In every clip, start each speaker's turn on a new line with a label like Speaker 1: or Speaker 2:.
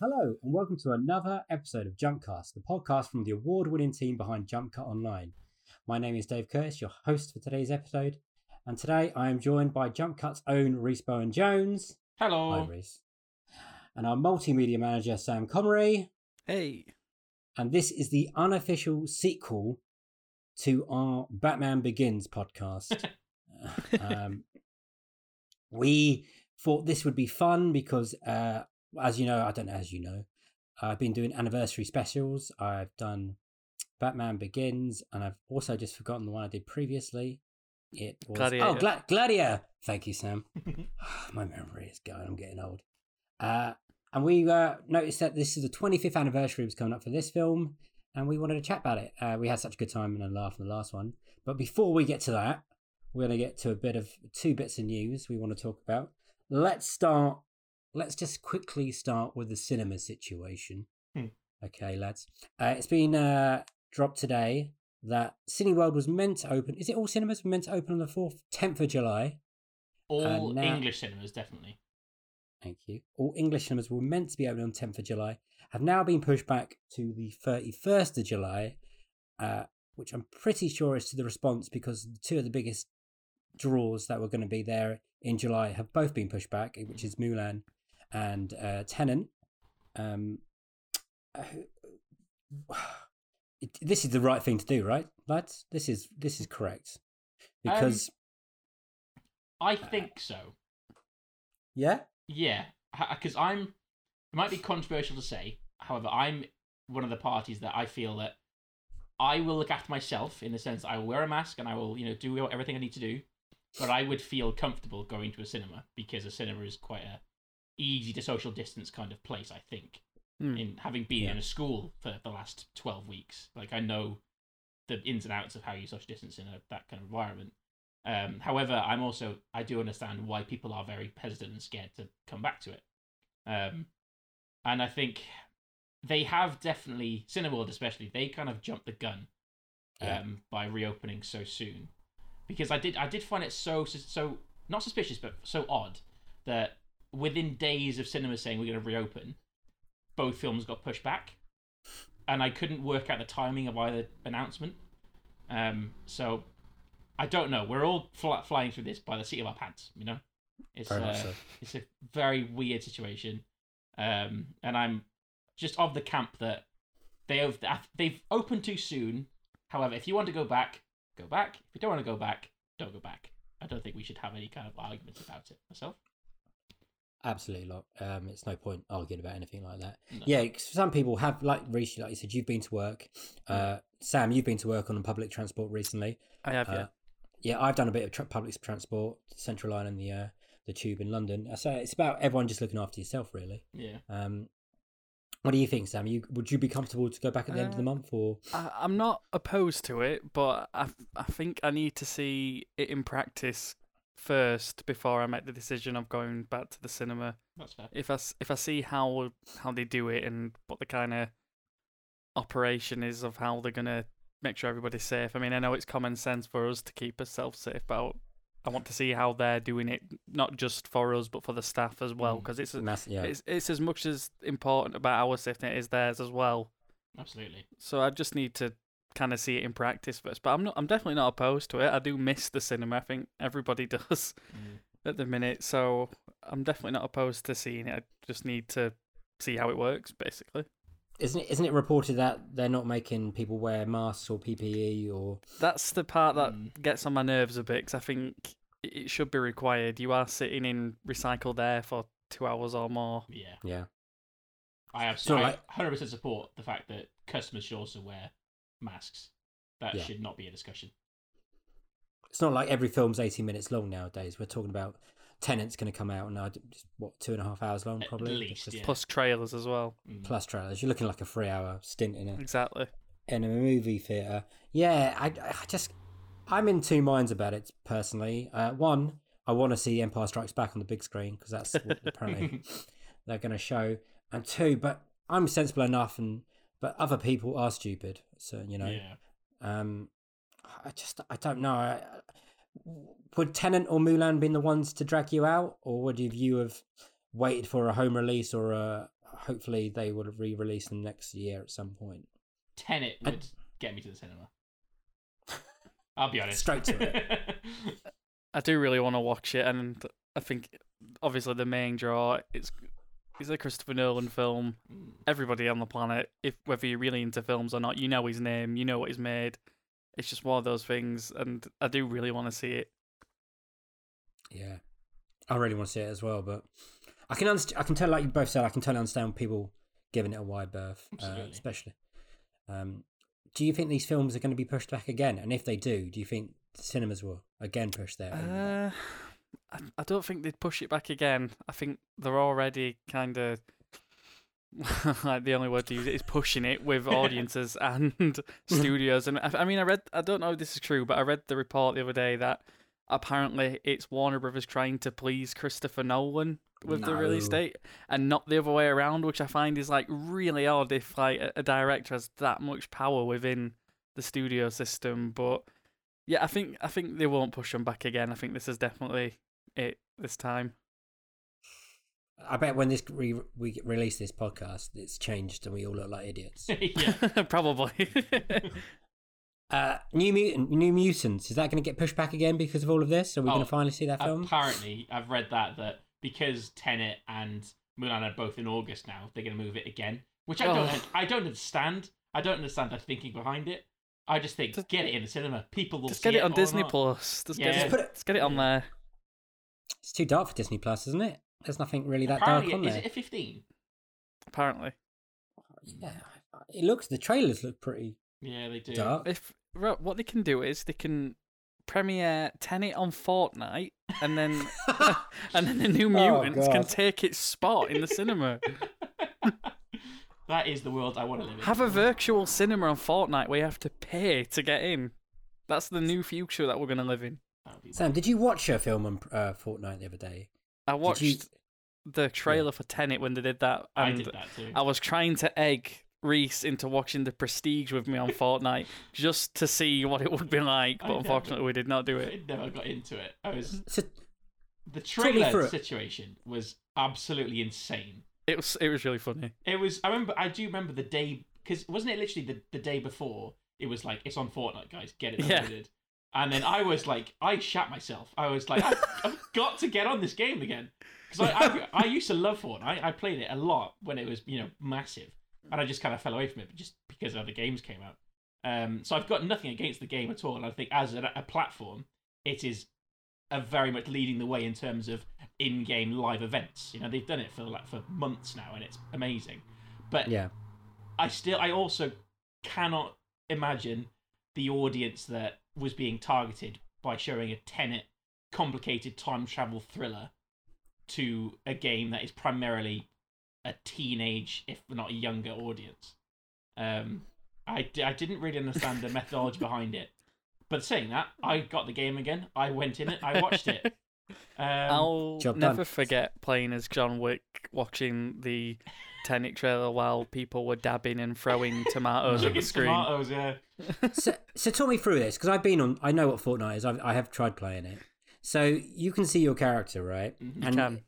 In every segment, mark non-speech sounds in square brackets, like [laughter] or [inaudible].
Speaker 1: Hello, and welcome to another episode of Jumpcast, the podcast from the award winning team behind Jumpcut Online. My name is Dave Curtis, your host for today's episode, and today I am joined by Jumpcut's own Reese Bowen Jones. Hi,
Speaker 2: Hello.
Speaker 1: Reese. And our multimedia manager, Sam Comery.
Speaker 3: Hey,
Speaker 1: And this is the unofficial sequel to our Batman Begins
Speaker 3: [laughs]
Speaker 1: podcast. um, we thought this would be fun because, uh, as you know, I don't know, as you know, I've been doing anniversary specials. I've done Batman Begins, and I've also just forgotten the one I did previously. It was oh,
Speaker 3: Gladiator.
Speaker 1: Gla- Gladiator. Thank you, Sam. [sighs] My memory is going. I'm getting old. Uh, and we uh, noticed that this is the 25th anniversary was coming up for this film, and we wanted to chat about it. Uh, we had such a good time and a laugh in the last one. But before we get to that, we're going to get to a bit of two bits of news we want to talk about. Let's start. Let's just quickly start with the cinema situation.
Speaker 2: Hmm.
Speaker 1: Okay, lads. Uh, it's been uh, dropped today that Cineworld was meant to open. Is it all cinemas were meant to open on the 4th, 10th of July?
Speaker 2: All
Speaker 1: And now-
Speaker 2: English cinemas, definitely.
Speaker 1: Thank you. All English cinemas were meant to be open on 10th of July, have now been pushed back to the 31st of July, uh, which I'm pretty sure is to the response because the two of the biggest draws that were going to be there in July have both been pushed back, eh, which is Mulan and uh, Tenant. Um, uh, [sighs] it- this is the right thing to do, right, lads? This is this is correct
Speaker 2: Um,
Speaker 1: because
Speaker 2: I think so.
Speaker 1: yeah,
Speaker 2: Yeah, because I'm. It might be controversial to say. However, I'm one of the parties that I feel that I will look after myself in the sense I will wear a mask and I will, you know, do everything I need to do. But I would feel comfortable going to a cinema because a cinema is quite a easy to social distance kind of place. I think.
Speaker 3: Hmm.
Speaker 2: in having been
Speaker 1: Yeah.
Speaker 2: in a school for the last 12 weeks like i know the ins and outs of how you social distance in a, that kind of environment um, however i'm also i do understand why people are very hesitant and scared to come back to it um, and i think they have definitely cineworld especially they kind of jumped the gun
Speaker 1: Yeah.
Speaker 2: um, by reopening so soon because i did i did find it so so not suspicious but so odd that within days of cinemas saying we're going to reopen both films got pushed back, and I couldn't work out the timing of either announcement. Um, so I don't know. We're all fl- flying through this by the seat of our pants, you know. It's
Speaker 1: Very much
Speaker 2: uh,
Speaker 1: so.
Speaker 2: it's a very weird situation, um, and I'm just of the camp that they have they've opened too soon. However, if you want to go back, go back. If you don't want to go back, don't go back. I don't think we should have any kind of arguments about it myself.
Speaker 1: Absolutely not. Um, it's no point arguing about anything like that.
Speaker 2: No.
Speaker 1: Yeah, 'cause some people have, like recently, like you said, you've been to work. Uh, Sam, you've been to work on public transport recently.
Speaker 3: I have
Speaker 1: Uh,
Speaker 3: you.
Speaker 1: Yeah, I've done a bit of tra- public transport, Central Line and the uh, the Tube in London. So it's about everyone just looking after yourself, really.
Speaker 2: Yeah.
Speaker 1: Um, what do you think, Sam? You would you be comfortable to go back at the end of the
Speaker 3: Uh,
Speaker 1: month, or
Speaker 3: I, I'm not opposed to it, but I I think I need to see it in practice first before I make the decision of going back to the cinema.
Speaker 2: That's fair.
Speaker 3: If I s- if I see how how they do it and what the kind of operation is of how they're gonna make sure everybody's safe. I mean, I know it's common sense for us to keep ourselves safe, but I- I want to see how they're doing it, not just for us but for the staff as well,
Speaker 2: Mm.
Speaker 3: because it's
Speaker 1: mass- yeah,
Speaker 3: it's it's as much as important about our safety as it is theirs as well.
Speaker 2: Absolutely.
Speaker 3: So I just need to kind of see it in practice first. But I'm not. I'm definitely not opposed to it. I do miss the cinema. I think everybody [laughs] does
Speaker 2: Mm.
Speaker 3: at the minute. So I'm definitely not opposed to seeing it. I just need to see how it works, basically.
Speaker 1: isn't it, isn't it reported that they're not making people wear masks or PPE or
Speaker 3: That's the part that
Speaker 2: Mm.
Speaker 3: gets on my nerves a bit because I think it- it should be required. You are sitting in recycled air for two hours or more.
Speaker 2: Yeah.
Speaker 1: yeah,
Speaker 2: I
Speaker 1: So,
Speaker 2: absolutely
Speaker 1: like-
Speaker 2: hundred percent support the fact that customers should also wear masks. That
Speaker 1: Yeah.
Speaker 2: should not be a discussion.
Speaker 1: it's not like every film's 80 minutes long nowadays. We're talking about Tenant's going to come out and I d- just what two and a half hours long
Speaker 2: At
Speaker 1: probably
Speaker 2: least,
Speaker 1: Just
Speaker 2: yeah.
Speaker 3: Plus trailers as well.
Speaker 2: Mm.
Speaker 1: plus trailers. You're looking like a three hour stint in a
Speaker 3: Exactly.
Speaker 1: in a movie theater. Yeah, I, I just I'm in two minds about it personally. Uh, one, I want to see Empire Strikes Back on the big screen because that's
Speaker 2: [laughs]
Speaker 1: what apparently they're going to show. And two, but I'm sensible enough, and but other people are stupid. So you know.
Speaker 2: Yeah.
Speaker 1: Um, I just I don't know. I, would Tenant or Mulan been the ones to drag you out, or would you have you have waited for a home release or a hopefully they will re-release them next year at some point.
Speaker 2: Tenet
Speaker 1: I-
Speaker 2: would get me to the
Speaker 3: [laughs]
Speaker 2: cinema. I'll be honest.
Speaker 1: Straight to
Speaker 2: it.
Speaker 3: I do really want to watch it, and I think obviously the main draw it's it's a Christopher Nolan film. Everybody on the planet, if whether you're really into films or not, you know his name, you know what he's made. It's just one of those things, and I do really want to see it.
Speaker 1: Yeah, I really want to see it as well, but I can understand. I can tell, like you both said, I can totally understand people giving it a wide berth, uh,
Speaker 2: Absolutely.
Speaker 1: especially. Um, do you think these films are going to be pushed back again? And if they do, do you think cinemas will again push their? opening back?
Speaker 3: Uh, I, I don't think they'd push it back again. I think they're already kind of [laughs] like the only word to use it is pushing it [laughs] with audiences [laughs] and studios. And I, I mean, I read I don't know if this is true, but I read the report the other day that apparently it's Warner Brothers trying to please Christopher Nolan with the release
Speaker 1: No.
Speaker 3: date and not the other way around, which I find is like really odd if like a, a director has that much power within the studio system, but. Yeah, I think I think they won't push them back again. I think this is definitely it this time.
Speaker 1: I bet when this re- we release this podcast, it's changed and we all look like
Speaker 2: [laughs]
Speaker 1: idiots.
Speaker 2: [laughs]
Speaker 3: [laughs]
Speaker 2: yeah.
Speaker 3: Probably.
Speaker 1: uh, New Mutant, New Mutants, is that going to get pushed back again because of all of this? Are we going
Speaker 2: Oh,
Speaker 1: to finally see that film?
Speaker 2: Apparently, I've read that that because Tenet and Mulan are both in August now, they're going to move it again, which I don't.
Speaker 3: Oh.
Speaker 2: I don't understand. I don't understand the thinking behind it. I just think
Speaker 3: Just-
Speaker 2: get it in the cinema. People will
Speaker 3: Just
Speaker 2: see
Speaker 3: get it on
Speaker 2: or
Speaker 3: Disney
Speaker 2: not.
Speaker 3: Plus. Just get
Speaker 2: Yeah.
Speaker 1: Just
Speaker 3: it.
Speaker 1: put it.
Speaker 3: Let's get it on there.
Speaker 1: It's too dark for Disney Plus, isn't it? There's nothing really that
Speaker 2: Apparently,
Speaker 1: dark on
Speaker 2: is
Speaker 1: there.
Speaker 2: it a fifteen?
Speaker 3: Apparently,
Speaker 1: Yeah, it looks. The trailers look pretty
Speaker 2: Yeah, they do.
Speaker 1: dark.
Speaker 3: if right, what they can do is they can premiere Tenet on Fortnite,
Speaker 2: [laughs]
Speaker 3: and then and then the New
Speaker 1: Oh,
Speaker 3: Mutants can
Speaker 1: God.
Speaker 3: take its spot in the cinema.
Speaker 2: [laughs] That is the world I want to live in.
Speaker 3: Have a virtual cinema on Fortnite where you have to pay to get in. That's the new future that we're gonna live in.
Speaker 2: That would be-
Speaker 1: Sam, did you watch a film on uh, Fortnite the other day?
Speaker 3: I
Speaker 1: Did
Speaker 3: watched
Speaker 1: you-
Speaker 3: the trailer for Tenet when they did that,
Speaker 2: I
Speaker 3: and
Speaker 2: did that too.
Speaker 3: I was trying to egg Reese into watching The Prestige with me on Fortnite just to see what it would be like,
Speaker 2: I
Speaker 3: but unfortunately we did not do it.
Speaker 2: I never got into it. I was
Speaker 1: So,
Speaker 2: the
Speaker 1: Talk me through
Speaker 2: trailer
Speaker 1: it.
Speaker 2: situation was absolutely insane.
Speaker 3: It was it was really funny.
Speaker 2: It was. I remember. I do remember the day because wasn't it literally the, the day before? It was like it's on Fortnite, guys. Get it
Speaker 3: Yeah.
Speaker 2: downloaded. And then I was like, I shat myself. I was like, I've, I've got to get on this game again because I, I I used to love Fortnite. I played it a lot when it was you know massive, and I just kind of fell away from it just because other games came out. Um, so I've got nothing against the game at all. And I think as a, a platform, it is are very much leading the way in terms of in-game live events. You know, they've done it for like for months now, and it's amazing. But
Speaker 1: yeah,
Speaker 2: I still, I also cannot imagine the audience that was being targeted by showing a tenet complicated time travel thriller to a game that is primarily a teenage, if not a younger audience. Um, I, d- I didn't really understand the methodology behind it. But saying that, I got the game again. I went in it. I watched it. Um,
Speaker 3: I'll
Speaker 1: Job
Speaker 3: never
Speaker 1: done.
Speaker 3: forget playing as John Wick watching the Tenet trailer while people were dabbing and throwing tomatoes at
Speaker 2: chicken
Speaker 3: the screen.
Speaker 2: tomatoes, uh, yeah.
Speaker 1: so, so talk me through this because I've been on. I know what Fortnite is. I've, I have tried playing it. So you can see your character, right?
Speaker 2: Mhm.
Speaker 1: and,
Speaker 3: can.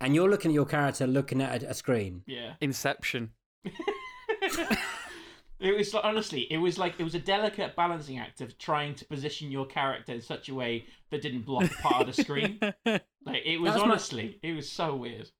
Speaker 1: and you're looking at your character, looking at a, a screen.
Speaker 2: Yeah.
Speaker 3: Inception.
Speaker 2: It was like, honestly, it was like it was a delicate balancing act of trying to position your character in such a way that didn't block part of the screen. Like it was
Speaker 1: That's my-
Speaker 2: honestly, it was so weird.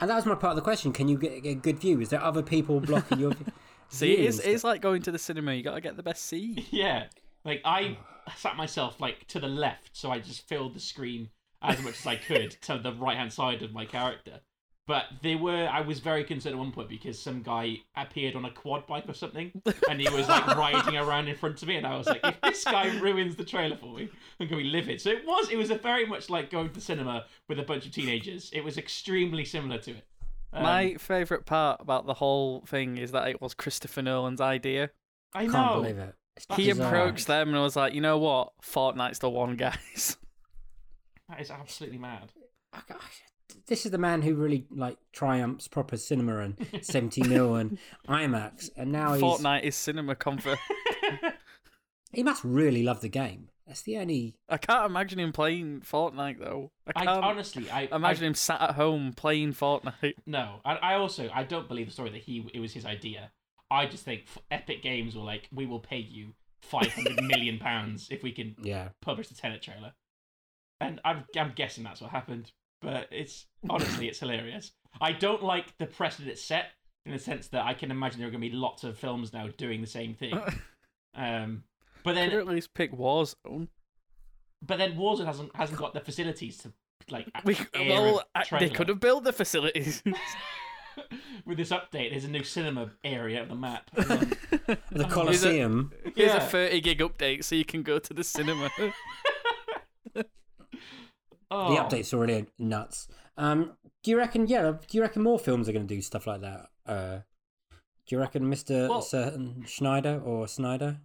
Speaker 1: And that was my part of the question. Can you get, get a good view? Is there other people blocking your? view?
Speaker 3: See, it
Speaker 1: view
Speaker 3: is,
Speaker 1: and
Speaker 3: it is like going to the cinema. You gotta get the best seat.
Speaker 2: Yeah, like I sat myself like to the left, so I just filled the screen as much as I could to the right hand side of my character. But they were, I was very concerned at one point because some guy appeared on a quad bike or something, and he was like riding around in front of me, and I was like, if this guy ruins the trailer for me, I'm gonna be livid. So it was, it was a very much like going to the cinema with a bunch of teenagers. It was extremely similar to it. Um,
Speaker 3: My favourite part about the whole thing is that it was Christopher Nolan's idea.
Speaker 2: I
Speaker 1: I
Speaker 2: know.
Speaker 1: can't believe it. It's
Speaker 2: He
Speaker 3: He
Speaker 1: bizarre.
Speaker 3: approached them and was like, you know what? Fortnite's the one, [laughs] guys.
Speaker 2: That is absolutely
Speaker 1: [laughs]
Speaker 2: mad.
Speaker 1: I- I- This is the man who really like triumphs proper cinema and 70 mil
Speaker 3: [laughs]
Speaker 1: and IMAX, and now he's
Speaker 3: Fortnite is cinema comfort.
Speaker 1: he must really love the game. That's the only.
Speaker 3: I can't imagine him playing Fortnite though. I
Speaker 2: I
Speaker 3: can't
Speaker 1: Um,
Speaker 2: honestly, I
Speaker 3: imagine
Speaker 2: I,
Speaker 3: him sat at home playing Fortnite. [laughs]
Speaker 2: no. I, I also I don't believe the story that he it was his idea. I just think f- Epic Games were like, we will pay you five hundred
Speaker 3: [laughs]
Speaker 2: million pounds if we can
Speaker 1: Yeah.
Speaker 2: publish the Tenet trailer, and I'm I'm guessing that's what happened. But it's honestly it's hilarious. I don't like the precedent it's set in the sense that I can imagine there are going to be lots of films now doing the same
Speaker 3: [laughs]
Speaker 2: thing. Um, but
Speaker 3: Could
Speaker 2: then
Speaker 3: at least pick Warzone.
Speaker 2: but then Warzone hasn't hasn't got the facilities to like
Speaker 3: We,
Speaker 2: air
Speaker 3: well,
Speaker 2: a
Speaker 3: I- they
Speaker 2: trailer.
Speaker 3: could have built the facilities.
Speaker 2: with this update. There's a new cinema area of the
Speaker 1: [laughs]
Speaker 2: map.
Speaker 1: The Colosseum.
Speaker 3: Here's
Speaker 2: Yeah.
Speaker 3: a 30 gig update so you can go to
Speaker 2: [laughs]
Speaker 3: the cinema.
Speaker 2: Oh,
Speaker 1: The update's already nuts. Um, do you reckon? Yeah, do you reckon more films are going to do stuff like that? Uh, do you reckon Mr.
Speaker 3: Well-
Speaker 1: Certain Schneider or
Speaker 2: [laughs]
Speaker 1: Snyder?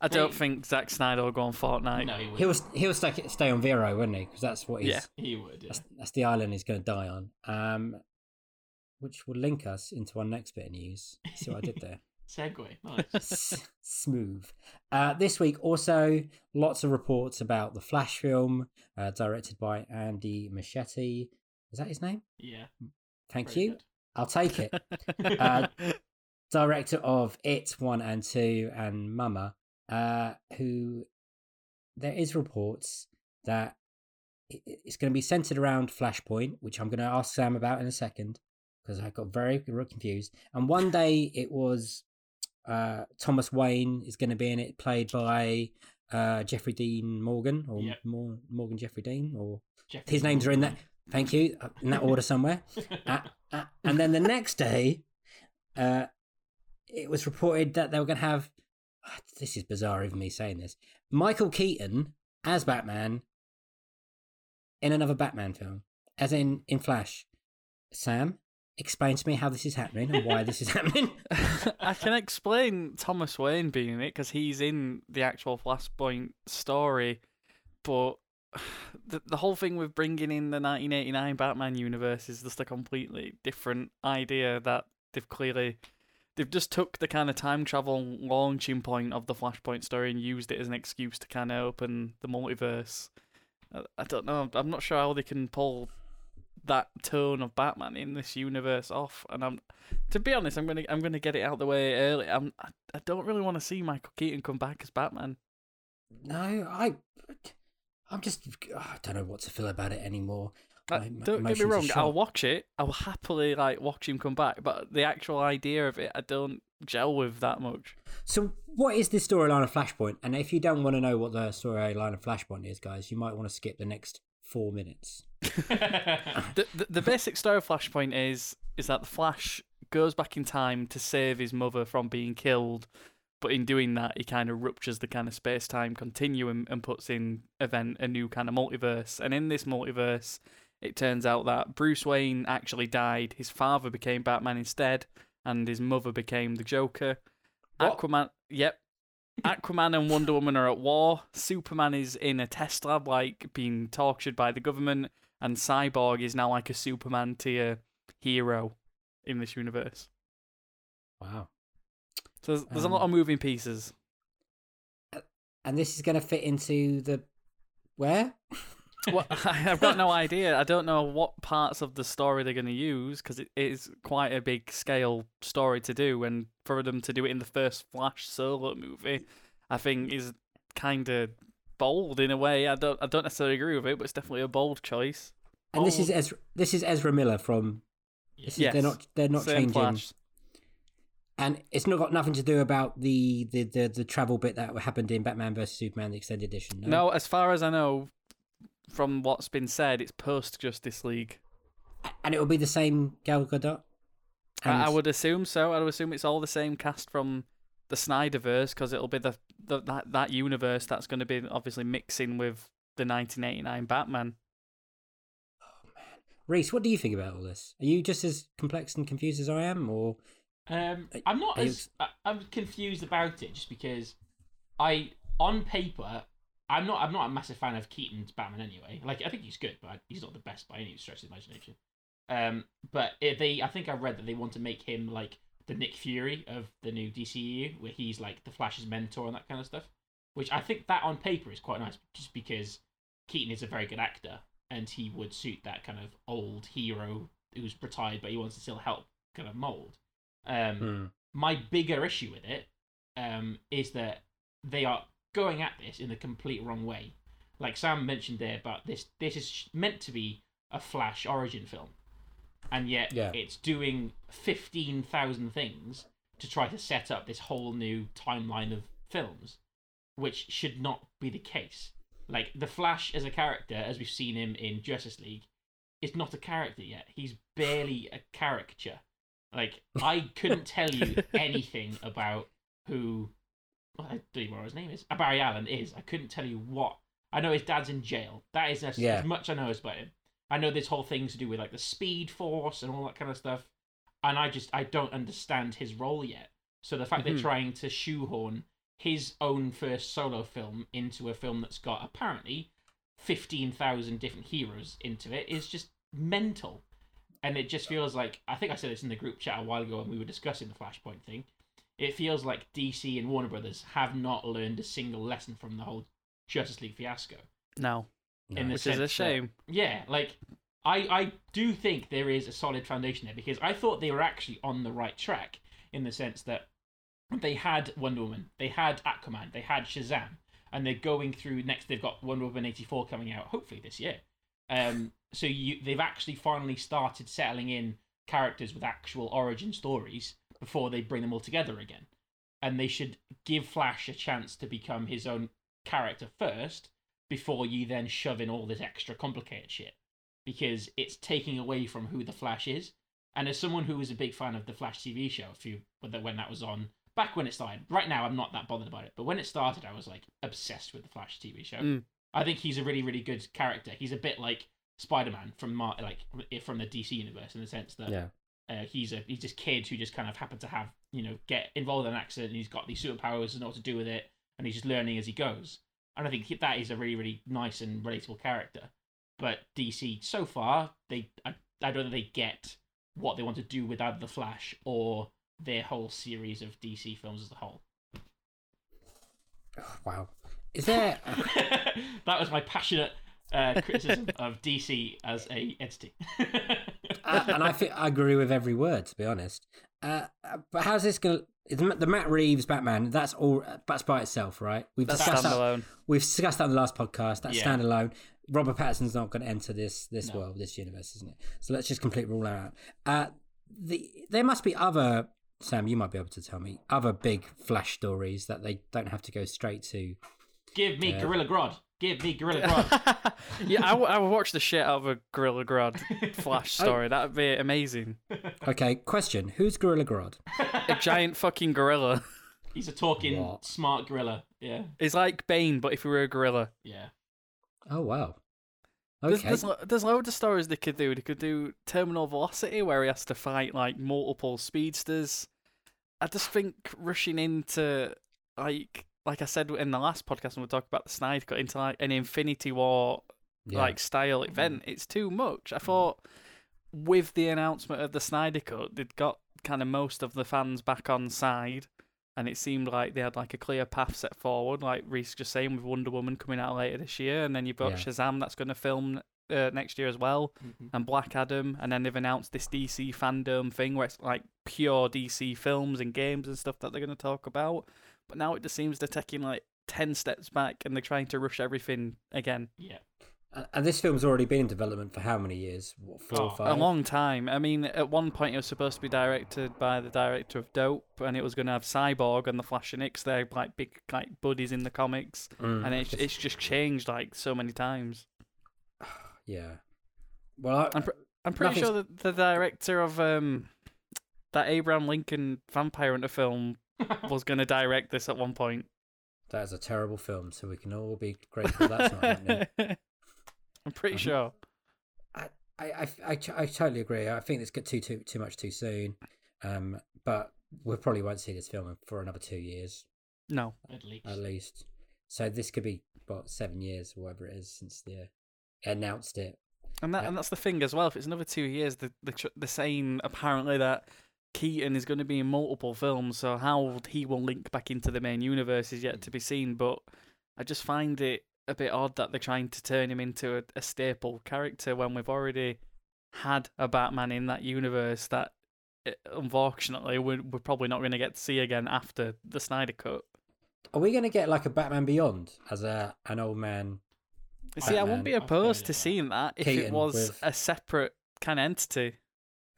Speaker 3: I don't
Speaker 2: Wait.
Speaker 3: think Zack Snyder will go on Fortnite.
Speaker 2: No, he would.
Speaker 1: he'll he'll stay, stay on Vero, wouldn't he? Because that's what he's
Speaker 3: Yeah.
Speaker 2: He would. Yeah.
Speaker 1: that's, that's the island he's going to die on. Um, which will link us into our next bit of news. See what I did there.
Speaker 2: [laughs] Segway. Nice.
Speaker 1: S- smooth. Uh, this week, also, lots of reports about the Flash film uh, directed by Andy Machete. Is that his name?
Speaker 2: Yeah.
Speaker 1: Thank
Speaker 2: very
Speaker 1: you.
Speaker 2: good.
Speaker 1: I'll take it. Uh, Director of It 1 and 2 and Mama, uh, who there is reports that i- i- it's going to be centered around Flashpoint, which I'm going to ask Sam about in a second because I got very confused. And one day it was uh, Thomas Wayne is going to be in it, played by uh, Jeffrey Dean Morgan or
Speaker 2: Yep.
Speaker 1: Mor- Morgan Jeffrey Dean, or
Speaker 2: Jeffrey
Speaker 1: his names are in that. Thank you, uh, in that order somewhere. Uh, uh, and then the next day, uh, it was reported that they were going to have. ah, This is bizarre, even me saying this. Michael Keaton as Batman in another Batman film, as in in Flash. Sam, explain to me how this is happening and why
Speaker 3: [laughs]
Speaker 1: this is happening. [laughs]
Speaker 3: I can explain Thomas Wayne being in it because he's in the actual Flashpoint story, but [sighs] the, the whole thing with bringing in the 1989 Batman universe is just a completely different idea that they've clearly they've just took the kind of time travel launching point of the Flashpoint story and used it as an excuse to kind of open the multiverse. I, I don't know. I'm not sure how they can pull that tone of Batman in this universe off, and I'm to be honest, I'm gonna I'm gonna get it out the way early. I'm I, I don't really want to see Michael Keaton come back as Batman.
Speaker 1: no, I, I'm just, I don't know what to feel about it anymore.
Speaker 3: Like,
Speaker 1: My em-
Speaker 3: Uh, don't get me
Speaker 1: emotions are
Speaker 3: wrong, I'll
Speaker 1: shot.
Speaker 3: watch it. I'll happily like watch him come back, but the actual idea of it, I don't gel with that much.
Speaker 1: So, what is the storyline of Flashpoint? And if you don't want to know what the storyline of Flashpoint is, guys, you might want to skip the next four minutes.
Speaker 3: The the, the basic story of Flashpoint is is that the Flash goes back in time to save his mother from being killed, but in doing that, he kind of ruptures the kind of space time continuum and puts in event a new kind of multiverse. And in this multiverse, it turns out that Bruce Wayne actually died. His father became Batman instead, and his mother became the Joker.
Speaker 2: What?
Speaker 3: Aquaman, yep. Aquaman and Wonder Woman are at war. Superman is in a test lab, like being tortured by the government, and Cyborg is now like a Superman tier hero in this universe.
Speaker 1: Wow.
Speaker 3: So there's, there's a lot
Speaker 1: Um,
Speaker 3: of moving pieces.
Speaker 1: And this is going to fit into the where?
Speaker 3: Well, [laughs] I've got no idea. I don't know what parts of the story they're going to use because it is quite a big scale story to do, and for them to do it in the first Flash solo movie, I think is kind of bold in a way. I don't, I don't necessarily agree with it, but it's definitely a bold choice.
Speaker 1: And this
Speaker 2: Oh.
Speaker 1: is Ezra. This is Ezra Miller from. This is, They're
Speaker 3: Yes.
Speaker 1: not. They're not
Speaker 3: Same
Speaker 1: changing.
Speaker 3: Flash.
Speaker 1: And it's not got nothing to do about the the the, the travel bit that happened in Batman vs Superman the extended edition. No.
Speaker 3: No, as far as I know, from what's been said, it's post Justice League.
Speaker 1: And it will be the same Gal Gadot.
Speaker 3: I, I
Speaker 1: And-
Speaker 3: would assume so. I would assume it's all the same cast from the Snyderverse because it'll be the, the that that universe that's going to be obviously mixing with the 1989 Batman.
Speaker 1: Reese, what do you think about all this? Are you just as complex and confused as I am, or
Speaker 2: [laughs] Um, I'm not
Speaker 1: I-
Speaker 2: as I, I'm confused about it just because I on paper I'm not I'm not a massive fan of Keaton's Batman anyway. Like I think he's good, but he's not the best by any stretch of the imagination. Um, but if they I think I read that they want to make him E like the Nick Fury of the new DCU, where he's like the Flash's mentor and that kind of stuff. which I think that on paper is quite nice, just because Keaton is a very good actor and he would suit that kind of old hero who's retired but he wants to still help kind of mold. Um,
Speaker 1: Hmm.
Speaker 2: my bigger issue with it um, is that they are going at this in the complete wrong way. Like Sam mentioned there, but this this is meant to be a Flash origin film, and yet
Speaker 1: Yeah.
Speaker 2: it's doing fifteen thousand things to try to set up this whole new timeline of films, which should not be the case. Like the Flash as a character, as we've seen him in Justice League, is not a character yet. He's barely a caricature. Like I couldn't tell you anything about who well, I don't even know what his name is. Uh, Barry Allen is. I couldn't tell you what. I know his dad's in jail. That is as,
Speaker 1: Yeah.
Speaker 2: as much I know as about him. I know this whole thing to do with like the Speed Force and all that kind of stuff, and I just I don't understand his role yet. So the fact
Speaker 3: Mhm.
Speaker 2: they're trying to shoehorn his own first solo film into a film that's got apparently fifteen thousand different heroes into it is just mental. And it just feels like I think I said this in the group chat a while ago when we were discussing the Flashpoint thing. It feels like DC and Warner Brothers have not learned a single lesson from the whole Justice League fiasco.
Speaker 3: No,
Speaker 1: Hmm. No.
Speaker 2: In the
Speaker 3: which is a
Speaker 2: sense that-
Speaker 3: shame.
Speaker 2: Yeah, like I I do think there is a solid foundation there because I thought they were actually on the right track in the sense that they had Wonder Woman, they had Aquaman, they had Shazam, and they're going through next. They've got Wonder Woman eighty four coming out hopefully this year. Um, so you they've actually finally started settling in characters with actual origin stories before they bring them all together again, and they should give Flash a chance to become his own character first before you then shove in all this extra complicated shit because it's taking away from who the Flash is. And as someone who was a big fan of the Flash TV show, if you when that- when that was on back when it started, right now I'm not that bothered about it, but when it started, I was like obsessed with the Flash TV show.
Speaker 3: Mm.
Speaker 2: I think he's a really really good character. He's a bit like Spider Man from Mar- like from the DC universe in the sense that
Speaker 1: Yeah.
Speaker 2: uh, he's a he's just kid who just kind of happened to have you know get involved in an accident and he's got these superpowers doesn't know what to do with it and he's just learning as he goes and I think he- that is a really really nice and relatable character but DC so far they I, I don't think they get what they want to do with either the Flash or their whole series of DC films as a whole [laughs]
Speaker 1: [sighs] Wow. Is there?
Speaker 2: that was my passionate uh, criticism of DC as a entity [laughs]
Speaker 1: uh, and I think I agree with every word, to be honest. Uh, uh, but how's this going? to... The Matt Reeves Batman. That's all. uh, That's by itself, right? We've
Speaker 3: That's
Speaker 1: discussed that.
Speaker 3: standalone.
Speaker 1: We've discussed that on the last podcast. That's
Speaker 2: Yeah.
Speaker 1: standalone. Robert Pattinson's not going to enter this this
Speaker 2: No.
Speaker 1: world, this universe, isn't it? So let's just complete rule that out. Uh, the there must be other Sam. You might be able to tell me other big flash stories that they don't have to go straight to.
Speaker 2: give me
Speaker 1: Yeah.
Speaker 2: Gorilla Grodd give me Gorilla Grodd
Speaker 3: yeah, I, w- I would watch the shit out of a Gorilla [laughs] Grodd Flash story. That'd be amazing.
Speaker 1: Okay, question: Who's Gorilla Grodd?
Speaker 3: A giant fucking gorilla.
Speaker 2: He's a talking
Speaker 1: What?
Speaker 2: smart gorilla. Yeah,
Speaker 3: He's like Bane, but if he were a gorilla.
Speaker 2: yeah.
Speaker 1: Oh wow.
Speaker 3: There's,
Speaker 1: Okay.
Speaker 3: there's, lo- there's loads of stories they could do. They could do Terminal Velocity, where he has to fight like multiple speedsters. I just think rushing into like like I said in the last podcast when we talked about the Snyder Cut into like an Infinity War
Speaker 1: Yeah. Mm.
Speaker 3: like style event, it's too much. I thought with the announcement of the Snyder Cut, they'd got kind of most of the fans back on side. And it seemed like they had like a clear path set forward, like Reese just saying with Wonder Woman coming out later this year, and then you've got
Speaker 1: Yeah. Mm-hmm.
Speaker 3: Shazam that's going to film uh, next year as well, and Black Adam, and then they've announced this DC fandom thing where it's like pure DC films and games and stuff that they're going to talk about. But now it just seems they're taking like ten steps back and they're trying to rush everything again.
Speaker 2: Yeah.
Speaker 1: And- And this film's already been in development for how many years? What, four
Speaker 2: Oh,
Speaker 1: or
Speaker 2: a
Speaker 1: five?
Speaker 3: A long time. I mean, at one point it was supposed to be directed by the director of Dope, and it was going to have Cyborg and the Flash and X. They're like big like buddies in the comics,
Speaker 1: Mm.
Speaker 3: and it's it's just changed like so many times.
Speaker 1: yeah. Well, I,
Speaker 3: I'm, pr- I'm pretty
Speaker 1: Nothing's-
Speaker 3: sure that the director of um that Abraham Lincoln Vampire
Speaker 1: [laughs]
Speaker 3: Hunter film was going to direct this at one point.
Speaker 1: that is a terrible film, so we can all be grateful that's
Speaker 2: [laughs]
Speaker 1: not happening.
Speaker 3: [laughs] I'm pretty
Speaker 1: Mhm.
Speaker 3: sure.
Speaker 1: I, I, I, I totally agree. I think it's got too too too much too soon. Um, but we probably won't see this film for another two years
Speaker 3: No,
Speaker 2: At least.
Speaker 1: at least. So this could be what seven years or whatever it is since they announced it.
Speaker 3: And that
Speaker 1: Yeah.
Speaker 3: and that's the thing as well. If it's another two years, the the tr- the saying apparently that Keaton is going to be in multiple films, so how he will link back into the main universe is
Speaker 1: Mm.
Speaker 3: yet to be seen. But I just find it a bit odd that they're trying to turn him into a, a staple character when we've already had a Batman in that universe that, eh, unfortunately, we're, we're probably not going to get to see again after the Snyder Cut.
Speaker 1: Are we going to get like a Batman Beyond as a an old man?
Speaker 3: You See, I
Speaker 1: Batman.
Speaker 3: wouldn't be
Speaker 2: I've heard
Speaker 3: opposed
Speaker 2: of
Speaker 3: to
Speaker 2: that.
Speaker 3: seeing that if it
Speaker 1: Keaton
Speaker 3: was
Speaker 1: with-
Speaker 3: a separate kind of entity.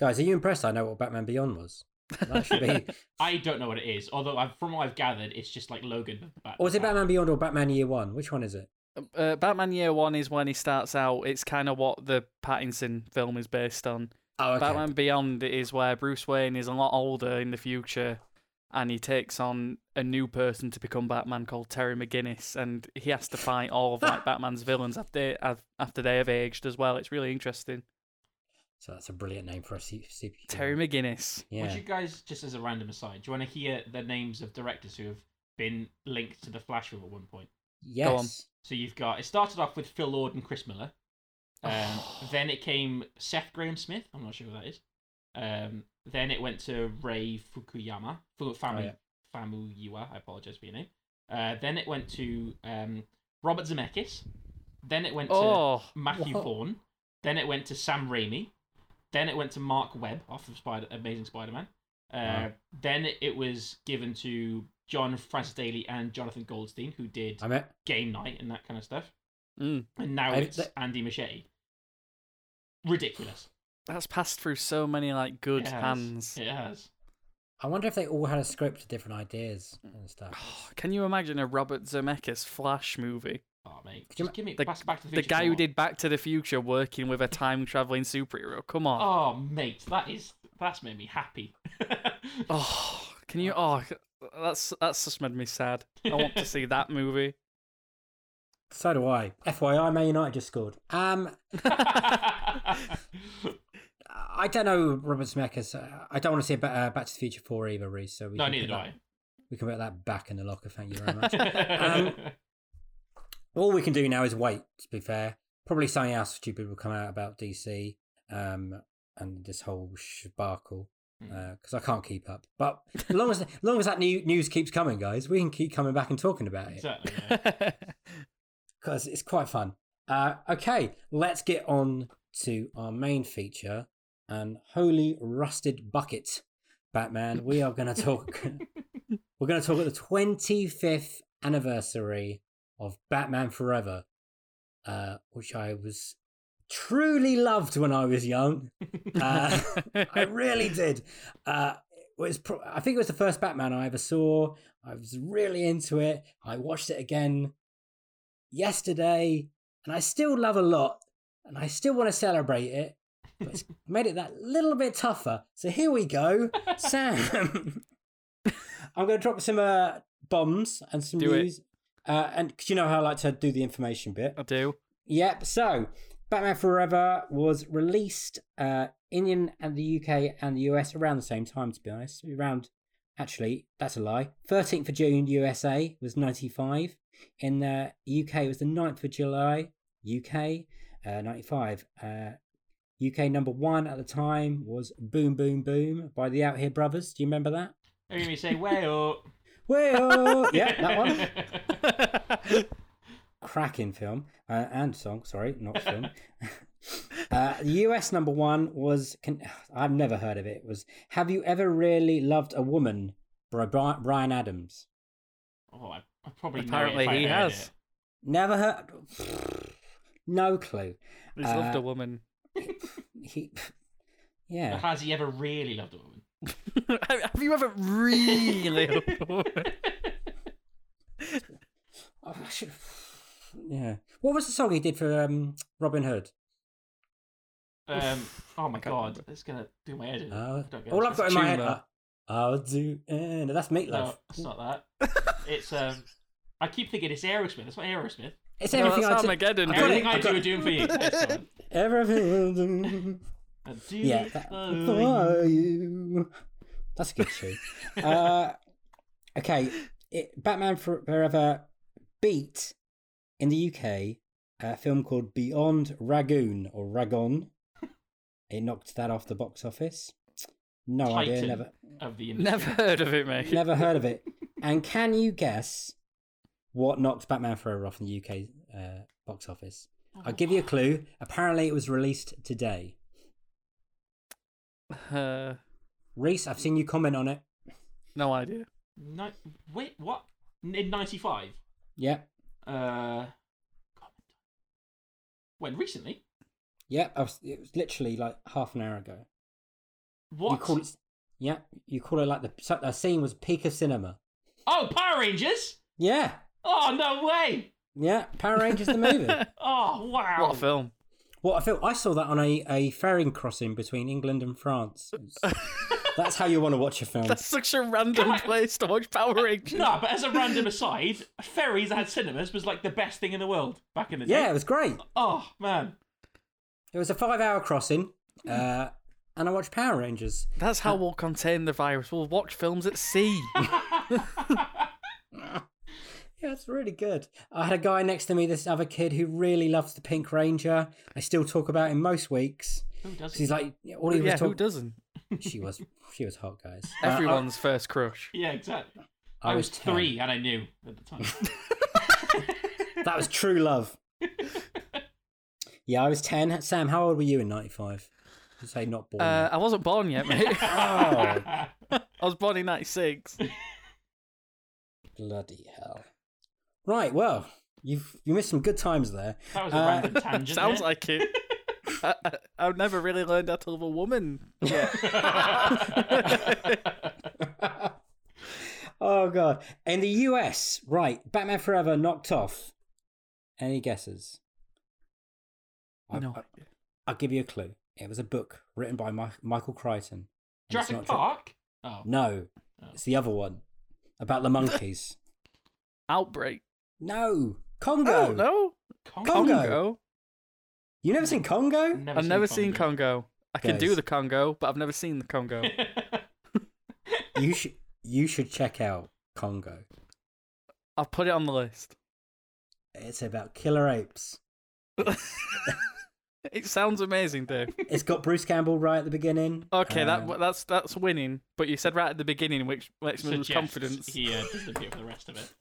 Speaker 1: Guys, are you impressed? I know what Batman Beyond was. That
Speaker 2: [laughs]
Speaker 1: should be.
Speaker 2: I don't know what it is, although I've, from what I've gathered, it's just like Logan. but Bat-
Speaker 1: or is it
Speaker 2: Batman.
Speaker 1: Batman Beyond or Batman Year One? Which one is it?
Speaker 3: Uh, Batman Year One is when he starts out. It's kind of what the Pattinson film is based on.
Speaker 1: Oh, okay.
Speaker 3: Batman Beyond is where Bruce Wayne is a lot older in the future, and he takes on a new person to become Batman called Terry McGinnis, and he has to fight all of like Batman's villains after af- after they have aged as well. It's really interesting.
Speaker 1: So that's a brilliant name for a super. super
Speaker 3: Terry McGinnis.
Speaker 1: Yeah.
Speaker 2: Would you guys, just as a random aside, do you want to hear the names of directors who have been linked to the Flash film at one point?
Speaker 3: Go on.
Speaker 1: Yes.
Speaker 2: So you've got it started off with Phil Lord and Chris Miller.
Speaker 1: [sighs]
Speaker 2: Um, then it came Seth Graham Smith. I'm not sure who that is. Um, then it went to Ray Fukuyama. Fu- Famu,
Speaker 1: Oh, yeah.
Speaker 2: Famuyiwa. I apologize for your name. Uh, then it went to um, Robert Zemeckis. Then it went to
Speaker 3: Oh,
Speaker 2: Matthew
Speaker 1: Whoa.
Speaker 2: Vaughn. Then it went to Sam Raimi. Then it went to Mark Webb off of Spider Amazing Spider Man. Uh,
Speaker 1: Wow.
Speaker 2: Then it was given to John Francis Daly and Jonathan Goldstein, who did
Speaker 1: I met.
Speaker 2: Game Night and that kind of stuff.
Speaker 3: mm.
Speaker 2: And now
Speaker 1: I've-
Speaker 2: it's Andy Machete. Ridiculous.
Speaker 3: that's passed through so many like good
Speaker 2: It has.
Speaker 3: hands.
Speaker 2: It has.
Speaker 1: I wonder if they all had a script, different ideas and stuff.
Speaker 3: Oh, can you imagine a Robert Zemeckis Flash movie?
Speaker 2: Oh mate,
Speaker 1: Could you
Speaker 2: just give me
Speaker 3: the-
Speaker 2: back, back to the
Speaker 3: The
Speaker 2: Future
Speaker 3: guy who
Speaker 2: four.
Speaker 3: did Back to the Future working with a time traveling superhero. Come on.
Speaker 2: Oh mate, that is that's made me
Speaker 3: [laughs]
Speaker 2: happy. [laughs]
Speaker 3: Oh. can you? Oh, that's that's just made me sad. I want to see that movie. [laughs]
Speaker 1: So do I. FYI, Man United just scored. Um, I don't know Robert Zemeckis. Uh, I don't want to see a ba- uh, Back to the Future Four either, Reese. So we
Speaker 2: no,
Speaker 1: can
Speaker 2: neither
Speaker 1: put
Speaker 2: do
Speaker 3: [laughs]
Speaker 1: that,
Speaker 2: I.
Speaker 1: We can put that back in the locker. Thank you
Speaker 2: [laughs]
Speaker 1: very much.
Speaker 3: Um,
Speaker 1: all we can do now is wait. To be fair, probably something else stupid will come out about DC um, and this whole sparkle because I can't keep up. But as long as, as long as that new news keeps coming, guys, we can keep coming back and talking about it
Speaker 3: [laughs]
Speaker 2: Certainly, yeah.
Speaker 1: because it's quite fun. Uh, okay, let's get on to our main feature and holy rusted bucket, Batman. We are going
Speaker 2: [laughs]
Speaker 1: to talk. we're going to talk at the twenty fifth anniversary of Batman Forever, uh, which I was truly loved when I was young. Uh, [laughs] I really did. Uh, it was pro- I think it was the first Batman I ever saw. I was really into it. I watched it again yesterday, and I still love a lot, and I still want to celebrate it. But
Speaker 3: [laughs]
Speaker 1: it's made it that little bit tougher. So here we go, Sam. I'm going to drop some uh, bombs and some
Speaker 3: Do it.
Speaker 1: news. Uh, and 'cause you know how I like to do the information bit.
Speaker 3: I do.
Speaker 1: Yep. So, Batman Forever was released uh, in and the UK and the US around the same time. To be honest, around actually that's a lie. Thirteenth of June USA was ninety five. In the UK was the 9th of July UK uh, ninety five. Uh, UK number one at the time was Boom Boom Boom by the Out Here Brothers. Do you remember that?
Speaker 2: They're gonna be saying, "Well,
Speaker 1: Well, yeah, that one.
Speaker 2: one."
Speaker 1: cracking film uh, and song. Sorry, not film. [laughs] uh, the US number one was can, I've never heard of it. it. Was Have you ever really loved a woman? by Bri- Brian Adams.
Speaker 2: [laughs] oh, I, I probably know it
Speaker 3: Apparently
Speaker 2: if I
Speaker 3: he
Speaker 2: heard
Speaker 3: has.
Speaker 2: it.
Speaker 1: Never heard. [sighs] No clue.
Speaker 3: He's loved
Speaker 1: Uh,
Speaker 3: a woman. [laughs]
Speaker 1: He. [sighs]
Speaker 2: But
Speaker 1: Yeah.
Speaker 2: Has he ever really loved a woman?
Speaker 3: Have you ever really loved a woman? [laughs]
Speaker 1: Oh, I should. [sighs] Yeah. What was the song he did for um, Robin Hood?
Speaker 2: Um, oh my
Speaker 3: can't
Speaker 2: god,
Speaker 3: remember.
Speaker 2: it's gonna do my head in.
Speaker 1: Uh,
Speaker 2: I don't get
Speaker 1: all
Speaker 2: it.
Speaker 1: I've got in my head. uh,
Speaker 3: Tumor.
Speaker 1: I'll do. And that's Meatloaf.
Speaker 2: No, it's not that. it's um, I keep thinking it's Aerosmith. It's not Aerosmith.
Speaker 1: It's
Speaker 3: [laughs] No,
Speaker 1: everything
Speaker 3: that's
Speaker 1: I do.
Speaker 3: Armageddon.
Speaker 1: I got
Speaker 2: Everything
Speaker 1: it.
Speaker 2: I
Speaker 1: I've
Speaker 2: do,
Speaker 1: got
Speaker 2: I
Speaker 1: it.
Speaker 2: do for you. That's
Speaker 1: [laughs]
Speaker 2: the one.
Speaker 1: Everything.
Speaker 2: [laughs]
Speaker 1: I do.
Speaker 2: I do
Speaker 1: yeah,
Speaker 2: it
Speaker 1: that-
Speaker 2: for you.
Speaker 1: for you. That's a good tune. uh, okay, it, Batman Forever beat in the UK a film called Beyond Ragoon or Ragon. It knocked that off the box office. No idea.
Speaker 2: Titan.
Speaker 1: Never,
Speaker 2: of the industry.
Speaker 3: Never heard of it, mate.
Speaker 1: never heard of it. And can you guess what knocked Batman Forever off in the UK uh, box office? I'll give you a clue. Apparently, it was released today.
Speaker 3: Uh,
Speaker 1: Reese, I've seen you comment on it.
Speaker 3: no idea.
Speaker 2: Ni- wait, what? In '95?
Speaker 1: Yep,
Speaker 2: Uh, God. when recently?
Speaker 1: yep. I was, it was literally like half an hour ago.
Speaker 2: What?
Speaker 1: You call it? Yeah, you call it like the so- the scene was peak of cinema.
Speaker 2: Oh, Power Rangers!
Speaker 1: Yeah,
Speaker 2: Oh no way!
Speaker 1: yeah. Power Rangers the movie.
Speaker 3: [laughs]
Speaker 2: Oh wow!
Speaker 3: What a film.
Speaker 1: What I feel, I saw that on a, a ferry crossing between England and
Speaker 3: [laughs]
Speaker 1: France. That's how you want to watch a film.
Speaker 3: That's such a random
Speaker 2: on.
Speaker 3: place to watch Power Rangers.
Speaker 2: No, but as a random aside, ferries that had cinemas was like the best thing in the world back in the day.
Speaker 1: Yeah, it was great.
Speaker 2: Oh man.
Speaker 1: It was a five hour crossing, uh, and I watched Power Rangers.
Speaker 3: That's how we'll contain the virus. We'll watch films at sea.
Speaker 1: Yeah, it's really good. I had a guy next to me, this other kid who really loves the Pink Ranger. I still talk about him most weeks.
Speaker 2: Who does?
Speaker 1: He's like, all he was
Speaker 3: yeah, who
Speaker 1: talking.
Speaker 3: doesn't?
Speaker 1: she was, she was hot, guys. Uh, I-
Speaker 3: Everyone's first crush.
Speaker 2: Yeah, exactly.
Speaker 1: I,
Speaker 2: I was
Speaker 1: 10.
Speaker 2: three and I knew at the
Speaker 3: [laughs]
Speaker 2: time.
Speaker 1: That was true love. yeah, I was ten. Sam, how old were you in '95? You say not born.
Speaker 3: Uh, I wasn't born yet, mate.
Speaker 1: oh,
Speaker 3: [laughs] I was born in '96.
Speaker 1: bloody hell! Right, well, you've you missed some good times there.
Speaker 2: That was a
Speaker 1: Uh,
Speaker 2: random tangent. [laughs]
Speaker 3: Sounds
Speaker 2: there.
Speaker 3: like it. I, I, I've never really learned how to love a woman. Yeah.
Speaker 1: Oh god! In the US, right? Batman Forever knocked off. Any guesses? I-
Speaker 3: no.
Speaker 1: I, I'll give you a clue. It was a book written by Mi- Michael Crichton. And it's
Speaker 2: Jurassic
Speaker 1: not-
Speaker 2: Park. Oh,
Speaker 1: No,
Speaker 2: Oh.
Speaker 1: it's the other one about the monkeys.
Speaker 3: Outbreak.
Speaker 1: no, Congo.
Speaker 3: Oh no.
Speaker 2: Congo.
Speaker 1: Congo.
Speaker 3: Congo.
Speaker 1: You never seen
Speaker 3: [laughs]
Speaker 1: Congo?
Speaker 2: Never
Speaker 3: I've never seen Congo. I can do
Speaker 1: Guys.
Speaker 3: the Congo, but I've never seen
Speaker 2: [laughs]
Speaker 3: the [laughs] Congo.
Speaker 1: you should you should check out Congo.
Speaker 3: I'll put it on the list.
Speaker 1: It's about killer apes.
Speaker 3: It sounds amazing,
Speaker 1: [laughs]
Speaker 3: Dave.
Speaker 1: It's got Bruce Campbell right at the beginning.
Speaker 3: Okay,
Speaker 1: Um,
Speaker 3: that that's that's winning. But you said right at the beginning, which makes me lose
Speaker 2: Suggests
Speaker 3: confidence.
Speaker 2: He uh, disappear for the rest of it.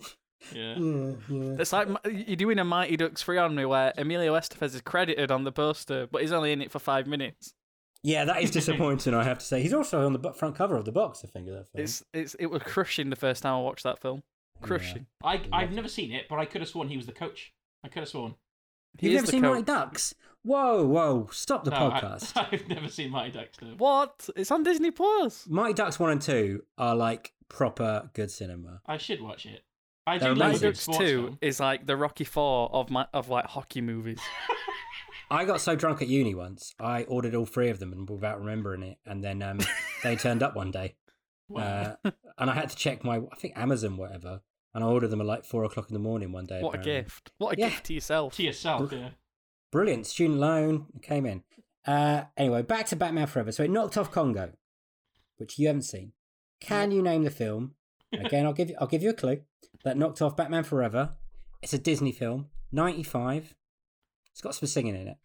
Speaker 2: Yeah.
Speaker 1: yeah, yeah.
Speaker 3: It's like m- you're doing a Mighty Ducks free on me, where Emilio Estevez is credited on the poster, but he's only in it for five minutes.
Speaker 1: Yeah, that is disappointing. I have to say, he's also on the bu- front cover of the box. I think of that film.
Speaker 3: It's it's it was crushing the first time I watched that film.
Speaker 1: Yeah.
Speaker 3: Crushing. [laughs]
Speaker 2: I I've never seen it, but I could have sworn he was the coach. I could have sworn.
Speaker 3: He
Speaker 1: You've
Speaker 3: is
Speaker 1: never
Speaker 3: the
Speaker 1: seen
Speaker 3: coach.
Speaker 1: Mighty Ducks? Whoa, whoa! Stop the
Speaker 2: No,
Speaker 3: [laughs]
Speaker 2: I-
Speaker 1: podcast.
Speaker 2: [laughs] I've never seen Mighty Ducks. No.
Speaker 3: What? It's on Disney Plus.
Speaker 1: Mighty Ducks one and two are like proper good cinema.
Speaker 2: I should watch it. I
Speaker 1: They're
Speaker 2: do
Speaker 3: Mighty
Speaker 2: love
Speaker 1: amazing.
Speaker 2: good
Speaker 3: Ducks
Speaker 2: sports
Speaker 3: Two
Speaker 2: film.
Speaker 3: is like the Rocky Four of my of like hockey movies.
Speaker 1: [laughs] I got so drunk at uni once, I ordered all three of them and without remembering it, and then
Speaker 3: [laughs]
Speaker 1: um, they turned up one day,
Speaker 2: Wow.
Speaker 1: uh, and I had to check my I think Amazon whatever, and I ordered them at like four o'clock in the morning one day.
Speaker 3: What a
Speaker 1: apparently.
Speaker 3: gift! What a
Speaker 1: Yeah.
Speaker 3: gift to yourself.
Speaker 2: to yourself, yeah.
Speaker 1: Brilliant student loan came in. Uh, anyway, back to Batman Forever. So it knocked off Congo, which you haven't seen. Can you name the film? Again, I'll give you, I'll give you a clue. That knocked off Batman Forever. It's a Disney film, ninety five. It's got some singing in it.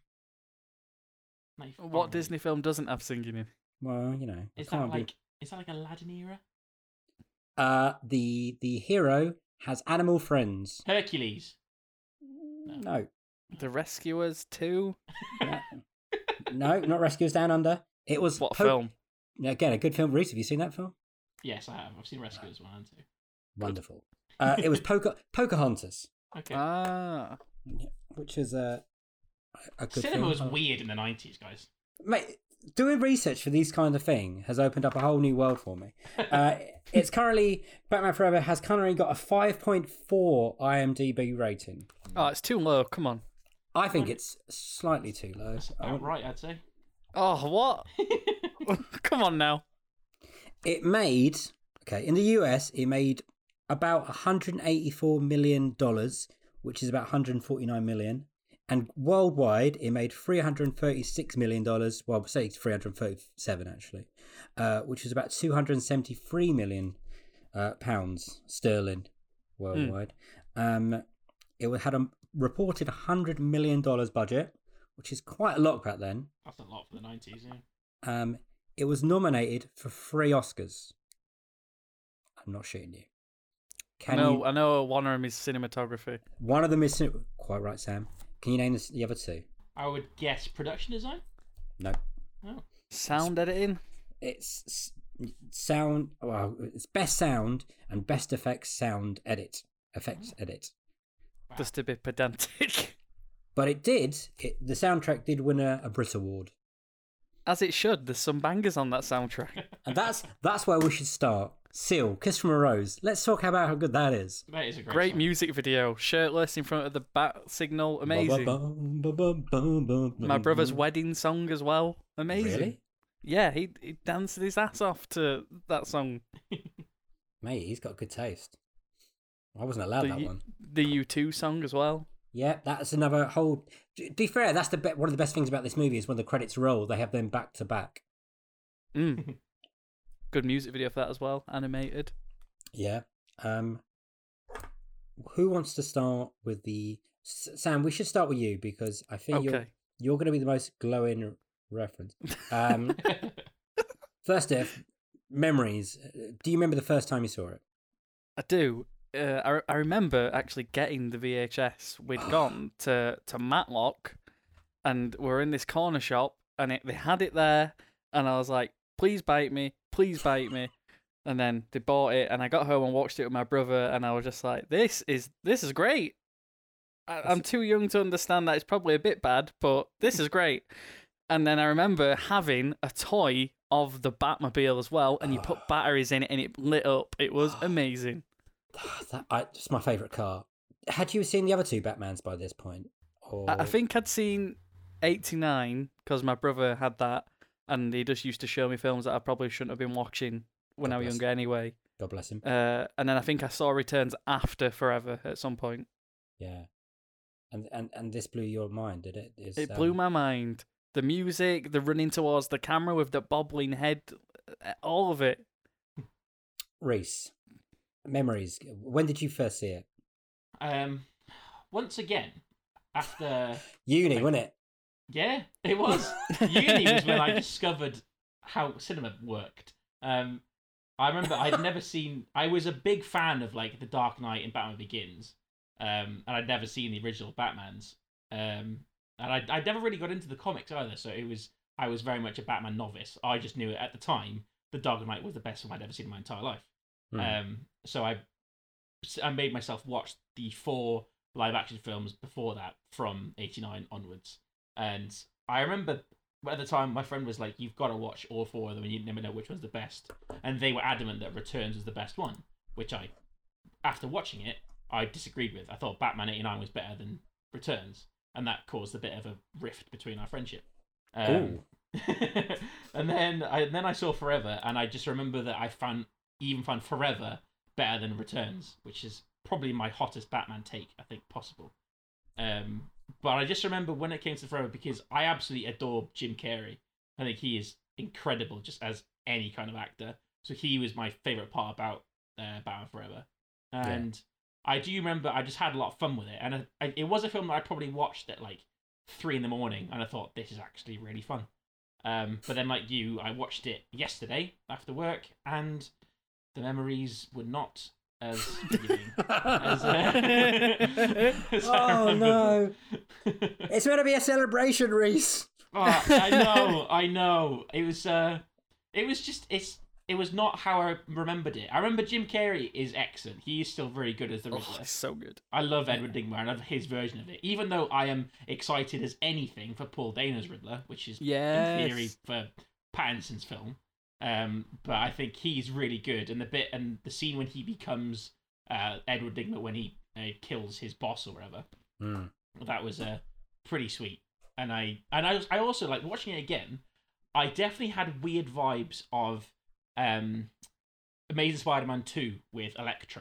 Speaker 2: Like,
Speaker 3: What
Speaker 2: oh,
Speaker 3: Disney film doesn't have singing in?
Speaker 1: Well, you know, I
Speaker 2: Is that
Speaker 1: can't be-
Speaker 2: like? Is that like Aladdin era?
Speaker 1: Uh, the the hero has animal friends.
Speaker 2: Hercules.
Speaker 1: No,
Speaker 3: The Rescuers Two.
Speaker 1: no, no, not Rescuers Down Under. It was
Speaker 3: What a
Speaker 1: po-
Speaker 3: film?
Speaker 1: Again, a good film. Reese, have you seen that film?
Speaker 2: Yes, I have. I've seen Rescuers one and two.
Speaker 1: Wonderful. Uh, it was Poker Pocahontas.
Speaker 2: Okay.
Speaker 3: Ah,
Speaker 1: Yeah, which is a a good
Speaker 2: Cinema
Speaker 1: film.
Speaker 2: was
Speaker 1: Oh.
Speaker 2: weird in the nineties, guys.
Speaker 1: Mate, doing research for these kind of thing has opened up a whole new world for me. Uh,
Speaker 3: [laughs]
Speaker 1: it's currently Batman Forever has currently got a five point four IMDb rating.
Speaker 3: oh, it's too low. Come on.
Speaker 1: I
Speaker 3: Hmm.
Speaker 1: think it's slightly too low.
Speaker 2: That's
Speaker 1: I
Speaker 2: about
Speaker 3: um,
Speaker 1: wouldn't-
Speaker 2: right, I'd say. [laughs]
Speaker 3: Oh, what? [laughs] Come on now.
Speaker 1: It made okay in the US. It made about 184 million dollars, which is about 149 million. And worldwide, it made 336 million dollars. Well, we'll say 337 actually, uh, which is about 273 million uh, pounds sterling worldwide. Um, it had a reported 100 million dollars budget, which is quite a lot back then.
Speaker 2: That's a lot for the nineties, yeah.
Speaker 1: Um, It was nominated for three Oscars. I'm not shooting you.
Speaker 3: I
Speaker 1: Can
Speaker 3: know,
Speaker 1: you?
Speaker 3: I know one of them is cinematography.
Speaker 1: One of them is quite right, Sam. Can you name this, the other two?
Speaker 2: I would guess production design.
Speaker 1: No.
Speaker 2: Oh,
Speaker 3: Sound editing?
Speaker 1: It's s- sound. Well, it's best sound and best effects sound edit effects edit.
Speaker 2: wow.
Speaker 3: Just a bit pedantic. [laughs]
Speaker 1: But it did. It, the soundtrack did win a, a Brit Award,
Speaker 3: As it should. There's some bangers on that soundtrack.
Speaker 1: and that's that's where we should start. Seal, Kiss from a Rose. Let's talk about how good that is.
Speaker 2: that is a great,
Speaker 3: Great
Speaker 2: song.
Speaker 3: music video. Shirtless in front of the bat signal.
Speaker 1: Mm-hmm,
Speaker 3: Amazing. My
Speaker 1: My
Speaker 3: brother's wedding song as well. Amazing.
Speaker 1: mm-hmm. Really?
Speaker 3: Yeah, he, he danced his ass off to that song.
Speaker 1: Mate, he's got good taste. I wasn't allowed
Speaker 3: the,
Speaker 1: that
Speaker 3: U-
Speaker 1: one.
Speaker 3: the U2 song as well.
Speaker 1: Yeah, that's another whole. To be fair, that's the be- one of the best things about this movie is when the credits roll, they have them back to back.
Speaker 2: [laughs]
Speaker 3: Mm. Good music video for that as well. Animated.
Speaker 1: Yeah. Um. Who wants to start with the S- Sam? We should start with you because I think you're
Speaker 3: Okay.
Speaker 1: you're going to be the most glowing reference.
Speaker 3: [laughs]
Speaker 1: Um. first, if memories. Do you remember the first time you saw it?
Speaker 3: I do. Uh, I, re- I remember actually getting the VHS. We'd gone to, to Matlock and we're in this corner shop and it, they had it there. And I was like, please bite me, please bite me. And then they bought it and I got home and watched it with my brother and I was just like, this is this is great. I, I'm too young to understand that it's probably a bit bad, but this is great. And then I remember having a toy of the Batmobile as well, and you put batteries in it and it lit up. It was amazing.
Speaker 1: [sighs] That I, it's my favorite car. Had you seen the other two Batmans by this point? Or...
Speaker 3: I I think I'd seen 89 because my brother had that, and he just used to show me films that I probably shouldn't have been watching when
Speaker 1: God
Speaker 3: I was
Speaker 1: bless
Speaker 3: younger anyway.
Speaker 1: God bless him.
Speaker 3: Uh, and then I think I saw Returns after Forever at some point.
Speaker 1: Yeah. And and and this blew your mind, did it? It's,
Speaker 3: It blew
Speaker 1: um,
Speaker 3: my mind. The music, the running towards the camera with the bobbling head, uh, all of it.
Speaker 1: Reese. Memories. When did you first see it?
Speaker 2: um, once again, after
Speaker 1: Uni, wasn't it?
Speaker 2: yeah, it was uni was when I discovered how cinema worked. Um, I remember I'd never seen. I was a big fan of like The Dark Knight and Batman Begins, um, and I'd never seen the original Batman's. Um, and I I never really got into the comics either, so it was I was very much a Batman novice. I just knew at the time The Dark Knight was the best film I'd ever seen in my entire life.
Speaker 1: Hmm.
Speaker 2: Um, so I I made myself watch the four live action films before that from 89 onwards. And I remember at the time my friend was like, You've got to watch all four of them and you never know which one's the best. And they were adamant that Returns was the best one, which I, after watching it, I disagreed with. I thought Batman 89 was better than Returns. And that caused a bit of a rift between our friendship. Um, [laughs] and then I then I saw Forever, and I just remember that I found even found Forever better than Returns, which is probably my hottest Batman take I think possible. Um, but I just remember when it came to Forever because I absolutely adore Jim Carrey. I think he is incredible, just as any kind of actor. So he was my favorite part about uh, Batman Forever, and I do remember I just had a lot of fun with it, and I, I, it was a film that I probably watched at like three in the morning, and I thought this is actually really fun. Um, but then, like you, I watched it yesterday after work, and the memories were not as forgiving as, uh, [laughs] as I
Speaker 1: [laughs] oh
Speaker 2: remember.
Speaker 1: no. It's meant to be a celebration, Reese.
Speaker 2: Oh, I know, I know. It was uh it was just it's it was not how I remembered it. I remember Jim Carrey is excellent. He is still very good as the
Speaker 3: Oh,
Speaker 2: Riddler.
Speaker 3: it's so good.
Speaker 2: I love Edward Nigma and I love his version of it. Even though I am excited as anything for Paul Dana's Riddler, which is in theory
Speaker 3: Yes.
Speaker 2: for Pattinson's film. Um, but I think he's really good, and the bit and the scene when he becomes uh, Edward Nigma when he uh, kills his boss or whatever
Speaker 1: Mm.
Speaker 2: that was uh, pretty sweet. And I and I was- I also like watching it again. I definitely had weird vibes of um, Amazing Spider-Man Two with Electro.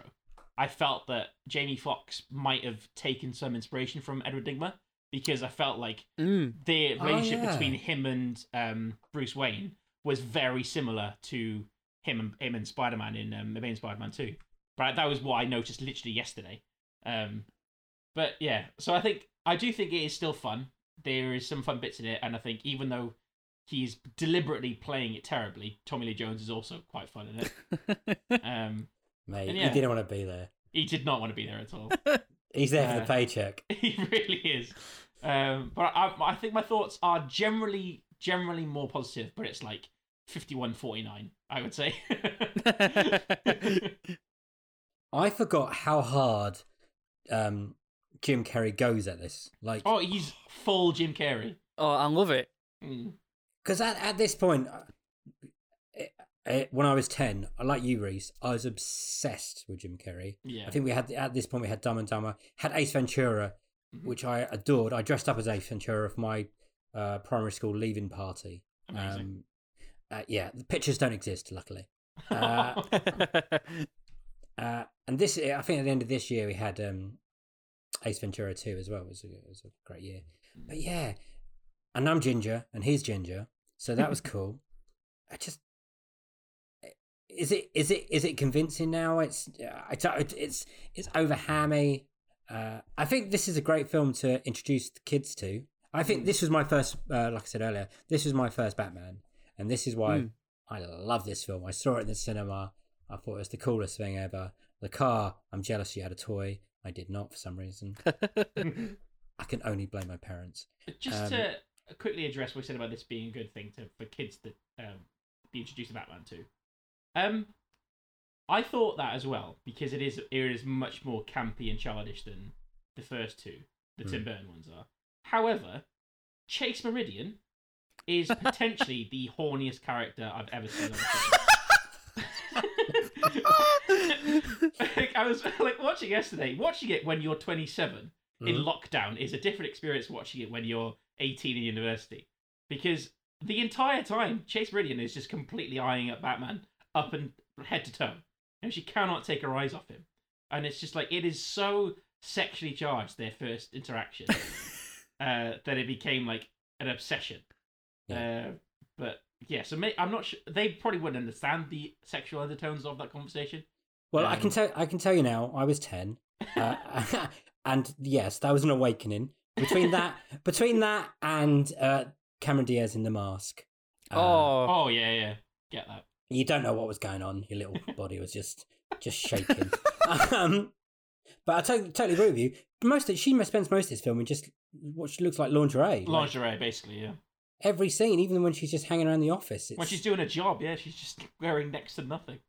Speaker 2: I felt that Jamie Foxx might have taken some inspiration from Edward Digma because I felt like
Speaker 3: Mm. [laughs]
Speaker 2: the
Speaker 1: Oh,
Speaker 2: relationship
Speaker 1: yeah.
Speaker 2: between him and um, Bruce Wayne was very similar to him and him and Spider Man in um, Amazing Spider Man Two. But that was what I noticed literally yesterday. Um, but yeah, so I think I do think it is still fun. There is some fun bits in it, and I think even though he's deliberately playing it terribly. Tommy Lee Jones is also quite fun in
Speaker 1: [laughs]
Speaker 2: it. Um,
Speaker 1: Mate,
Speaker 2: And
Speaker 1: he
Speaker 2: yeah.
Speaker 1: didn't want to be there.
Speaker 2: he did not want to be there at all.
Speaker 1: He's there for the
Speaker 2: Uh,
Speaker 1: paycheck.
Speaker 2: [laughs] he really is. Um, but I, I think my thoughts are generally generally more positive. But it's like fifty one forty nine. I would
Speaker 1: [laughs]
Speaker 2: say. [laughs]
Speaker 1: I forgot how hard um, Jim Carrey goes at this. Like,
Speaker 2: oh, he's full Jim Carrey.
Speaker 3: oh, I
Speaker 1: [laughs]
Speaker 3: love it.
Speaker 2: Mm.
Speaker 1: because at, at this point, uh, it, it, when I was ten, like you, Reese, I was obsessed with Jim Carrey.
Speaker 2: Yeah.
Speaker 1: I think we had at this point we had Dumb and Dumber, had Ace Ventura,
Speaker 2: Mhm.
Speaker 1: which I adored. I dressed up as Ace Ventura for my uh, primary school leaving party.
Speaker 2: Amazing.
Speaker 1: uh, yeah, the pictures don't
Speaker 2: [laughs]
Speaker 1: exist, luckily. uh, Uh, and this, I think, at the end of this year, we had um, Ace Ventura Two as well. It was, a, it was a great year. But yeah, and I'm Ginger, and he's Ginger, so that was cool. I just eh, is it is it is it convincing now? It's I don't- it's it's over hammy. Uh, I think this is a great film to introduce the kids to. I think this was my first, uh, like I said earlier, this was my first Batman, and this is why
Speaker 3: Mm.
Speaker 1: I love this film. I saw it in the cinema. I thought it was the coolest thing ever. The car, I'm jealous you had a toy. I did not for some reason. I can only blame my parents.
Speaker 2: Just
Speaker 1: Um,
Speaker 2: to quickly address what we said about this being a good thing to for kids to um, be introduced to Batman to. Um, I thought that as well because it is it is much more campy and childish than the first two, the Tim Burton ones are. However, Chase Meridian is potentially the horniest character I've ever seen on the [laughs]
Speaker 3: [laughs]
Speaker 2: film. Like, I was like watching yesterday, watching it when you're 27 in lockdown is a different experience watching it when you're 18 in university because the entire time Chase Meridian is just completely eyeing up Batman up and head to toe, and she cannot take her eyes off him, and it's just like it is so sexually charged their first interaction uh, that it became like an obsession. Uh, but yeah, so may- I'm not sure they probably wouldn't understand the sexual undertones of that conversation.
Speaker 1: Well, I can
Speaker 2: Um,
Speaker 1: tell. I can tell you now. I was ten, uh, [laughs] and yes, that was an awakening. Between that, between that, and uh, Cameron Diaz in the mask. uh,
Speaker 3: oh,
Speaker 2: Oh yeah, yeah, get that.
Speaker 1: you don't know what was going on. Your little body was just just shaking. um, but I totally, totally agree with you. Most of, she must spends most of this film in just what she looks like lingerie. Like,
Speaker 2: Lingerie, basically, yeah.
Speaker 1: every scene, even when she's just hanging around the office. It's,
Speaker 2: When she's doing a job, yeah, she's just wearing next to
Speaker 1: [laughs]
Speaker 2: nothing.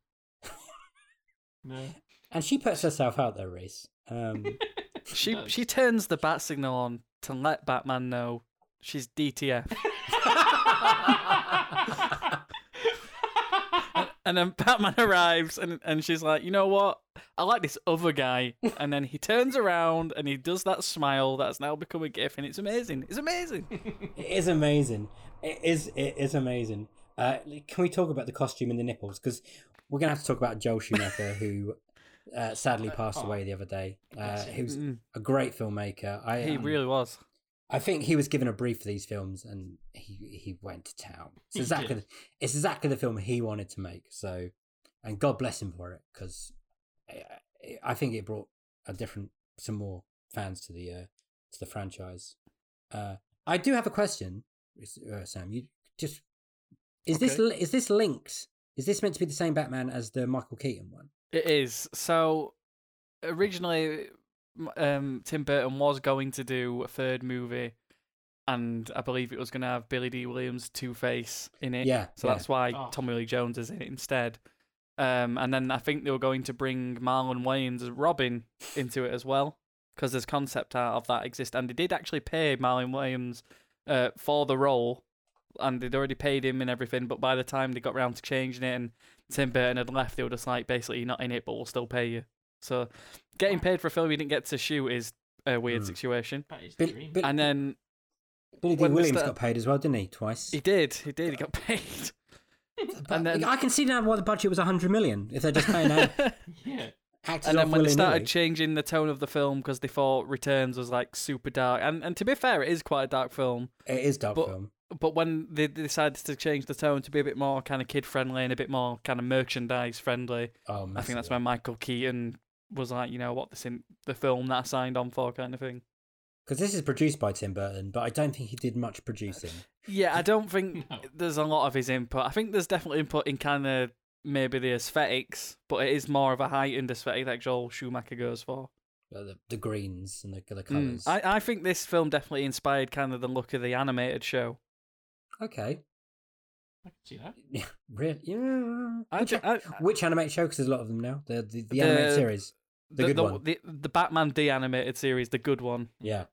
Speaker 2: no.
Speaker 1: and she puts herself out there, Reese. Um,
Speaker 3: she she turns the bat signal on to let Batman know she's DTF, and then [laughs] Batman arrives and and she's like, you know what? I like this
Speaker 1: [laughs]
Speaker 3: other guy, and then he turns around and he does that smile that's now become a gif, and it's amazing. It's amazing.
Speaker 1: It is amazing. It is. It is amazing. Uh, can we talk about the costume and the nipples? Because we're gonna have to talk about Joel Schumacher, who uh, sadly passed
Speaker 2: oh.
Speaker 1: away the other day. Uh,
Speaker 2: Bless him.
Speaker 1: he was
Speaker 3: Mm.
Speaker 1: a great filmmaker. I
Speaker 3: He
Speaker 1: um,
Speaker 3: really was.
Speaker 1: I think he was given a brief for these films, and he he went to town. It's
Speaker 2: He
Speaker 1: exactly
Speaker 2: did.
Speaker 1: the, it's exactly the film he wanted to make. So, and God bless him for it, because I, I think it brought a different, some more fans to the uh, to the franchise. Uh, I do have a question, is- uh, Sam. You just is this
Speaker 3: Okay.
Speaker 1: li- is this linked? Is this meant to be the same Batman as the Michael Keaton one?
Speaker 3: It is. So originally, m- um, Tim Burton was going to do a third movie, and I believe it was going to have Billy D. Williams Two Face in it.
Speaker 1: Yeah,
Speaker 3: So
Speaker 1: yeah.
Speaker 3: that's why
Speaker 2: Oh.
Speaker 3: Tommy Lee Jones is in it instead. Um, and then I think they were going to bring Marlon Wayans as Robin into it as well, because there's concept art of that exist, and they did actually pay Marlon Williams uh, for the role, and they'd already paid him and everything. But by the time they got round to changing it and Tim Burton had left, they were just like, basically, you're not in it, but we'll still pay you. So getting paid for a film you didn't get to shoot is a weird
Speaker 1: Hmm.
Speaker 3: situation.
Speaker 2: That is the
Speaker 1: Bill,
Speaker 2: dream.
Speaker 1: Bill,
Speaker 3: And then
Speaker 1: Billy D.
Speaker 3: when was
Speaker 1: Williams
Speaker 3: that?
Speaker 1: got paid as well, didn't he? Twice.
Speaker 3: he did, he did, he got [laughs] paid.
Speaker 1: But
Speaker 3: and then-
Speaker 1: I can see now why the budget was hundred million. If they're just
Speaker 3: [laughs]
Speaker 1: paying out
Speaker 2: yeah.
Speaker 1: actors off
Speaker 3: and then when they
Speaker 1: willy-nilly.
Speaker 3: started changing the tone of the film because they thought Returns was like super dark, and and to be fair, it is quite a dark film.
Speaker 1: It is dark
Speaker 3: But-
Speaker 1: film.
Speaker 3: But when they they decided to change the tone to be a bit more kind of kid friendly and a bit more kind of merchandise friendly,
Speaker 1: Oh,
Speaker 3: I think that's
Speaker 1: massively.
Speaker 3: when Michael Keaton was like, you know what, this in the film that I signed on for kind of thing.
Speaker 1: because this is produced by Tim Burton, but I don't think he did much
Speaker 3: [sighs]
Speaker 1: producing.
Speaker 3: Yeah, I don't [laughs] think
Speaker 2: No.
Speaker 3: there's a lot of his input. I think there's definitely input in kind of maybe the aesthetics, but it is more of a heightened aesthetic that Joel Schumacher goes for.
Speaker 1: Uh, the, the greens and the, the
Speaker 3: Mm.
Speaker 1: colours.
Speaker 3: I, I think this film definitely inspired kind of the look of the animated show.
Speaker 1: Okay.
Speaker 2: I can see that.
Speaker 1: Yeah, really? Yeah.
Speaker 3: I,
Speaker 1: Which,
Speaker 3: ju- I,
Speaker 1: which animated show? Because there's a lot of them now. The, the, the
Speaker 3: The-
Speaker 1: animated series. The,
Speaker 3: the,
Speaker 1: good
Speaker 3: the,
Speaker 1: one.
Speaker 3: the the Batman D animated series, the good one.
Speaker 1: yeah.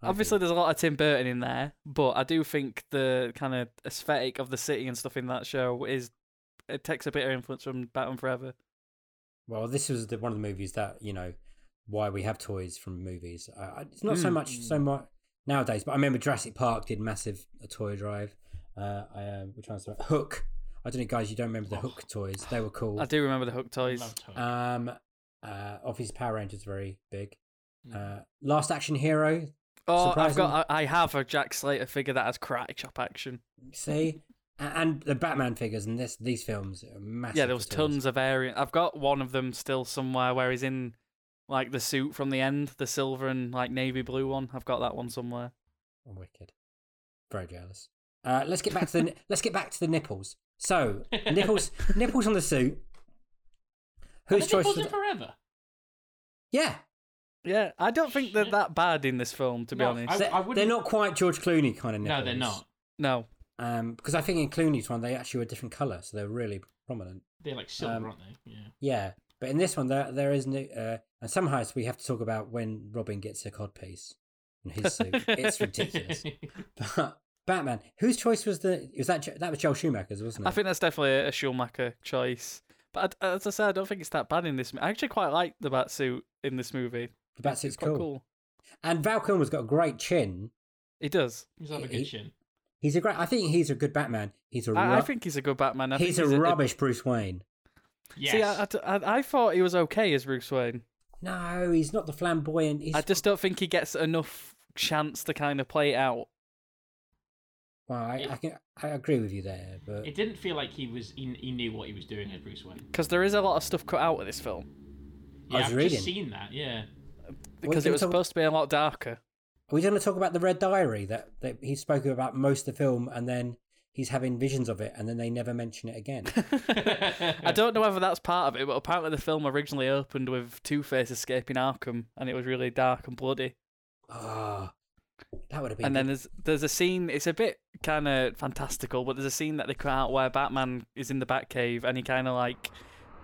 Speaker 1: I
Speaker 3: Obviously,
Speaker 1: think-
Speaker 3: there's a lot of Tim Burton in there, but I do think the kind of aesthetic of the city and stuff in that show is it takes a bit of influence from Batman Forever.
Speaker 1: Well, this was the, one of the movies that, you know, why we have toys from movies. Uh, I- it's not so
Speaker 3: Mm.
Speaker 1: much, so much nowadays, but I remember Jurassic Park did massive uh, toy drive. Uh, I, um, which one's that? Hook. I don't know, guys, you don't remember the
Speaker 2: Oh.
Speaker 1: Hook toys. They were cool.
Speaker 3: I do remember the Hook toys.
Speaker 2: Love Tony.
Speaker 1: Um, uh, obviously, Power Rangers are very big.
Speaker 3: Hmm.
Speaker 2: Mm.
Speaker 1: Uh, Last Action Hero.
Speaker 3: Oh, I've
Speaker 1: Surprising.
Speaker 3: got. I, I have a Jack Slater figure that has karate chop action.
Speaker 1: See, A- and the Batman figures in this these films are massive.
Speaker 3: yeah, there was
Speaker 1: for toys.
Speaker 3: tons of variant. I've got one of them still somewhere where he's in like the suit from the end, the silver and like navy blue one. I've got that one somewhere.
Speaker 1: I'm Oh, wicked. Very jealous. Uh, let's get back to the let's get back to the nipples.
Speaker 2: [laughs]
Speaker 1: So nipples nipples on the suit.
Speaker 2: Are
Speaker 1: Whose
Speaker 2: the
Speaker 1: choice?
Speaker 2: nipples
Speaker 1: Was
Speaker 2: in forever.
Speaker 1: Yeah,
Speaker 3: Yeah, I don't think they're
Speaker 2: Shit.
Speaker 3: that bad in this film, to be
Speaker 2: No,
Speaker 3: honest.
Speaker 2: I-
Speaker 1: they're, they're
Speaker 2: wouldn't-
Speaker 1: not quite George Clooney kind of nipples.
Speaker 2: No, they're not.
Speaker 3: No,
Speaker 1: Um, because I think in Clooney's one they actually were a different color, so they're really prominent.
Speaker 2: They're like silver,
Speaker 1: Um,
Speaker 2: aren't they? Yeah.
Speaker 1: Yeah, but in this one there there is no. Uh, and somehow it's- we have to talk about when Robin gets a codpiece in his suit.
Speaker 2: [laughs]
Speaker 1: it's ridiculous. But Batman, whose choice was the? Was that Jo- that was Joel Schumacher's, wasn't it?
Speaker 3: I think that's definitely a Schumacher choice. But I- as I said, I don't think it's that bad in this. mo- I actually quite like the bat suit in this movie.
Speaker 1: the Batsuit's
Speaker 3: It's quite
Speaker 1: cool.
Speaker 3: cool.
Speaker 1: And Val Kilmer's got a great chin.
Speaker 3: He does.
Speaker 2: He's have a
Speaker 1: He-
Speaker 2: good chin.
Speaker 1: He's a great. I think he's a good Batman. He's a.
Speaker 3: I, I
Speaker 1: ru-
Speaker 3: think he's a good Batman. I
Speaker 1: he's,
Speaker 3: think
Speaker 1: a rubbish Bruce Wayne.
Speaker 2: Yes.
Speaker 3: See, I, I d- I- I thought he was okay as Bruce Wayne.
Speaker 1: No, he's not the flamboyant. He's,
Speaker 3: I just don't think he gets enough chance to kind of play it out.
Speaker 1: Well, I, I can. I agree with you there, but
Speaker 2: It didn't feel like he was. He, he knew what he was doing as Bruce Wayne.
Speaker 3: Because there is a lot of stuff cut out of this film.
Speaker 2: Yeah,
Speaker 1: was
Speaker 2: I've
Speaker 1: reading.
Speaker 2: just seen that.
Speaker 1: [laughs]
Speaker 2: Yeah.
Speaker 3: Because
Speaker 1: can
Speaker 3: it
Speaker 1: we
Speaker 3: was
Speaker 1: talk-
Speaker 3: supposed to be a lot darker.
Speaker 1: are we going to talk about the Red Diary that, that he spoke about most of the film, and then he's having visions of it, and then they never mention it
Speaker 3: [laughs]
Speaker 1: again.
Speaker 2: [laughs]
Speaker 3: I don't know whether that's part of it, but apparently the film originally opened with Two Face escaping Arkham, and it was really dark and bloody.
Speaker 1: Ah, that would have been.
Speaker 3: And then
Speaker 1: good.
Speaker 3: there's there's a scene. It's a bit kind of fantastical, but there's a scene that they cut out where Batman is in the Batcave and he kind of like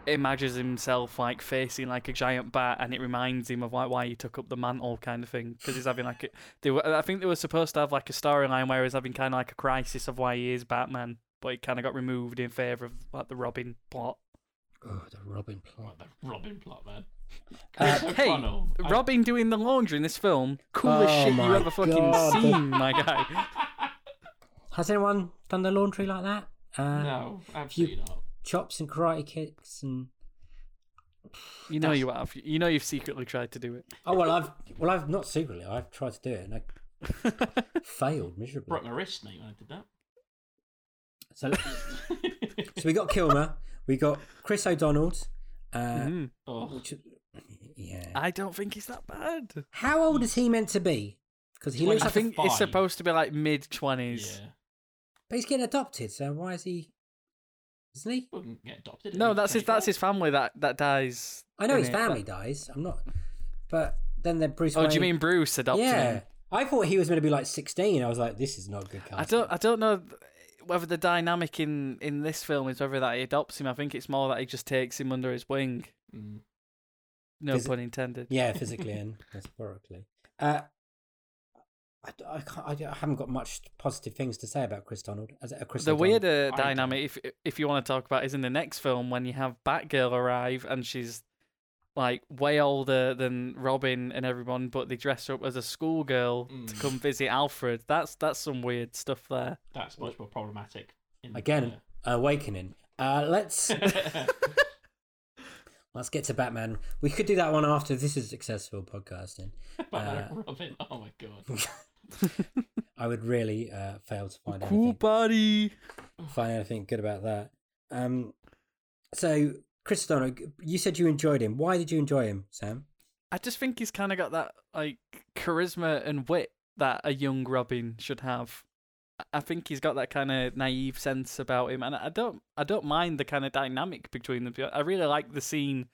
Speaker 3: imagines himself like facing like a giant bat, and it reminds him of like why he took up the mantle kind of thing because he's having like a, they were, I think they were supposed to have like a storyline where he's having kind of like a crisis of why he is Batman, but it kind of got removed in favor of like the Robin plot.
Speaker 1: oh, the Robin
Speaker 2: What
Speaker 1: plot.
Speaker 2: the Robin plot, man. [laughs]
Speaker 1: Uh,
Speaker 2: Chris
Speaker 3: hey,
Speaker 2: O'Connell. I-
Speaker 3: Robin doing the laundry in this film, coolest
Speaker 1: Oh
Speaker 3: shit you
Speaker 1: my
Speaker 3: ever fucking
Speaker 1: God. [laughs]
Speaker 3: seen, my guy.
Speaker 1: Has anyone done their laundry like that? Uh,
Speaker 3: Um,
Speaker 2: no, absolutely not.
Speaker 1: Chops and karate kicks and.
Speaker 3: You know you have. You know you've secretly tried to do it.
Speaker 1: Oh well, I've well, I've not secretly. I've tried to do it and I
Speaker 3: [laughs]
Speaker 1: failed miserably.
Speaker 2: Broke my wrist, mate, when I did that.
Speaker 1: So, so we got Kilmer, we got Chris O'Donnell. Uh,
Speaker 3: Mhm.
Speaker 2: [laughs] Oh,
Speaker 1: which, yeah.
Speaker 3: I don't think he's that bad.
Speaker 1: How old is he meant to be? Because he
Speaker 2: Well,
Speaker 1: looks
Speaker 2: I
Speaker 1: like,
Speaker 3: I
Speaker 1: a-
Speaker 3: think
Speaker 2: fine.
Speaker 3: it's supposed to be like mid twenties.
Speaker 2: yeah.
Speaker 1: but he's getting adopted. So why is he? Isn't he?
Speaker 2: Wouldn't get adopted.
Speaker 3: No, that's his that's his family that that dies.
Speaker 1: I know
Speaker 3: in
Speaker 1: his
Speaker 3: it.
Speaker 1: family dies. I'm not. But then the Bruce.
Speaker 3: Oh, do you
Speaker 1: Wayne-
Speaker 3: mean Bruce adopted
Speaker 1: Yeah.
Speaker 3: him?
Speaker 1: I thought he was meant to be like 16. I was like, this is not good
Speaker 3: I
Speaker 1: casting.
Speaker 3: don't I don't know th- whether the dynamic in in this film is whether that he adopts him. I think it's more that he just takes him under his wing.
Speaker 2: Mm.
Speaker 3: No
Speaker 1: Is it-
Speaker 3: pun intended.
Speaker 1: Yeah, physically and metaphorically. Uh, I, d- I can't, I, d- I haven't got much positive things to say about Chris Donald. As a Chris
Speaker 3: The uh,
Speaker 1: O'Donnell.
Speaker 3: weirder
Speaker 2: I-
Speaker 3: dynamic, if if you want to talk about, is in the next film when you have Batgirl arrive and she's like way older than Robin and everyone, but they dress her up as a schoolgirl to
Speaker 2: Mm.
Speaker 3: come visit Alfred. That's that's some weird stuff there.
Speaker 2: That's much more problematic. In,
Speaker 1: again
Speaker 2: [laughs]
Speaker 1: awakening. Uh, let's
Speaker 2: yeah.
Speaker 1: let's get to Batman. We could do that one after this is successful podcasting.
Speaker 3: [laughs]
Speaker 2: Batman [laughs]
Speaker 1: Uh,
Speaker 2: and Robin. Oh my god. [laughs]
Speaker 1: I would really uh, fail to find
Speaker 3: Cool
Speaker 1: anything,
Speaker 3: body.
Speaker 1: find anything good about that. Um, so Chris Donald, you said you enjoyed him. Why did you enjoy him, Sam?
Speaker 3: I just think he's kind of got that like charisma and wit that a young Robin should have. I- I think he's got that kind of naive sense about him, and I don't, I don't mind the kind of dynamic between them. I really like the scene,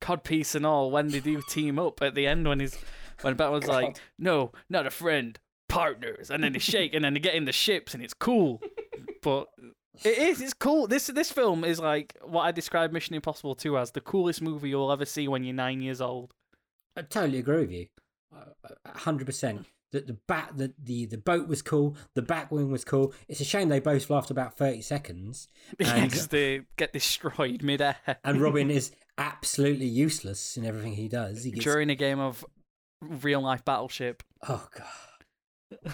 Speaker 3: codpiece and all, when they do team up at the end when he's, when Batman's like, "No, not a friend, partners," and then they shake, and then they get in the ships, and it's cool. But it is. It's cool. This this film is like what I describe Mission Impossible 2 as the coolest movie you'll ever see when you're nine years old.
Speaker 1: I totally agree with you, uh, hundred
Speaker 3: Hmm.
Speaker 1: percent. That the bat, the, the the boat was cool. The back wing was cool. It's a shame they both last about thirty seconds,
Speaker 3: [laughs]
Speaker 1: and,
Speaker 3: Because they uh, get
Speaker 1: [laughs]
Speaker 3: destroyed midair
Speaker 1: and
Speaker 3: [laughs]
Speaker 1: Robin is absolutely useless in everything he does. He gets,
Speaker 3: during a game of real life battleship.
Speaker 1: oh god.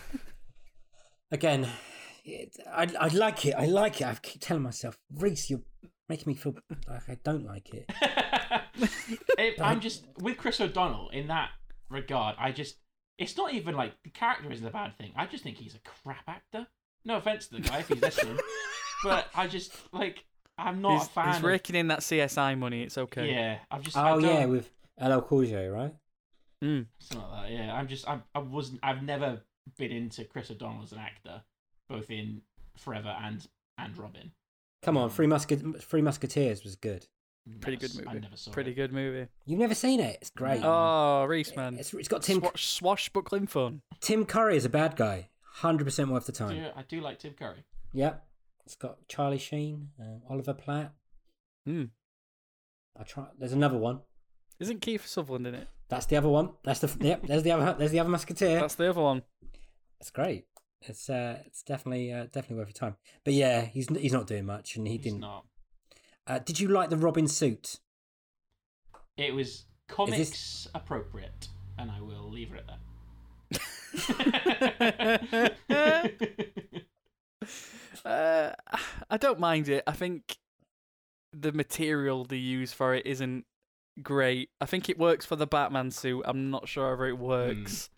Speaker 1: Again, it, I I like it. I like it. I keep telling myself, Reese, you're making me feel like I don't like
Speaker 3: [laughs]
Speaker 1: it.
Speaker 2: It- I'm just with Chris O'Donnell in that regard. I just it's not even like the character isn't a bad thing. I just think he's a crap actor. No offense to the guy if he's listening,
Speaker 3: [laughs]
Speaker 2: but I just like I'm not
Speaker 3: he's,
Speaker 2: a fan.
Speaker 3: he's raking in that CSI money. It's
Speaker 2: of,
Speaker 3: okay.
Speaker 2: yeah, I'm just. I
Speaker 1: Oh
Speaker 2: don't-
Speaker 1: yeah, with LL Cool J, right?
Speaker 3: Mm.
Speaker 2: Something like that. Yeah, I'm just. I, I wasn't. I've never been into Chris O'Donnell as an actor, both in Forever and and Robin.
Speaker 1: Come
Speaker 3: Hmm.
Speaker 1: on, Three Musket Three Musketeers was good.
Speaker 3: Pretty
Speaker 2: Never
Speaker 3: good
Speaker 2: s- Mm, I
Speaker 3: movie.
Speaker 2: never saw
Speaker 3: Pretty
Speaker 2: it.
Speaker 3: good movie.
Speaker 1: You've never seen it? It's great.
Speaker 3: Oh, Reese man,
Speaker 1: It's, it's got Tim
Speaker 3: Swash, swashbuckling fun.
Speaker 1: Tim Curry is a bad guy. Hundred percent worth the
Speaker 2: I
Speaker 1: time.
Speaker 2: do, I do like Tim Curry.
Speaker 1: Yep. It's got Charlie Sheen, um, Oliver Platt.
Speaker 3: Mm.
Speaker 1: I try. There's another one.
Speaker 3: Isn't Keith Sutherland in it?
Speaker 1: That's the other one. That's the yep. There's the other. There's the other Musketeer.
Speaker 3: That's the other one.
Speaker 1: It's great. It's uh, it's definitely uh, definitely worth your time. But yeah, he's n- he's not doing much, and he
Speaker 2: He's
Speaker 1: didn't.
Speaker 2: not.
Speaker 1: Uh, did you like the Robin suit?
Speaker 2: It was comics appropriate, and I will leave it at
Speaker 3: [laughs]
Speaker 2: that.
Speaker 3: Uh, [sighs] I don't mind it. I think the material they use for it isn't great. I think it works for the Batman suit. I'm not sure whether
Speaker 1: Hmm.
Speaker 3: it works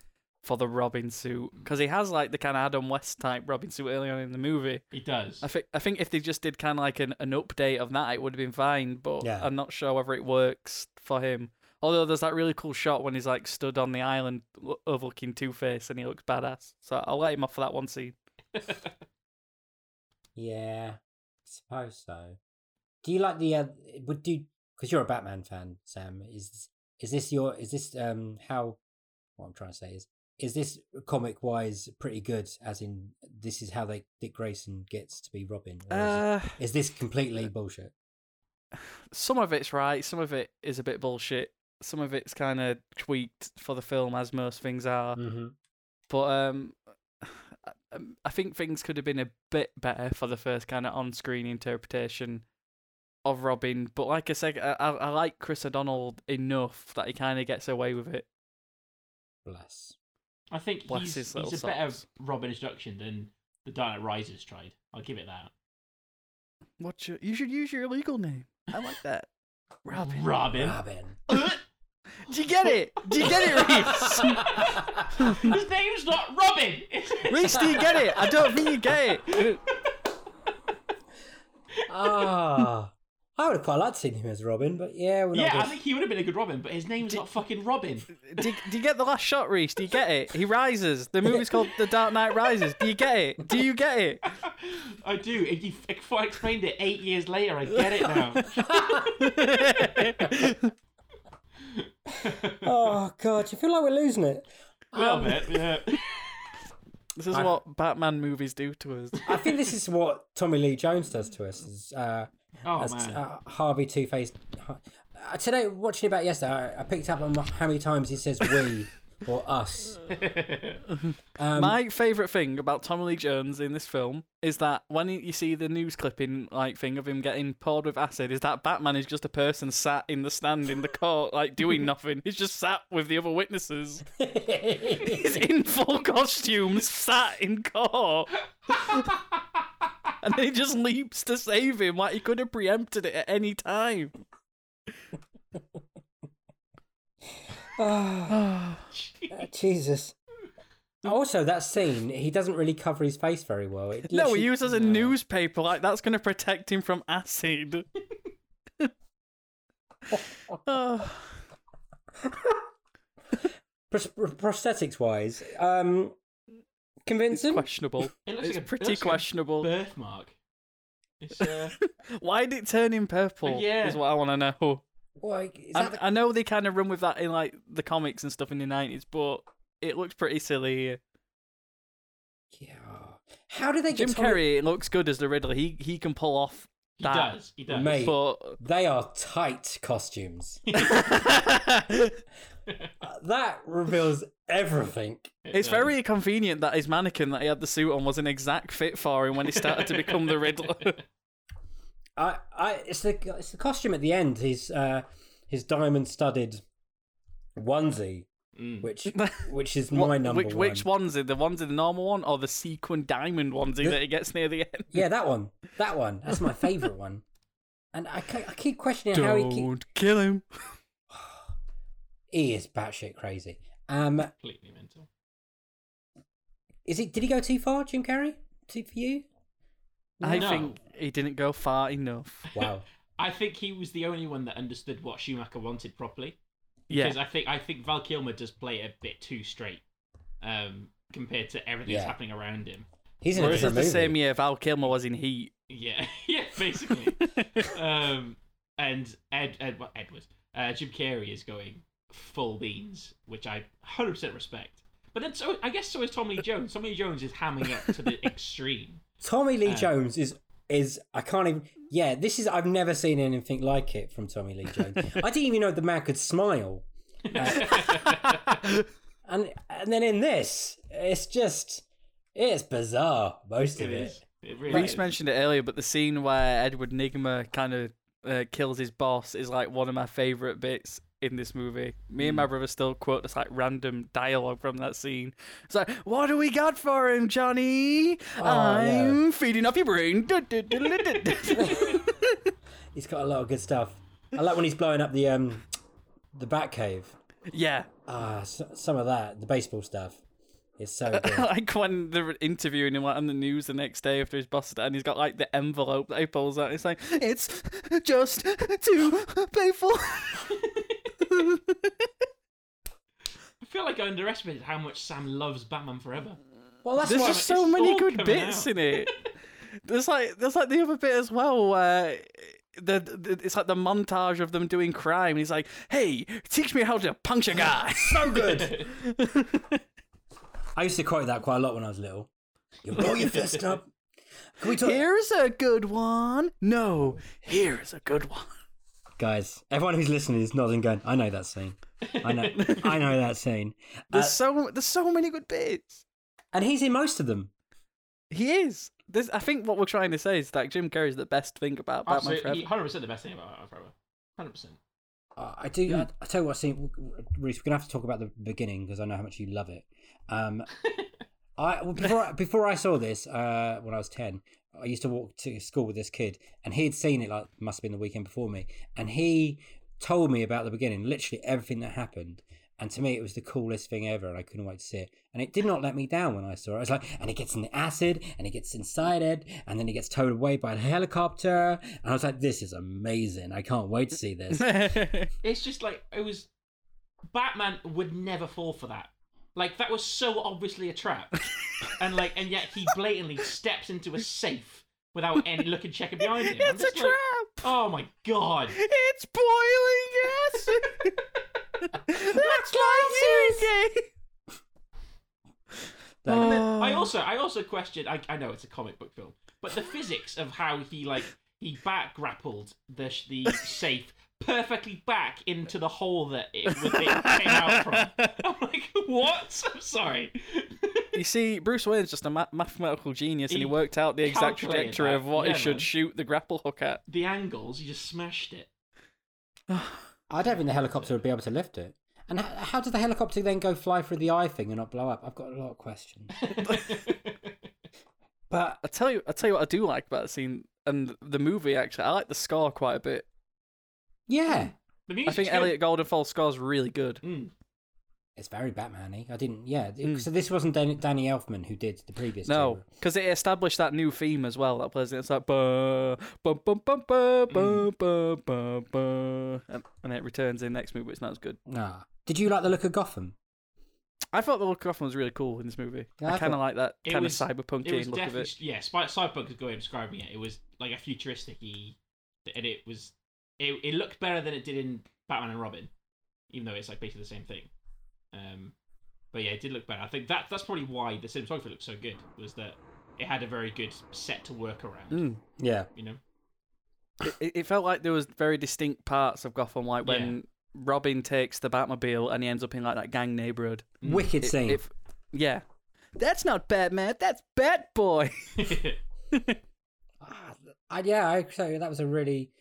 Speaker 3: for the Robin suit because he has like the kind of Adam West type Robin suit early on in the movie.
Speaker 2: he does.
Speaker 3: I think I think if they just did kind of like an, an update of that, it would have been fine. But
Speaker 1: Yeah.
Speaker 3: I'm not sure whether it works for him. Although there's that really cool shot when he's like stood on the island lo- overlooking Two Face and he looks badass. So I'll let him off for that one scene.
Speaker 1: Yeah, I suppose so. Do you like the? Uh, would you? Because you're a Batman fan, Sam. Is is this your? Is this um how? What I'm trying to say is, is this comic wise pretty good? As in, this is how they Dick Grayson gets to be Robin. or is,
Speaker 3: Uh,
Speaker 1: it- is this completely bullshit?
Speaker 3: some of it's right, some of it is a bit bullshit, some of it's kind of tweaked for the film, as most things are.
Speaker 1: Mm-hmm.
Speaker 3: But um, [sighs] I- um, I think things could have been a bit better for the first kind of on-screen interpretation of Robin. But like I said, I, I I like Chris O'Donnell enough that he kind of gets away with it.
Speaker 1: Bless.
Speaker 2: I think
Speaker 3: Bless
Speaker 2: he's,
Speaker 3: his
Speaker 2: he's
Speaker 3: little
Speaker 2: a better
Speaker 3: socks.
Speaker 2: Robin introduction than the Dark Knight Rises tried. I'll give it that.
Speaker 3: What you, you should use your legal name. I like that. Robin.
Speaker 2: Robin.
Speaker 1: Robin.
Speaker 3: Do you get it? Do you get it, [laughs] Reese?
Speaker 2: [laughs] His name's not Robin. [laughs]
Speaker 3: Reese, do you get it? I don't think you get it.
Speaker 1: Ah, I would have quite liked seeing him as Robin, but yeah, we're not.
Speaker 2: yeah, I
Speaker 1: gonna-
Speaker 2: think he would have been a good Robin, but his name's not fucking Robin.
Speaker 3: Do you, do you get the last shot, Reese? Do you get it? He rises. The movie's called The Dark Knight Rises. Do you get it? Do you get it?
Speaker 2: I do. If you if I explained it eight years later, I get it
Speaker 3: [laughs]
Speaker 2: now.
Speaker 1: Oh god, you feel like we're losing it.
Speaker 3: Um,
Speaker 2: Love it. Yeah.
Speaker 3: This is what Batman movies do to us.
Speaker 1: I think this is what Tommy Lee Jones does to us. Is, uh,
Speaker 2: Oh
Speaker 1: as,
Speaker 2: man.
Speaker 1: uh, Harvey Two Faced. Uh, today, watching it back yesterday, I, I picked up on how many times he says
Speaker 3: [laughs]
Speaker 1: we or us.
Speaker 3: My favourite thing about Tommy Lee Jones in this film is that when you see the news clipping like thing of him getting poured with acid, is that Batman is just a person sat in the stand in the court, like doing nothing. He's just sat with the other witnesses. He's in full costume, sat in court. and then he just leaps to save him, like he could have preempted it at any time.
Speaker 1: Uh, Jesus. Also, that scene, he doesn't really cover his face very well. It
Speaker 3: No,
Speaker 1: literally-
Speaker 3: he uses a newspaper. Like that's going to protect him from
Speaker 1: [laughs]
Speaker 3: acid. Ah, Oh.
Speaker 1: Pros- prosthetics wise, um,
Speaker 3: It's
Speaker 1: convincing.
Speaker 3: questionable.
Speaker 2: It looks
Speaker 3: it's
Speaker 2: like a it
Speaker 3: pretty
Speaker 2: looks like a
Speaker 3: questionable.
Speaker 2: birthmark. It's
Speaker 3: [laughs]
Speaker 2: uh,
Speaker 3: Why did it turn in purple?
Speaker 2: Yeah.
Speaker 3: is what I want to know.
Speaker 1: Like, is
Speaker 3: I,
Speaker 1: that the-
Speaker 3: I know they kind of run with that in like the comics and stuff in the nineties, but it looks pretty silly. here.
Speaker 1: yeah. How do they get
Speaker 3: Jim
Speaker 1: Tommy-
Speaker 3: Carrey it looks good as the Riddler. He he can pull off
Speaker 2: he
Speaker 3: that,
Speaker 2: does. He does.
Speaker 1: Mate.
Speaker 3: but
Speaker 1: They are tight costumes.
Speaker 3: [laughs]
Speaker 1: Uh, that reveals everything.
Speaker 2: It uh,
Speaker 3: it's
Speaker 2: does.
Speaker 3: very convenient that his mannequin that he had the suit on was an exact fit for him when he started to become
Speaker 2: [laughs]
Speaker 3: the Riddler.
Speaker 1: I, I, it's the it's the costume at the end. His uh, his diamond studded onesie,
Speaker 2: Mm.
Speaker 1: which which is my
Speaker 3: What-
Speaker 1: number
Speaker 3: which
Speaker 1: one.
Speaker 3: which one's it? The one's it the normal one or the sequin diamond onesie that he gets near the end?
Speaker 1: Yeah, that one. That one. That's my favorite one. And I, ca- I keep questioning how he keep,
Speaker 3: Don't kill him.
Speaker 1: he is batshit crazy. Um,
Speaker 2: completely mental.
Speaker 1: is it? Did he go too far, Jim Carrey? Too for you?
Speaker 3: I
Speaker 2: No.
Speaker 3: think he didn't go far enough.
Speaker 1: Wow.
Speaker 2: I think he was the only one that understood what Schumacher wanted properly.
Speaker 3: Yeah,
Speaker 2: Because I think I think Val Kilmer does play it a bit too straight, um, compared to everything that's
Speaker 1: Yeah.
Speaker 2: happening around him.
Speaker 1: He's in a
Speaker 3: this is
Speaker 1: different
Speaker 3: the
Speaker 1: movie.
Speaker 3: same year Val Kilmer was in Heat.
Speaker 2: Yeah, [laughs] yeah, basically. um, and Ed, Ed, well, Edward, uh, Jim Carrey is going full beans, which I 100% respect. But then, so I guess so is Tommy Lee Jones. Tommy Lee Jones is hamming up to the extreme.
Speaker 1: Tommy Lee
Speaker 2: Uh,
Speaker 1: Jones is is I can't even. Yeah, this is I've never seen anything like it from Tommy Lee
Speaker 2: [laughs]
Speaker 1: Jones. I didn't even know the man could smile. And and then in this, it's just it's bizarre most
Speaker 2: It
Speaker 1: of
Speaker 2: is. It really
Speaker 3: Reese
Speaker 2: is.
Speaker 3: mentioned it earlier, but the scene where Edward Nigma kind of uh, kills his boss is like one of my favorite bits in this movie. Me and my brother still quote this like random dialogue from that scene. It's like, "What do we got for him, Johnny?
Speaker 1: Oh,
Speaker 3: I'm feeding off your brain." [laughs]
Speaker 1: He's got a lot of good stuff. I like when he's blowing up the um the Batcave.
Speaker 3: yeah, [laughs]
Speaker 1: Ah, s some of that the baseball stuff. It's so good.
Speaker 3: like when they're interviewing him like, on the news the next day after his boss died, and he's got like the envelope that he pulls out. It's like, "It's just too painful."
Speaker 2: I feel like I underestimated how much Sam loves Batman Forever.
Speaker 1: Well, that's
Speaker 3: There's
Speaker 1: why.
Speaker 3: just
Speaker 2: it's
Speaker 3: so many
Speaker 2: all
Speaker 3: good
Speaker 2: coming
Speaker 3: bits
Speaker 2: out.
Speaker 3: in it. There's like there's like the other bit as well where the, the it's like the montage of them doing crime. And he's like, "Hey, teach me how to punch a guy."
Speaker 2: [laughs]
Speaker 1: so good. I used to quote that quite a lot when I was little. You blow your fist up. Can we talk,
Speaker 3: [laughs] Here's a good one. No, here's a good one.
Speaker 1: guys? Everyone who's listening is nodding, going, "I know that scene. I know. I know that scene." Uh,
Speaker 3: There's so there's so many good bits.
Speaker 1: And he's in most of them.
Speaker 3: He is. This I think what we're trying to say is that Jim Carrey's the best thing about Batman
Speaker 2: Absolutely,
Speaker 3: Forever.
Speaker 2: 100% the best thing about Batman Forever. 100%.
Speaker 1: Uh, I do. I, I tell you what, scene, Reese, we're gonna have to talk about the beginning because I know how much you love it. Um, I well, before I, before I saw this uh, when I was ten, I used to walk to school with this kid, and he had seen it like must have been the weekend before me, and he told me about the beginning, literally everything that happened. And to me, it was the coolest thing ever, and I couldn't wait to see it. And it did not let me down when I saw it. I was like, and he gets in the acid, and he gets inside it, and then he gets towed away by a helicopter. And I was like, this is amazing. I can't wait to see this.
Speaker 3: [laughs]
Speaker 2: It's just like, it was. Batman would never fall for that. Like, that was so obviously a
Speaker 3: [laughs]
Speaker 2: trap. and like, and yet he blatantly steps into a safe without any looking checking behind him. I'm
Speaker 3: it's a
Speaker 2: just like,
Speaker 3: trap.
Speaker 2: Oh my god.
Speaker 3: It's boiling acid.
Speaker 2: [laughs]
Speaker 3: That's my music.
Speaker 1: Like,
Speaker 3: Oh.
Speaker 2: I also I also questioned I, I know it's a comic book film, but the physics of how he like he back grappled the sh- the safe perfectly back into the hole that it, was- it came out
Speaker 3: [laughs]
Speaker 2: from. I'm like, what? I'm sorry.
Speaker 3: You see, Bruce Wayne's just a ma- mathematical genius, and he
Speaker 2: He
Speaker 3: worked out the exact
Speaker 2: calculated
Speaker 3: trajectory
Speaker 2: that.
Speaker 3: of what
Speaker 2: Yeah,
Speaker 3: he should
Speaker 2: man.
Speaker 3: shoot the grapple hook at.
Speaker 2: The angles, he just smashed it.
Speaker 1: I don't think the helicopter would be able to lift it. And how, how did the helicopter then go fly through the eye thing and not blow up? I've got a lot of questions.
Speaker 2: [laughs]
Speaker 3: [laughs]
Speaker 1: But
Speaker 3: I tell you, I tell you what I do like about the scene and the movie. Actually, I like the score quite a bit.
Speaker 1: yeah,
Speaker 2: The
Speaker 3: I
Speaker 2: music's
Speaker 3: think
Speaker 2: good.
Speaker 3: Elliot Goldenfall's score's really good.
Speaker 2: Mm.
Speaker 1: it's very Batman-y. I didn't. Yeah, it- so this wasn't Dan- Danny Elfman who did the previous.
Speaker 3: Hmm. No,
Speaker 1: two.
Speaker 3: because it established that new theme as well. That plays it's like bum bum bum bum bum bum bum bum, bum, and, and it returns in the next movie. It's not as good.
Speaker 1: Nah. Did you like the look of Gotham?
Speaker 3: I thought the Look of Hoffman was really cool in this movie.
Speaker 1: Yeah, I
Speaker 3: I kind of
Speaker 1: thought-
Speaker 3: like that
Speaker 2: It
Speaker 3: kind of
Speaker 2: was- It
Speaker 3: cyberpunky
Speaker 2: was
Speaker 3: look of
Speaker 2: definitely
Speaker 3: it.
Speaker 2: yeah. Spy, Cyberpunk is the way of describing it. It was like a futuristic y, and it was it, it looked better than it did in Batman and Robin, even though it's like basically the same thing. Um, but yeah, it did look better. I think that that's probably why the cinematography looked so good was that it had a very good set to work around.
Speaker 3: Mm.
Speaker 1: Yeah.
Speaker 2: You know,
Speaker 3: It- It, it felt like there was very distinct parts of Gotham, like when Robin takes the Batmobile and he ends up in like that gang neighborhood.
Speaker 2: Mm.
Speaker 3: [laughs]
Speaker 1: Wicked
Speaker 3: Hmm, It-
Speaker 1: scene.
Speaker 3: it- yeah, that's not Batman. That's Bat Boy.
Speaker 1: Ah, I, yeah, I so that was a really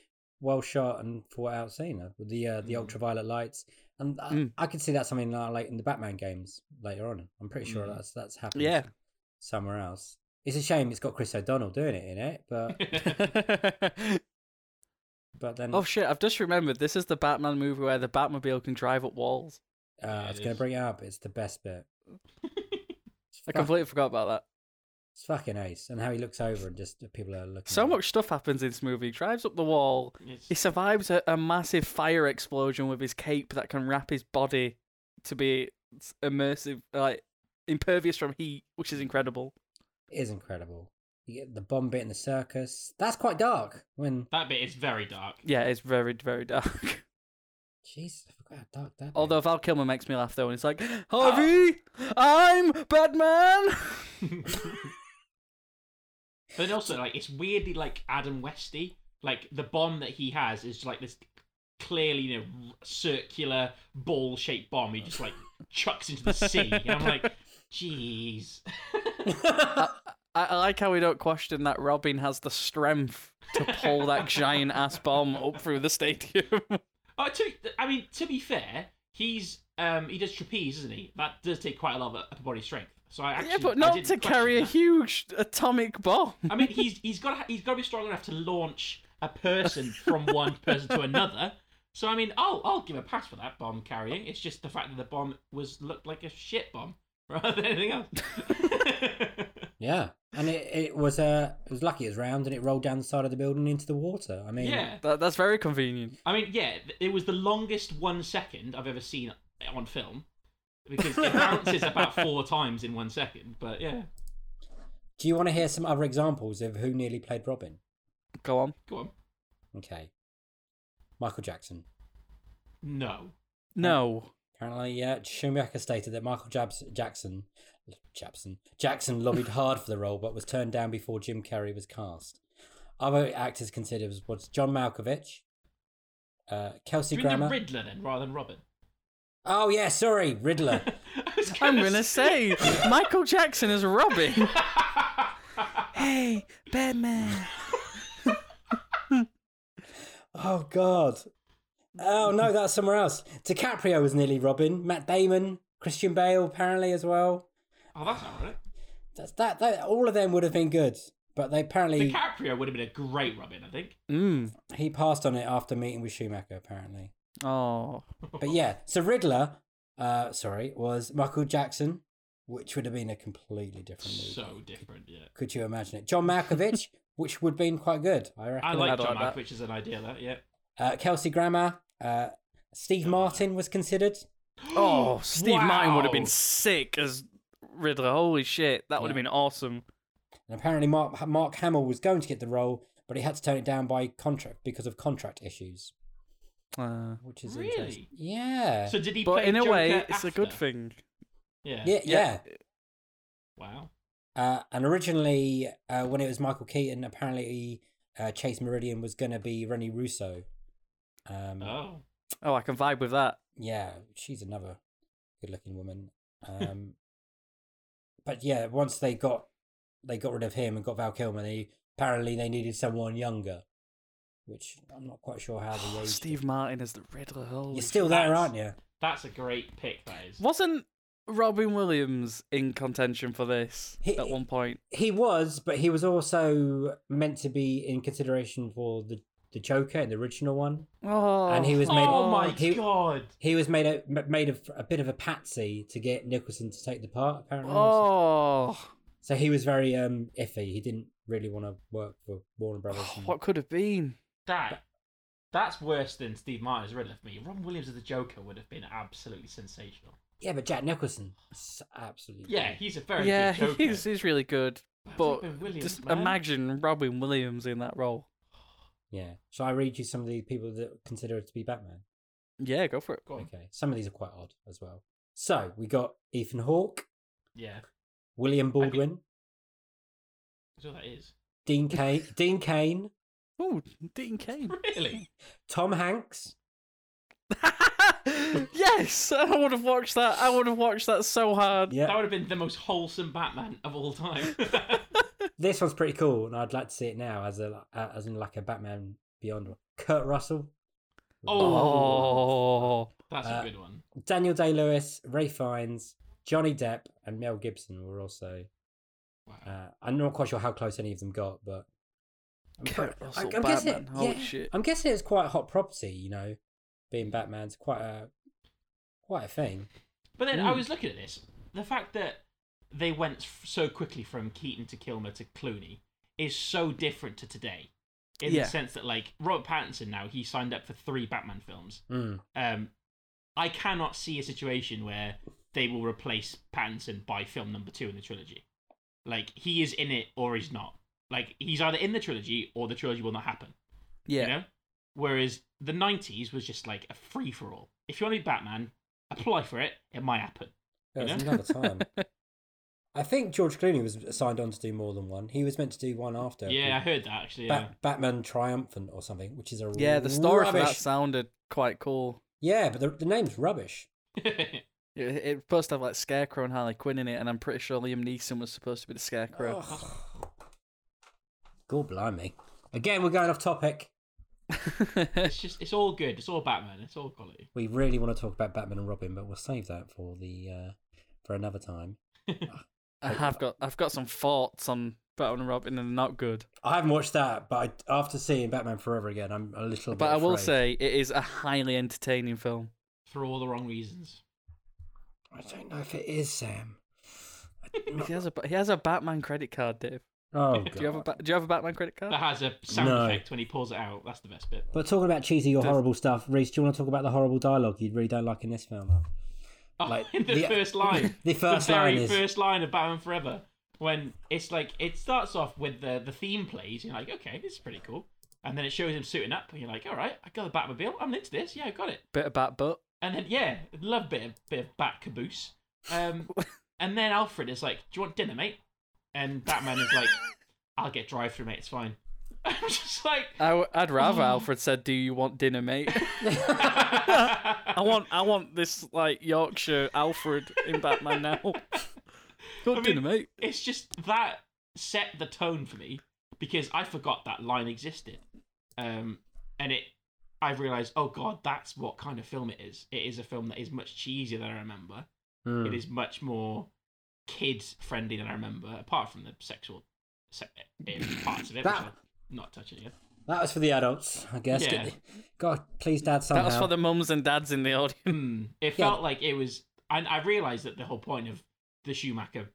Speaker 1: well shot and thought out scene uh, with the uh, the
Speaker 2: Mm.
Speaker 1: ultraviolet lights, and I,
Speaker 3: Mm.
Speaker 1: I could see that something uh, like in the Batman games later on. I'm pretty sure
Speaker 2: Mm.
Speaker 1: that's that's happened.
Speaker 3: yeah.
Speaker 1: somewhere else. It's a shame it's got Chris O'Donnell doing it in it,
Speaker 3: [laughs]
Speaker 1: but but then uh,
Speaker 3: oh shit! I've just remembered this is the Batman movie where the Batmobile can drive up walls.
Speaker 1: uh,
Speaker 2: Yeah,
Speaker 1: I was
Speaker 2: it
Speaker 1: going
Speaker 2: is.
Speaker 1: to bring it up. It's the best bit. It's,
Speaker 3: [laughs] I
Speaker 1: fuck-
Speaker 3: completely forgot about that.
Speaker 1: it's fucking ace, and how he looks over and just people are looking.
Speaker 3: So
Speaker 1: at him.
Speaker 3: much stuff happens in this movie. He drives up the wall.
Speaker 2: [laughs] It's-
Speaker 3: He survives a, a massive fire explosion with his cape that can wrap his body to be s- immersive, like impervious from heat, which is incredible.
Speaker 1: It is incredible. You get the bomb bit in the circus. That's quite dark. When
Speaker 2: that bit is very dark.
Speaker 3: Yeah, it's very, very dark. [laughs]
Speaker 1: Jesus, I forgot how dark that. bit
Speaker 3: Although Val Kilmer makes me laugh though, and it's like, Harvey,
Speaker 2: Ah.
Speaker 3: I'm Batman.
Speaker 2: But then also, like, it's weirdly like Adam Westy. Like the bomb that he has is like this clearly, you know, r- circular ball-shaped bomb. He
Speaker 3: [laughs]
Speaker 2: just like chucks into the sea, and I'm like, jeez.
Speaker 1: is.
Speaker 3: I, I like how we don't question that Robin has the strength to
Speaker 2: [laughs]
Speaker 3: pull that giant ass bomb up through the stadium.
Speaker 2: Oh, to, I mean, to be fair, he's um he does trapeze, isn't he? That does take quite a lot of upper body strength. So I actually,
Speaker 3: yeah, but
Speaker 2: I
Speaker 3: not
Speaker 2: didn't
Speaker 3: to
Speaker 2: question
Speaker 3: carry a
Speaker 2: that.
Speaker 3: huge atomic bomb.
Speaker 2: I mean, he's he's got he's got to be strong enough to launch a person from one person to another. So I mean, I'll I'll give a pass for that bomb carrying. It's just the fact that the bomb was looked like a shit bomb [laughs] rather than anything else.
Speaker 1: yeah, and it, it was uh, it was lucky it was round and it rolled down the side of the building into the water. I mean,
Speaker 2: yeah,
Speaker 3: That, that's very convenient.
Speaker 2: I mean, yeah, it was the longest one second I've ever seen on film because it bounces about four times in one second. But yeah,
Speaker 1: Do you want to hear some other examples of who nearly played Robin?
Speaker 3: Go on.
Speaker 2: go on.
Speaker 1: Okay. Michael Jackson.
Speaker 2: No,
Speaker 3: [laughs] No.
Speaker 1: Apparently, uh, Schumacher stated that Michael Jabs- Jackson, Jackson, Jackson lobbied hard for the role, but was turned down before Jim Carrey was cast. Other actors considered was John Malkovich, uh, Kelsey
Speaker 2: do you mean the
Speaker 1: Grammer.
Speaker 2: Riddler then rather than Robin? [laughs]
Speaker 1: oh yeah, sorry, Riddler.
Speaker 2: I was
Speaker 3: I'm
Speaker 2: gonna
Speaker 3: gonna
Speaker 2: say-
Speaker 3: say Michael Jackson is Robin. [laughs] hey, Batman.
Speaker 1: oh God. Oh no, that's somewhere else. DiCaprio was nearly Robin. Matt Damon, Christian Bale, apparently as well.
Speaker 2: Oh, that's not right.
Speaker 1: That's that. that all of them would have been good, but they apparently
Speaker 2: DiCaprio would have been a great Robin, I think.
Speaker 3: Mm.
Speaker 1: he passed on it after meeting with Schumacher. Apparently.
Speaker 3: Oh.
Speaker 1: But yeah, so Riddler, uh, sorry, was Michael Jackson, which would have been a completely different movie.
Speaker 2: So different, yeah.
Speaker 1: Could you imagine it? John Malkovich, which would have been quite good, I reckon.
Speaker 2: I like
Speaker 3: I'd
Speaker 2: John
Speaker 3: like that.
Speaker 2: Malkovich as an idea, that yeah.
Speaker 1: uh, Kelsey Grammer, uh, Steve Martin was considered.
Speaker 2: [gasps]
Speaker 3: Oh, Steve Martin would have been
Speaker 2: Wow.
Speaker 3: sick as Riddler. Holy shit, that would have
Speaker 1: Yeah.
Speaker 3: been awesome.
Speaker 1: And apparently Mark, Mark Hamill was going to get the role, but he had to turn it down by contract because of contract issues,
Speaker 3: Uh,
Speaker 1: which is
Speaker 2: Really?
Speaker 1: interesting. Yeah.
Speaker 2: So did he?
Speaker 3: but
Speaker 2: play
Speaker 3: in a
Speaker 2: Joker
Speaker 3: way, it's a
Speaker 2: after?
Speaker 3: good thing.
Speaker 2: Yeah.
Speaker 1: yeah, yeah.
Speaker 2: Wow.
Speaker 1: Uh, and originally, uh, when it was Michael Keaton, apparently uh, Chase Meridian was going to be Rennie Russo. Um,
Speaker 2: Oh.
Speaker 3: Oh, I can vibe with that.
Speaker 1: yeah, she's another good
Speaker 2: [laughs]
Speaker 1: looking woman. Um, but yeah, once they got they got rid of him and got Val Kilmer, they apparently they needed someone younger, which I'm not quite sure how they
Speaker 3: [sighs] Oh,
Speaker 1: aged.
Speaker 3: [gasps] Steve
Speaker 1: it.
Speaker 3: Martin as the Riddler. Holy
Speaker 1: you're
Speaker 3: shit.
Speaker 1: still there,
Speaker 2: that's-
Speaker 1: aren't you?
Speaker 2: That's a great pick. That is.
Speaker 3: Wasn't Robin Williams in contention for this
Speaker 1: He-
Speaker 3: at one point?
Speaker 1: He was, but he was also meant to be in consideration for the the Joker in the original one.
Speaker 3: Oh,
Speaker 1: And he was made-
Speaker 2: Oh my
Speaker 1: he-
Speaker 2: god.
Speaker 1: He was made a m- made a, a bit of a patsy to get Nicholson to take the part. Apparently,
Speaker 3: Oh,
Speaker 1: so he was very um iffy. He didn't really want to work for Warner Brothers.
Speaker 2: Oh,
Speaker 1: and-
Speaker 3: what could have been?
Speaker 2: That. That's worse than Steve Martin as Riddler for me. Ron Williams as the Joker would have been absolutely sensational.
Speaker 1: Yeah, but Jack Nicholson, s- absolutely.
Speaker 2: Yeah,
Speaker 1: brilliant.
Speaker 2: he's a very
Speaker 3: yeah,
Speaker 2: good Joker.
Speaker 3: [laughs] he's he's really good. But
Speaker 2: Robin Williams,
Speaker 3: Just
Speaker 2: man.
Speaker 3: imagine Robin Williams in that role.
Speaker 1: yeah. Shall I read you some of the people that consider it to be Batman?
Speaker 3: Yeah, go for it.
Speaker 2: Go on.
Speaker 1: Okay, some of these are quite odd as well. So we got Ethan Hawke,
Speaker 2: Yeah,
Speaker 1: William
Speaker 2: mean-
Speaker 1: Baldwin,
Speaker 2: that's all that
Speaker 1: [laughs]
Speaker 2: is. [laughs]
Speaker 1: Dean Kane, Dean Kane,
Speaker 3: Oh, Dean Kane. [laughs]
Speaker 2: Really?
Speaker 1: Tom Hanks,
Speaker 3: yes, I would have watched that. I would have watched that so hard.
Speaker 1: yeah,
Speaker 2: That would have been the most wholesome Batman of all time. [laughs]
Speaker 1: this one's pretty cool, and I'd like to see it now as a uh, as in like a Batman Beyond one. Kurt Russell,
Speaker 3: Oh,
Speaker 2: That's
Speaker 1: Uh,
Speaker 2: a good one.
Speaker 1: Daniel Day Lewis, Ray Fiennes, Johnny Depp, and Mel Gibson were also.
Speaker 2: Wow.
Speaker 1: Uh, I'm not quite sure how close any of them got, but I'm
Speaker 3: Kurt
Speaker 1: pretty-
Speaker 3: Russell
Speaker 1: guessing,
Speaker 3: Batman, holy
Speaker 1: yeah,
Speaker 3: shit.
Speaker 1: I'm guessing it's quite a hot property, you know, being Batman's quite a quite a thing.
Speaker 2: But then I
Speaker 3: Hmm.
Speaker 1: Mm.
Speaker 2: was looking at this. The fact that they went f- so quickly from Keaton to Kilmer to Clooney is so different to today. In
Speaker 3: Yeah.
Speaker 2: the sense that, like, Robert Pattinson now, he signed up for three Batman films.
Speaker 1: Mm.
Speaker 2: Um, I cannot see a situation where they will replace Pattinson by film number two in the trilogy. Like, he is in it or he's not. Like, he's either in the trilogy or the trilogy will not happen.
Speaker 3: yeah.
Speaker 2: You know? Whereas the 90s was just like a free for all. If you want to be Batman, apply for it, it might happen.
Speaker 1: That was
Speaker 2: You
Speaker 1: another time.
Speaker 2: [laughs]
Speaker 1: I think George Clooney was signed on to do more than one. He was meant to do one after.
Speaker 2: Yeah, I
Speaker 1: called
Speaker 2: heard that actually. Yeah.
Speaker 1: Bat- Batman Triumphant or something, which is a
Speaker 3: Yeah, the story for that
Speaker 1: rubbish.
Speaker 3: sounded quite cool.
Speaker 1: Yeah, but the, the name's rubbish.
Speaker 3: It, it was supposed to have like Scarecrow and Harley Quinn in it, and I'm pretty sure Liam Neeson was supposed to be the Scarecrow.
Speaker 1: God blimey. Again, we're going off topic.
Speaker 2: [laughs] it's just it's all good. It's all Batman. It's all quality.
Speaker 1: We really want to talk about Batman and Robin, but we'll save that for the uh, for another time.
Speaker 3: [laughs] I have got I've got some thoughts on Batman and Robin, and they're not good.
Speaker 1: I haven't watched that, but I, after seeing Batman Forever again, I'm a little.
Speaker 3: But
Speaker 1: bit
Speaker 3: I will
Speaker 1: afraid.
Speaker 3: say it is a highly entertaining film.
Speaker 2: For all the wrong reasons.
Speaker 1: I don't know if it is Sam. [laughs]
Speaker 3: He has a he has a Batman credit card, Dave.
Speaker 1: Oh god.
Speaker 3: Do you have a Ba- Do you have a Batman credit card?
Speaker 2: That has a sound
Speaker 1: No.
Speaker 2: effect when he pulls it out. That's the best bit. [laughs]
Speaker 1: But talking about cheesy or
Speaker 3: Does-
Speaker 1: horrible stuff, Reese, do you want to talk about the horrible dialogue you really don't like in this film?
Speaker 2: Oh,
Speaker 1: Like,
Speaker 2: in the,
Speaker 1: the-
Speaker 2: first line.
Speaker 1: [laughs] the first
Speaker 2: the very
Speaker 1: line is-
Speaker 2: first line of Batman Forever. When it's like it starts off with the the theme plays, you're like, okay, this is pretty cool. And then it shows him suiting up, and you're like, all right, I got the Batmobile. I'm into this. Yeah, I got it.
Speaker 3: [laughs] Bit of bat butt.
Speaker 2: And then yeah, love bit of bit of bat caboose. Um,
Speaker 3: [laughs]
Speaker 2: and then Alfred is like, "Do you want dinner, mate?" And Batman is
Speaker 3: [laughs]
Speaker 2: like, "I'll get drive through, mate. It's fine." [laughs] I'm just like,
Speaker 3: I w- I'd rather Alfred said, "Do you want dinner, mate?" [laughs] I want I want this like Yorkshire Alfred in Batman [laughs] now. Do you want
Speaker 2: I mean-
Speaker 3: dinner, mate?
Speaker 2: [laughs] it's just that set the tone for me because I forgot that line existed, um, and it. I realized, oh god, that's what kind of film it is. It is a film that is much cheesier than I remember.
Speaker 1: Hmm.
Speaker 2: It is much more kids friendly than I remember, apart from the sexual se- eh, parts of it, which
Speaker 1: That-
Speaker 2: I'm not touching yet.
Speaker 1: That was for the adults, I guess.
Speaker 2: Yeah.
Speaker 1: Get the- God, please, Dad, somehow.
Speaker 3: That was for the mums and dads in the audience.
Speaker 2: Hmm. It
Speaker 1: [laughs] Yeah.
Speaker 2: felt like it was, and I realized that the whole point of the Schumacher,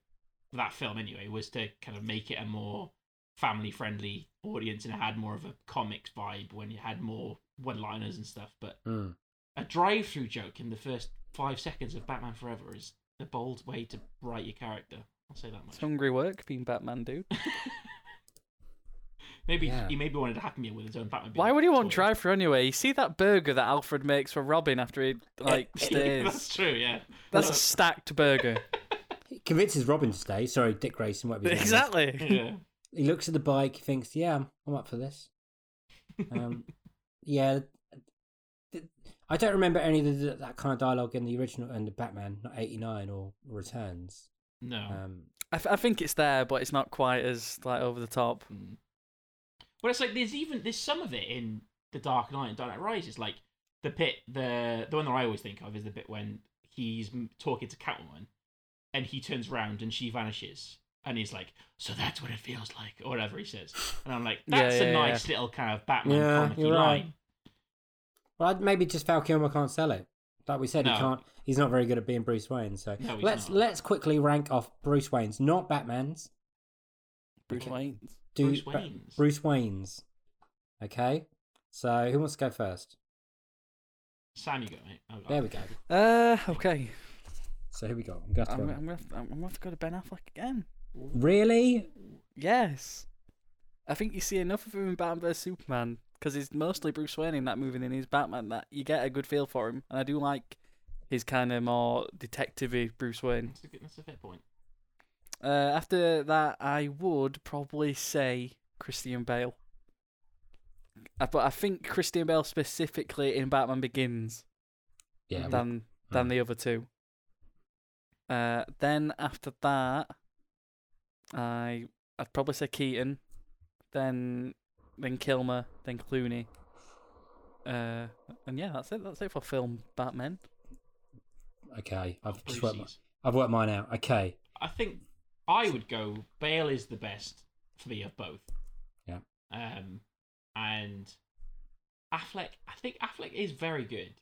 Speaker 2: that film anyway, was to kind of make it a more family-friendly audience, and it had more of a comics vibe when you had more one-liners and stuff. But
Speaker 1: Hmm.
Speaker 2: a drive-through joke in the first five seconds of Batman Forever is a bold way to write your character. I'll say that
Speaker 3: It's
Speaker 2: much.
Speaker 3: hungry work being Batman, dude.
Speaker 2: Maybe
Speaker 1: Yeah.
Speaker 2: he maybe wanted a happy meal with his own Batman.
Speaker 3: [laughs] Why would he want
Speaker 2: toy. [laughs]
Speaker 3: drive through anyway? You see that burger that Alfred makes for Robin after he [laughs] like
Speaker 2: That's
Speaker 3: stays.
Speaker 2: true. Yeah.
Speaker 3: That's a stacked burger.
Speaker 1: He convinces Robin to stay. Sorry, Dick Grayson, whatever. his name
Speaker 2: [laughs]
Speaker 1: is.
Speaker 3: exactly.
Speaker 2: yeah.
Speaker 1: He looks at the bike, he thinks, yeah, I'm, I'm up
Speaker 2: [laughs]
Speaker 1: for this. [laughs] Um, yeah. th- I don't remember any of the, that kind of dialogue in the original and the Batman, not 89 or Returns.
Speaker 2: No.
Speaker 1: Um,
Speaker 3: I, th- I think it's there, but it's not quite as like over the top.
Speaker 1: um,
Speaker 2: Mm. But it's like there's even there's some of it in the Dark Knight and Dark Knight Rises. Like the bit the the one that I always think of is the bit when he's m- talking to Catwoman, and he turns round and she vanishes, and he's like, "So that's what it feels like," or whatever he says. And I'm
Speaker 1: [laughs]
Speaker 2: like,
Speaker 3: Yeah,
Speaker 2: "That's
Speaker 3: yeah,
Speaker 2: a
Speaker 3: yeah.
Speaker 2: nice little kind of Batman
Speaker 1: Yeah,
Speaker 2: comic
Speaker 1: you're right.
Speaker 2: line."
Speaker 1: well, I'd maybe just Val Kilmer can't sell it. Like we said, he
Speaker 2: No.
Speaker 1: can't. He's not very good at being Bruce Wayne. So
Speaker 2: No, he's
Speaker 1: let's
Speaker 2: not.
Speaker 1: let's quickly rank off Bruce Wayne's, not Batman's.
Speaker 3: Bruce Wayne.
Speaker 1: Do-
Speaker 2: Bruce
Speaker 1: Ba-
Speaker 2: Wayne's.
Speaker 1: Bruce Wayne's. Okay, so who wants to go first?
Speaker 2: Sam, you got it, mate. Oh, I've got
Speaker 1: There
Speaker 2: it.
Speaker 1: we go.
Speaker 3: Uh, okay.
Speaker 1: So here we go. I'm gonna have to
Speaker 3: I'm,
Speaker 1: go.
Speaker 3: I'm, gonna have to, I'm gonna have to go to Ben Affleck again.
Speaker 1: Really?
Speaker 3: Yes, I think you see enough of him in Batman vs Superman because he's mostly Bruce Wayne in that movie than he's Batman. That you get a good feel for him, and I do like his kind of more detective-y Bruce Wayne.
Speaker 2: That's a, good, that's a fair point.
Speaker 3: Uh, after that, I would probably say Christian Bale. Uh, But I think Christian Bale specifically in Batman Begins
Speaker 1: Yeah.
Speaker 3: than than
Speaker 1: mm.
Speaker 3: the other two. Uh, then after that, I I'd probably say Keaton, then then Kilmer, then Clooney. Uh, and yeah, that's it. That's it for film Batman.
Speaker 1: Okay. I've just worked. My,
Speaker 2: Brucey's.
Speaker 1: I've worked mine out. Okay.
Speaker 2: I think I would go. Bale is the best for me of both.
Speaker 1: Yeah.
Speaker 2: Um, and Affleck. I think Affleck is very good.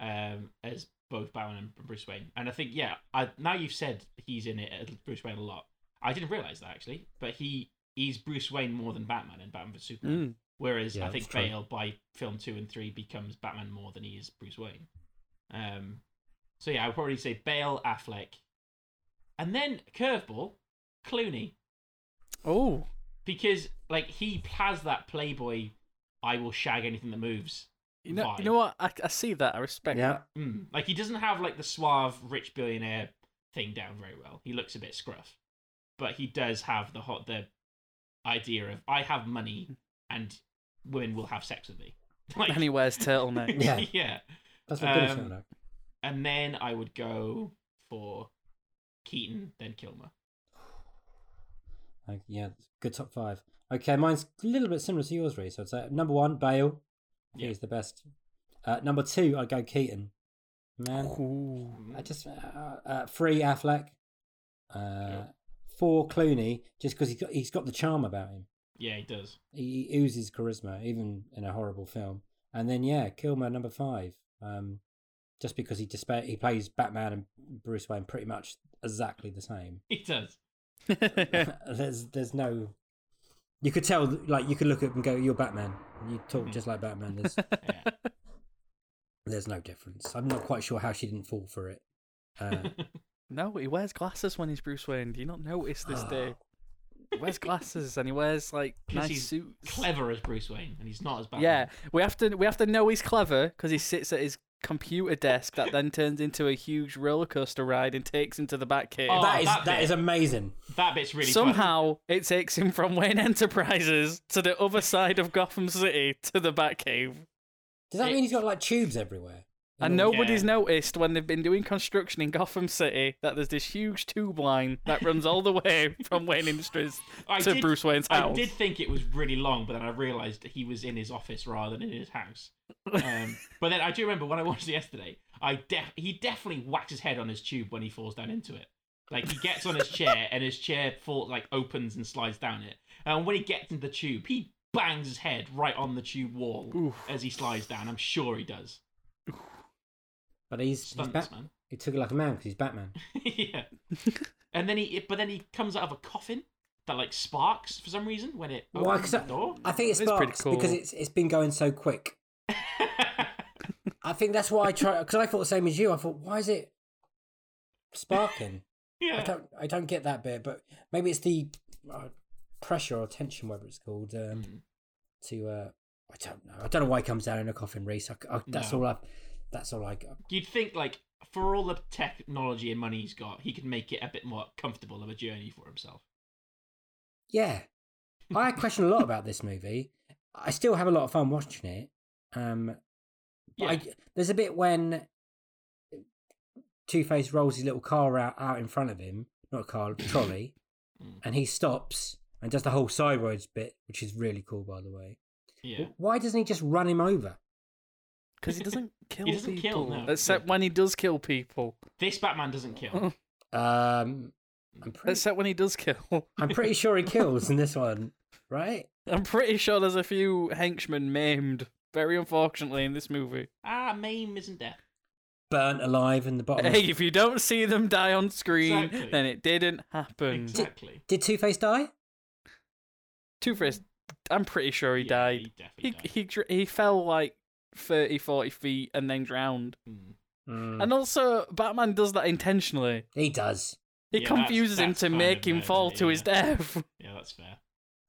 Speaker 2: Um, as both Batman and Bruce Wayne, and I think yeah. I now you've said he's in it as Bruce Wayne a lot. I didn't realize that actually, but he he's Bruce Wayne more than Batman in Batman vs Superman.
Speaker 3: Mm.
Speaker 2: Whereas
Speaker 1: Yeah,
Speaker 2: I think
Speaker 1: that's true.
Speaker 2: Bale by film two and three becomes Batman more than he is Bruce Wayne. Um, so yeah, I would probably say Bale, Affleck, and then curveball, Clooney,
Speaker 3: Oh,
Speaker 2: because like he has that playboy, I will shag anything that moves.
Speaker 3: you know,
Speaker 2: Vibe.
Speaker 3: you know what? I, I see that. I respect.
Speaker 1: Yeah.
Speaker 2: Mm. Like he doesn't have like the suave rich billionaire thing down very well. He looks a bit scruff, but he does have the hot the idea of I have money and women will have sex with me. [laughs] Like,
Speaker 3: And he wears turtleneck. [laughs]
Speaker 1: Yeah.
Speaker 2: yeah.
Speaker 1: That's what good
Speaker 2: Um,
Speaker 1: um,
Speaker 2: And then I would go for Keaton, then Kilmer.
Speaker 1: like, Yeah. Good top five. Okay. Mine's a little bit similar to yours, really. So it's uh, number one, Bale. I think
Speaker 2: Yeah.
Speaker 1: He's the best. Uh, number two, I'd go Keaton. Man.
Speaker 3: Ooh.
Speaker 2: Mm.
Speaker 1: I just uh, uh, three Affleck, uh, four Clooney, just because he's got he's got the charm about him.
Speaker 2: Yeah, he does. [laughs]
Speaker 1: He oozes charisma, even in a horrible film. And then yeah, Kilmer number five, um, just because he dispa- he plays Batman and Bruce Wayne pretty much exactly the same.
Speaker 2: He does.
Speaker 1: [laughs] there's there's no, you could tell like you could look at him and go, you're Batman. You talk just like Batman. There's
Speaker 2: Yeah.
Speaker 1: there's no difference. I'm not quite sure how she didn't fall for it.
Speaker 2: [laughs]
Speaker 1: Uh,
Speaker 3: [laughs] No, he wears glasses when he's Bruce Wayne. Do you not notice this day? He wears glasses and he wears like
Speaker 2: 'Cause
Speaker 3: nice
Speaker 2: he's
Speaker 3: suits.
Speaker 2: Clever as Bruce Wayne, and he's not as bad.
Speaker 3: Yeah, we have to we have to know he's clever because he sits at his computer desk that then turns into a huge roller coaster ride and takes him to the Batcave.
Speaker 2: Oh,
Speaker 1: that is
Speaker 2: that
Speaker 1: that
Speaker 2: bit.
Speaker 1: is amazing.
Speaker 2: That bit's really Funny.
Speaker 3: Somehow it takes him from Wayne Enterprises to the other side of Gotham City to the Batcave,
Speaker 1: Does that
Speaker 2: It-
Speaker 1: mean he's got like tubes everywhere?
Speaker 3: and
Speaker 2: Oh,
Speaker 1: no,
Speaker 3: nobody's noticed when they've been doing construction in Gotham City that there's this huge tube line that runs all the
Speaker 2: [laughs]
Speaker 3: way from Wayne Industries
Speaker 2: I
Speaker 3: to
Speaker 2: did-
Speaker 3: Bruce Wayne's
Speaker 2: I
Speaker 3: house. [laughs]
Speaker 2: did think it was really long, but then I realised that he was in his office rather than in his house.
Speaker 3: [laughs]
Speaker 2: Um, but then I do remember when I watched it yesterday, I def- he definitely whacks his head on his tube when he falls down into it. Like he gets on his chair and his chair fall like opens and slides down it. And when he gets into the tube, he bangs his head right on the tube wall as he slides down. I'm sure he does.
Speaker 1: But he's, he's
Speaker 2: Stunts,
Speaker 1: Bat-
Speaker 2: man. [laughs]
Speaker 1: he took it like a man because he's Batman.
Speaker 2: yeah.
Speaker 3: [laughs]
Speaker 2: and then he, but then he comes out of a coffin that like sparks for some reason when it
Speaker 1: Why?
Speaker 2: opens
Speaker 1: Cause
Speaker 2: the
Speaker 1: I,
Speaker 2: door.
Speaker 1: I think it
Speaker 3: It's pretty
Speaker 1: sparks because
Speaker 3: cool.
Speaker 1: it's it's been going so quick. I think that's why I try because I thought the same as you. I thought why is it sparking?
Speaker 2: [laughs]
Speaker 1: I
Speaker 2: yeah.
Speaker 1: don't I don't get that bit, but maybe it's the uh, pressure or tension, whatever it's called, um,
Speaker 2: Mm.
Speaker 1: to. Uh, I don't know. I don't know why he comes down in a coffin, Reese. I, I, that's
Speaker 2: No.
Speaker 1: all I. That's all I. got.
Speaker 2: You'd think like for all the technology and money he's got, he could make it a bit more comfortable of a journey for himself.
Speaker 1: Yeah. I question a lot about this movie. I still have a lot of fun watching it. Um, but
Speaker 2: Yeah.
Speaker 1: I, there's a bit when Two Face rolls his little car out, out in front of him, not a car, a trolley,
Speaker 2: Mm.
Speaker 1: and he stops and does the whole sideways bit, which is really cool, by the way.
Speaker 2: Yeah.
Speaker 1: Why doesn't he just run him over?
Speaker 3: Because
Speaker 2: [laughs]
Speaker 3: he doesn't kill
Speaker 2: doesn't kill,
Speaker 3: people.
Speaker 2: no.
Speaker 3: Except when he does kill people.
Speaker 2: This Batman doesn't
Speaker 1: Mm.
Speaker 2: kill.
Speaker 1: Um, I'm
Speaker 3: [laughs]
Speaker 1: pretty,
Speaker 3: Except when he does kill.
Speaker 1: I'm pretty sure he kills in this one, right?
Speaker 3: I'm pretty sure there's a few henchmen maimed, very unfortunately, in this movie.
Speaker 2: ah, Mame isn't death.
Speaker 1: Burnt alive in the bottom.
Speaker 3: Hey, if you don't see them die on screen,
Speaker 2: Exactly.
Speaker 3: then it didn't happen.
Speaker 2: Exactly.
Speaker 1: Did Two Face die?
Speaker 3: Two Face, I'm pretty sure he
Speaker 2: Yeah, He
Speaker 3: died. He,
Speaker 2: definitely
Speaker 3: he, dr- he fell like 30, 40 feet and then drowned.
Speaker 2: died. Mm.
Speaker 1: Mm.
Speaker 3: And also, Batman does that intentionally.
Speaker 1: he does.
Speaker 3: He
Speaker 2: Yeah, that's-
Speaker 3: confuses him
Speaker 2: that's
Speaker 3: to
Speaker 2: kind
Speaker 3: make
Speaker 2: of
Speaker 3: him
Speaker 2: murder,
Speaker 3: fall to
Speaker 2: yeah. [laughs]
Speaker 3: his death.
Speaker 2: Yeah, that's fair.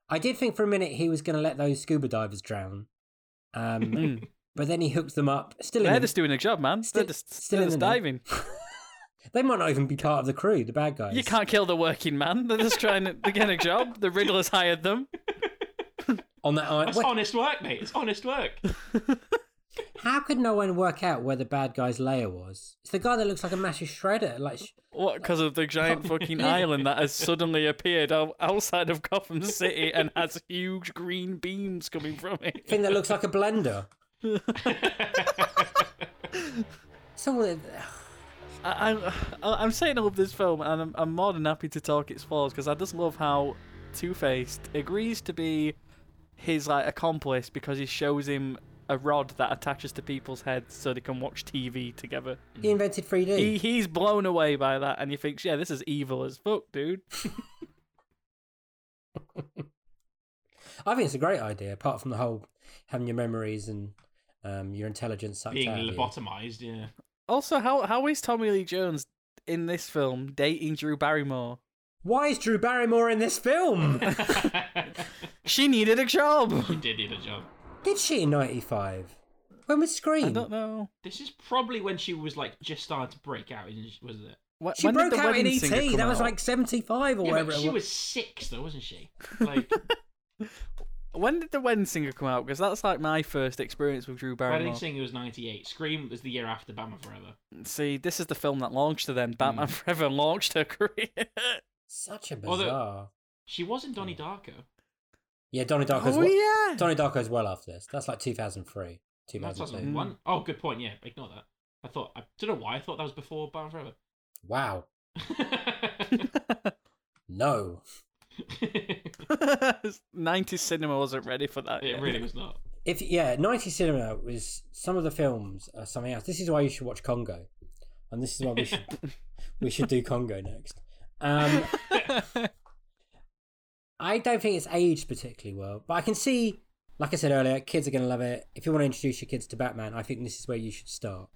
Speaker 1: I did think for a minute he was going to let those scuba divers drown, um,
Speaker 3: Mm.
Speaker 1: but then he hooks them up. [laughs] Still, in
Speaker 3: They're
Speaker 1: the-
Speaker 3: just doing a job, man.
Speaker 1: Still-
Speaker 3: They're just,
Speaker 1: still
Speaker 3: still
Speaker 1: in
Speaker 3: just
Speaker 1: the net.
Speaker 3: diving.
Speaker 1: they might not even be part of the crew. The bad guys.
Speaker 3: You can't kill the working man. They're just trying to they're getting a job. The Riddler's hired them.
Speaker 1: on that island.
Speaker 2: That's honest work, mate. It's honest work.
Speaker 1: How could no one work out where the bad guy's lair was? It's the guy that looks like a massive shredder. Like, sh-
Speaker 3: What? Because of the [laughs] giant fucking island that has suddenly appeared out- outside of Gotham City and has huge green beams coming from it.
Speaker 1: thing that looks like a blender. Someone.
Speaker 3: [laughs] I, I, I- I'm saying I love this film, and I'm, I'm more than happy to talk its flaws because I just love how Two Faced agrees to be his like accomplice because he shows him a rod that attaches to people's heads so they can watch TV together.
Speaker 1: He invented 3D.
Speaker 3: He, he's blown away by that, and he thinks, yeah, this is evil as fuck, dude.
Speaker 1: I think it's a great idea. Apart from the whole having your memories and um, your intelligence sucked
Speaker 2: Being
Speaker 1: out. of you.
Speaker 2: lobotomized, yeah.
Speaker 3: Also, how how is Tommy Lee Jones in this film dating Drew Barrymore?
Speaker 1: Why is Drew Barrymore in this
Speaker 3: [laughs]
Speaker 1: film?
Speaker 3: She needed a job.
Speaker 2: You did need a job.
Speaker 1: Did she in '95? When was
Speaker 3: I
Speaker 1: Scream?
Speaker 3: don't know.
Speaker 2: This is probably when she was like just starting to break out, isn't she- wasn't it?
Speaker 3: Wh-
Speaker 1: She
Speaker 3: when did
Speaker 1: broke
Speaker 3: the
Speaker 1: out in
Speaker 3: Wedding
Speaker 1: ET.
Speaker 3: Singer come
Speaker 1: That was
Speaker 3: out?
Speaker 1: like '75 or
Speaker 2: Yeah,
Speaker 1: whatever.
Speaker 2: but
Speaker 1: it
Speaker 2: she
Speaker 1: was.
Speaker 2: was six though, wasn't
Speaker 1: [laughs]
Speaker 2: she? Like
Speaker 3: when did the Wedding Singer come out? Because that's like my first experience with Drew
Speaker 2: Wedding
Speaker 3: Barrymore.
Speaker 2: Singer was ninety eight. Scream was the year after Batman Forever.
Speaker 3: See, this is the film that launched her. Then Batman Forever launched her [laughs] career.
Speaker 1: Such a
Speaker 2: Although-
Speaker 1: bizarre.
Speaker 2: She was in Donnie Darko.
Speaker 1: Yeah, Donnie Darko's.
Speaker 3: oh
Speaker 1: wa-
Speaker 3: yeah.
Speaker 1: Donnie Darko's well after this. That's like 2003,
Speaker 2: Not
Speaker 1: 2002.
Speaker 2: 2001. Oh, good point. Yeah, ignore that. I thought I don't know why I thought that was before Batman Forever. [laughs]
Speaker 3: Mm.
Speaker 1: Wow. No,
Speaker 3: Nineties cinema wasn't ready for that.
Speaker 2: it
Speaker 1: [laughs]
Speaker 3: yet.
Speaker 2: really was not.
Speaker 1: if yeah, 90 cinema was some of the films are something else. This is why you should watch Congo, and this is why we should we should do Congo next. Um, I don't think it's aged particularly well, but I can see, like I said earlier, kids are going to love it. If you want to introduce your kids to Batman, I think this is where you should start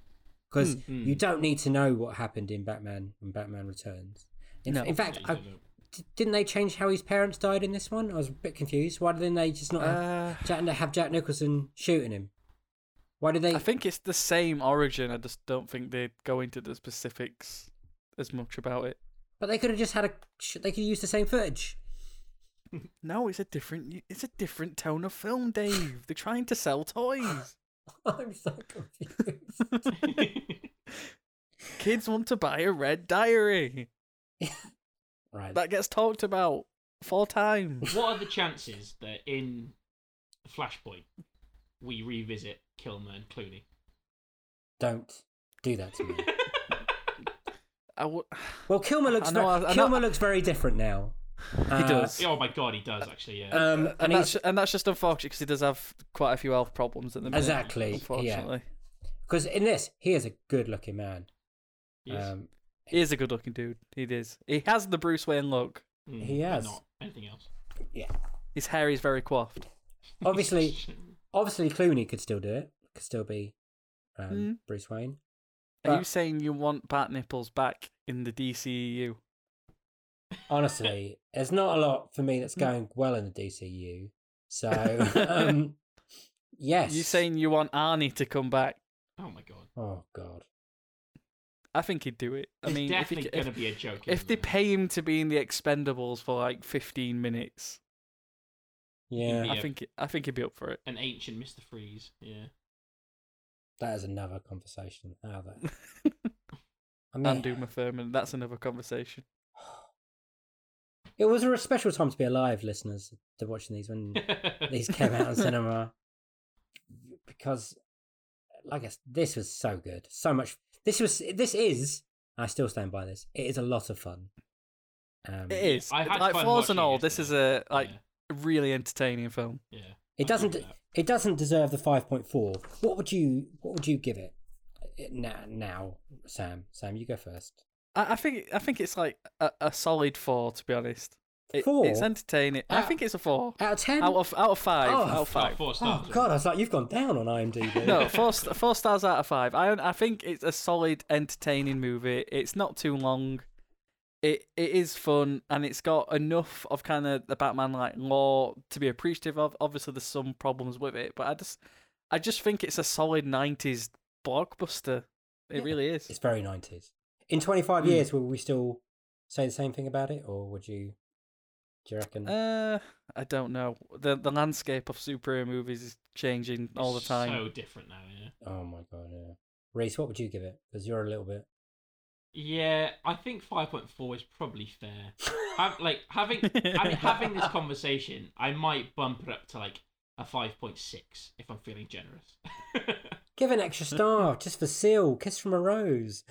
Speaker 1: because
Speaker 2: Mm.
Speaker 1: you don't need to know what happened in Batman and Batman Returns. In,
Speaker 3: No.
Speaker 1: in fact,
Speaker 2: Yeah,
Speaker 1: I,
Speaker 2: you don't
Speaker 1: d- didn't they change how his parents died in this one? I was a bit confused. Why didn't they just not? have-
Speaker 3: Uh,
Speaker 1: Jack, have Jack Nicholson shooting him. Why did they?
Speaker 3: I think it's the same origin. I just don't think they go into the specifics as much about it.
Speaker 1: but they could have just had a. sh- They could use the same footage. [laughs]
Speaker 3: No, it's a different. It's a different tone of film, Dave. They're trying to
Speaker 1: [laughs]
Speaker 3: sell toys.
Speaker 1: I'm so confused.
Speaker 2: know.
Speaker 3: Kids want to buy a red diary.
Speaker 1: right.
Speaker 3: That gets talked about four times.
Speaker 2: [laughs] what are the chances that in Flashpoint we revisit Kilmer and Clooney?
Speaker 1: Don't do that to me.
Speaker 3: I w-
Speaker 1: Well, Kilmer looks.
Speaker 3: I know,
Speaker 1: ve-
Speaker 3: I- I know-
Speaker 1: Kilmer looks very different now. Uh,
Speaker 3: he does.
Speaker 2: Oh my god, he does actually. Yeah.
Speaker 1: Um, and,
Speaker 3: and, that's,
Speaker 1: he's
Speaker 3: and that's just unfortunate because he does have quite a few health problems at the minute.
Speaker 1: Exactly, yeah.
Speaker 3: Unfortunately,
Speaker 1: because in this he is a good-looking man.
Speaker 2: He is.
Speaker 1: Um,
Speaker 3: he is a good-looking dude. He is. He has the Bruce Wayne look.
Speaker 2: Mm,
Speaker 1: he
Speaker 2: but
Speaker 1: has.
Speaker 2: Not anything else.
Speaker 1: yeah.
Speaker 3: His hair is very coiffed.
Speaker 1: Obviously, obviously Clooney could still do it. Could still be um,
Speaker 3: Mm.
Speaker 1: Bruce Wayne.
Speaker 3: Are you
Speaker 1: But-
Speaker 3: saying you want Bat Nipples back in the E DCEU?
Speaker 1: honestly, there's not a lot for me that's
Speaker 3: Hmm.
Speaker 1: going well in the DCU.
Speaker 3: [laughs]
Speaker 1: So, um, yes.
Speaker 3: You saying you want Arnie to come back?
Speaker 2: [laughs] Oh my god.
Speaker 1: Oh God.
Speaker 3: I think he'd do it. I
Speaker 2: it's
Speaker 3: mean, if, he,
Speaker 2: definitely
Speaker 3: if,
Speaker 2: gonna be a joke.
Speaker 3: if
Speaker 2: isn't
Speaker 3: they
Speaker 2: it?
Speaker 3: pay him to be in the Expendables for like 15 minutes,
Speaker 1: Yeah,
Speaker 2: Yeah.
Speaker 3: I think I think he'd be up for it.
Speaker 2: an ancient Mister Freeze, yeah.
Speaker 1: that is another conversation. How that.
Speaker 3: [laughs]
Speaker 1: I
Speaker 3: And
Speaker 1: mean,
Speaker 3: Uma Thurman, that's another conversation.
Speaker 1: it was a special time to be alive, listeners. To watching these when these came
Speaker 3: [laughs]
Speaker 1: out in cinema, because, like I s this was so good, so much. This was this is. I still stand by this. It is a lot of fun. Um,
Speaker 3: It is.
Speaker 2: I had
Speaker 3: like
Speaker 2: fun
Speaker 3: flaws and
Speaker 2: watching
Speaker 3: all,
Speaker 2: it
Speaker 3: this is a
Speaker 2: yesterday.
Speaker 3: like
Speaker 2: Yeah,
Speaker 3: really entertaining film.
Speaker 2: [laughs] yeah. I
Speaker 1: It
Speaker 2: agree
Speaker 1: doesn't.
Speaker 2: with that.
Speaker 1: It doesn't deserve the five point four. What would you? What would you give it? Now, now, Sam. Sam, you go first.
Speaker 3: I, I think I think it's like a, a solid four to be honest. It-
Speaker 1: Four?
Speaker 3: It's entertaining. I
Speaker 1: Out-
Speaker 3: think it's a four.
Speaker 1: Out of ten?
Speaker 3: Out of out of five.
Speaker 1: Oh.
Speaker 3: out of
Speaker 2: Oh,
Speaker 3: five.
Speaker 2: four stars.
Speaker 1: oh god, I was like, you've gone down on IMDb.
Speaker 3: [laughs] no, four st- four stars out of five. I I think it's a solid, entertaining movie. It's not too long. It it is fun and it's got enough of kind of the Batman like lore to be appreciative of. Obviously, there's some problems with it, but I just I just think it's a solid '90s blockbuster. It
Speaker 1: Yeah.
Speaker 3: really is.
Speaker 1: It's very nineties. In twenty five
Speaker 3: Hmm.
Speaker 1: years, will we still say the same thing about it, or would you? Do you reckon?
Speaker 3: Uh, I don't know. the The landscape of superhero movies is changing all the
Speaker 2: It's
Speaker 3: time.
Speaker 2: So different now, yeah.
Speaker 1: oh my god, yeah. Reese, what would you give it? Because you're a little bit.
Speaker 2: Yeah, I think five point four is probably fair. Have, like having I mean, having this conversation, I might bump it up to like a five point six if I'm feeling generous.
Speaker 1: Give an extra star just for Seal. Kiss from a Rose.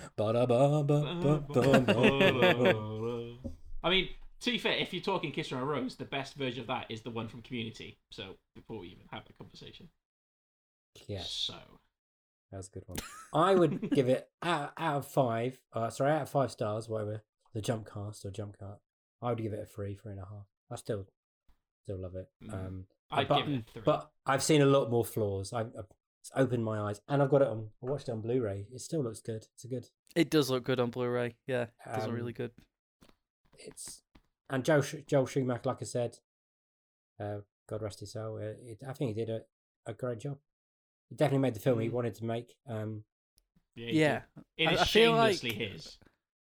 Speaker 1: Ba-da-ba-ba-ba-ba-ba-ba.
Speaker 2: I mean, to be fair, if you're talking Kiss from a Rose, the best version of that is the one from Community. So before we even have the conversation,
Speaker 1: yeah,
Speaker 2: So
Speaker 1: that was a good one. I would give it out, out of five. Uh, sorry, out of five stars, whatever. The jump cast or jump cart. I would give it a three, three and a half. I still, still love it.
Speaker 2: Mm.
Speaker 1: Um,
Speaker 2: I'd
Speaker 1: but-
Speaker 2: give it a three.
Speaker 1: But I've seen a lot more flaws. I've, I've it's opened my eyes, and I've got it on. I watched it on Blu-ray. It still looks good. It's a good.
Speaker 3: it does look good on Blu-ray. Yeah, it does
Speaker 1: Um,
Speaker 3: look really good.
Speaker 1: It's and Joel Sch- Joel Schumacher, like I said, uh, God rest his soul. uh, It, I think he did a, a great job. He definitely made the film he
Speaker 3: Mm.
Speaker 2: Mhm.
Speaker 1: wanted to make. Um,
Speaker 2: yeah,
Speaker 3: Yeah,
Speaker 2: it
Speaker 3: I-
Speaker 2: is
Speaker 3: I feel like-
Speaker 2: shamelessly his.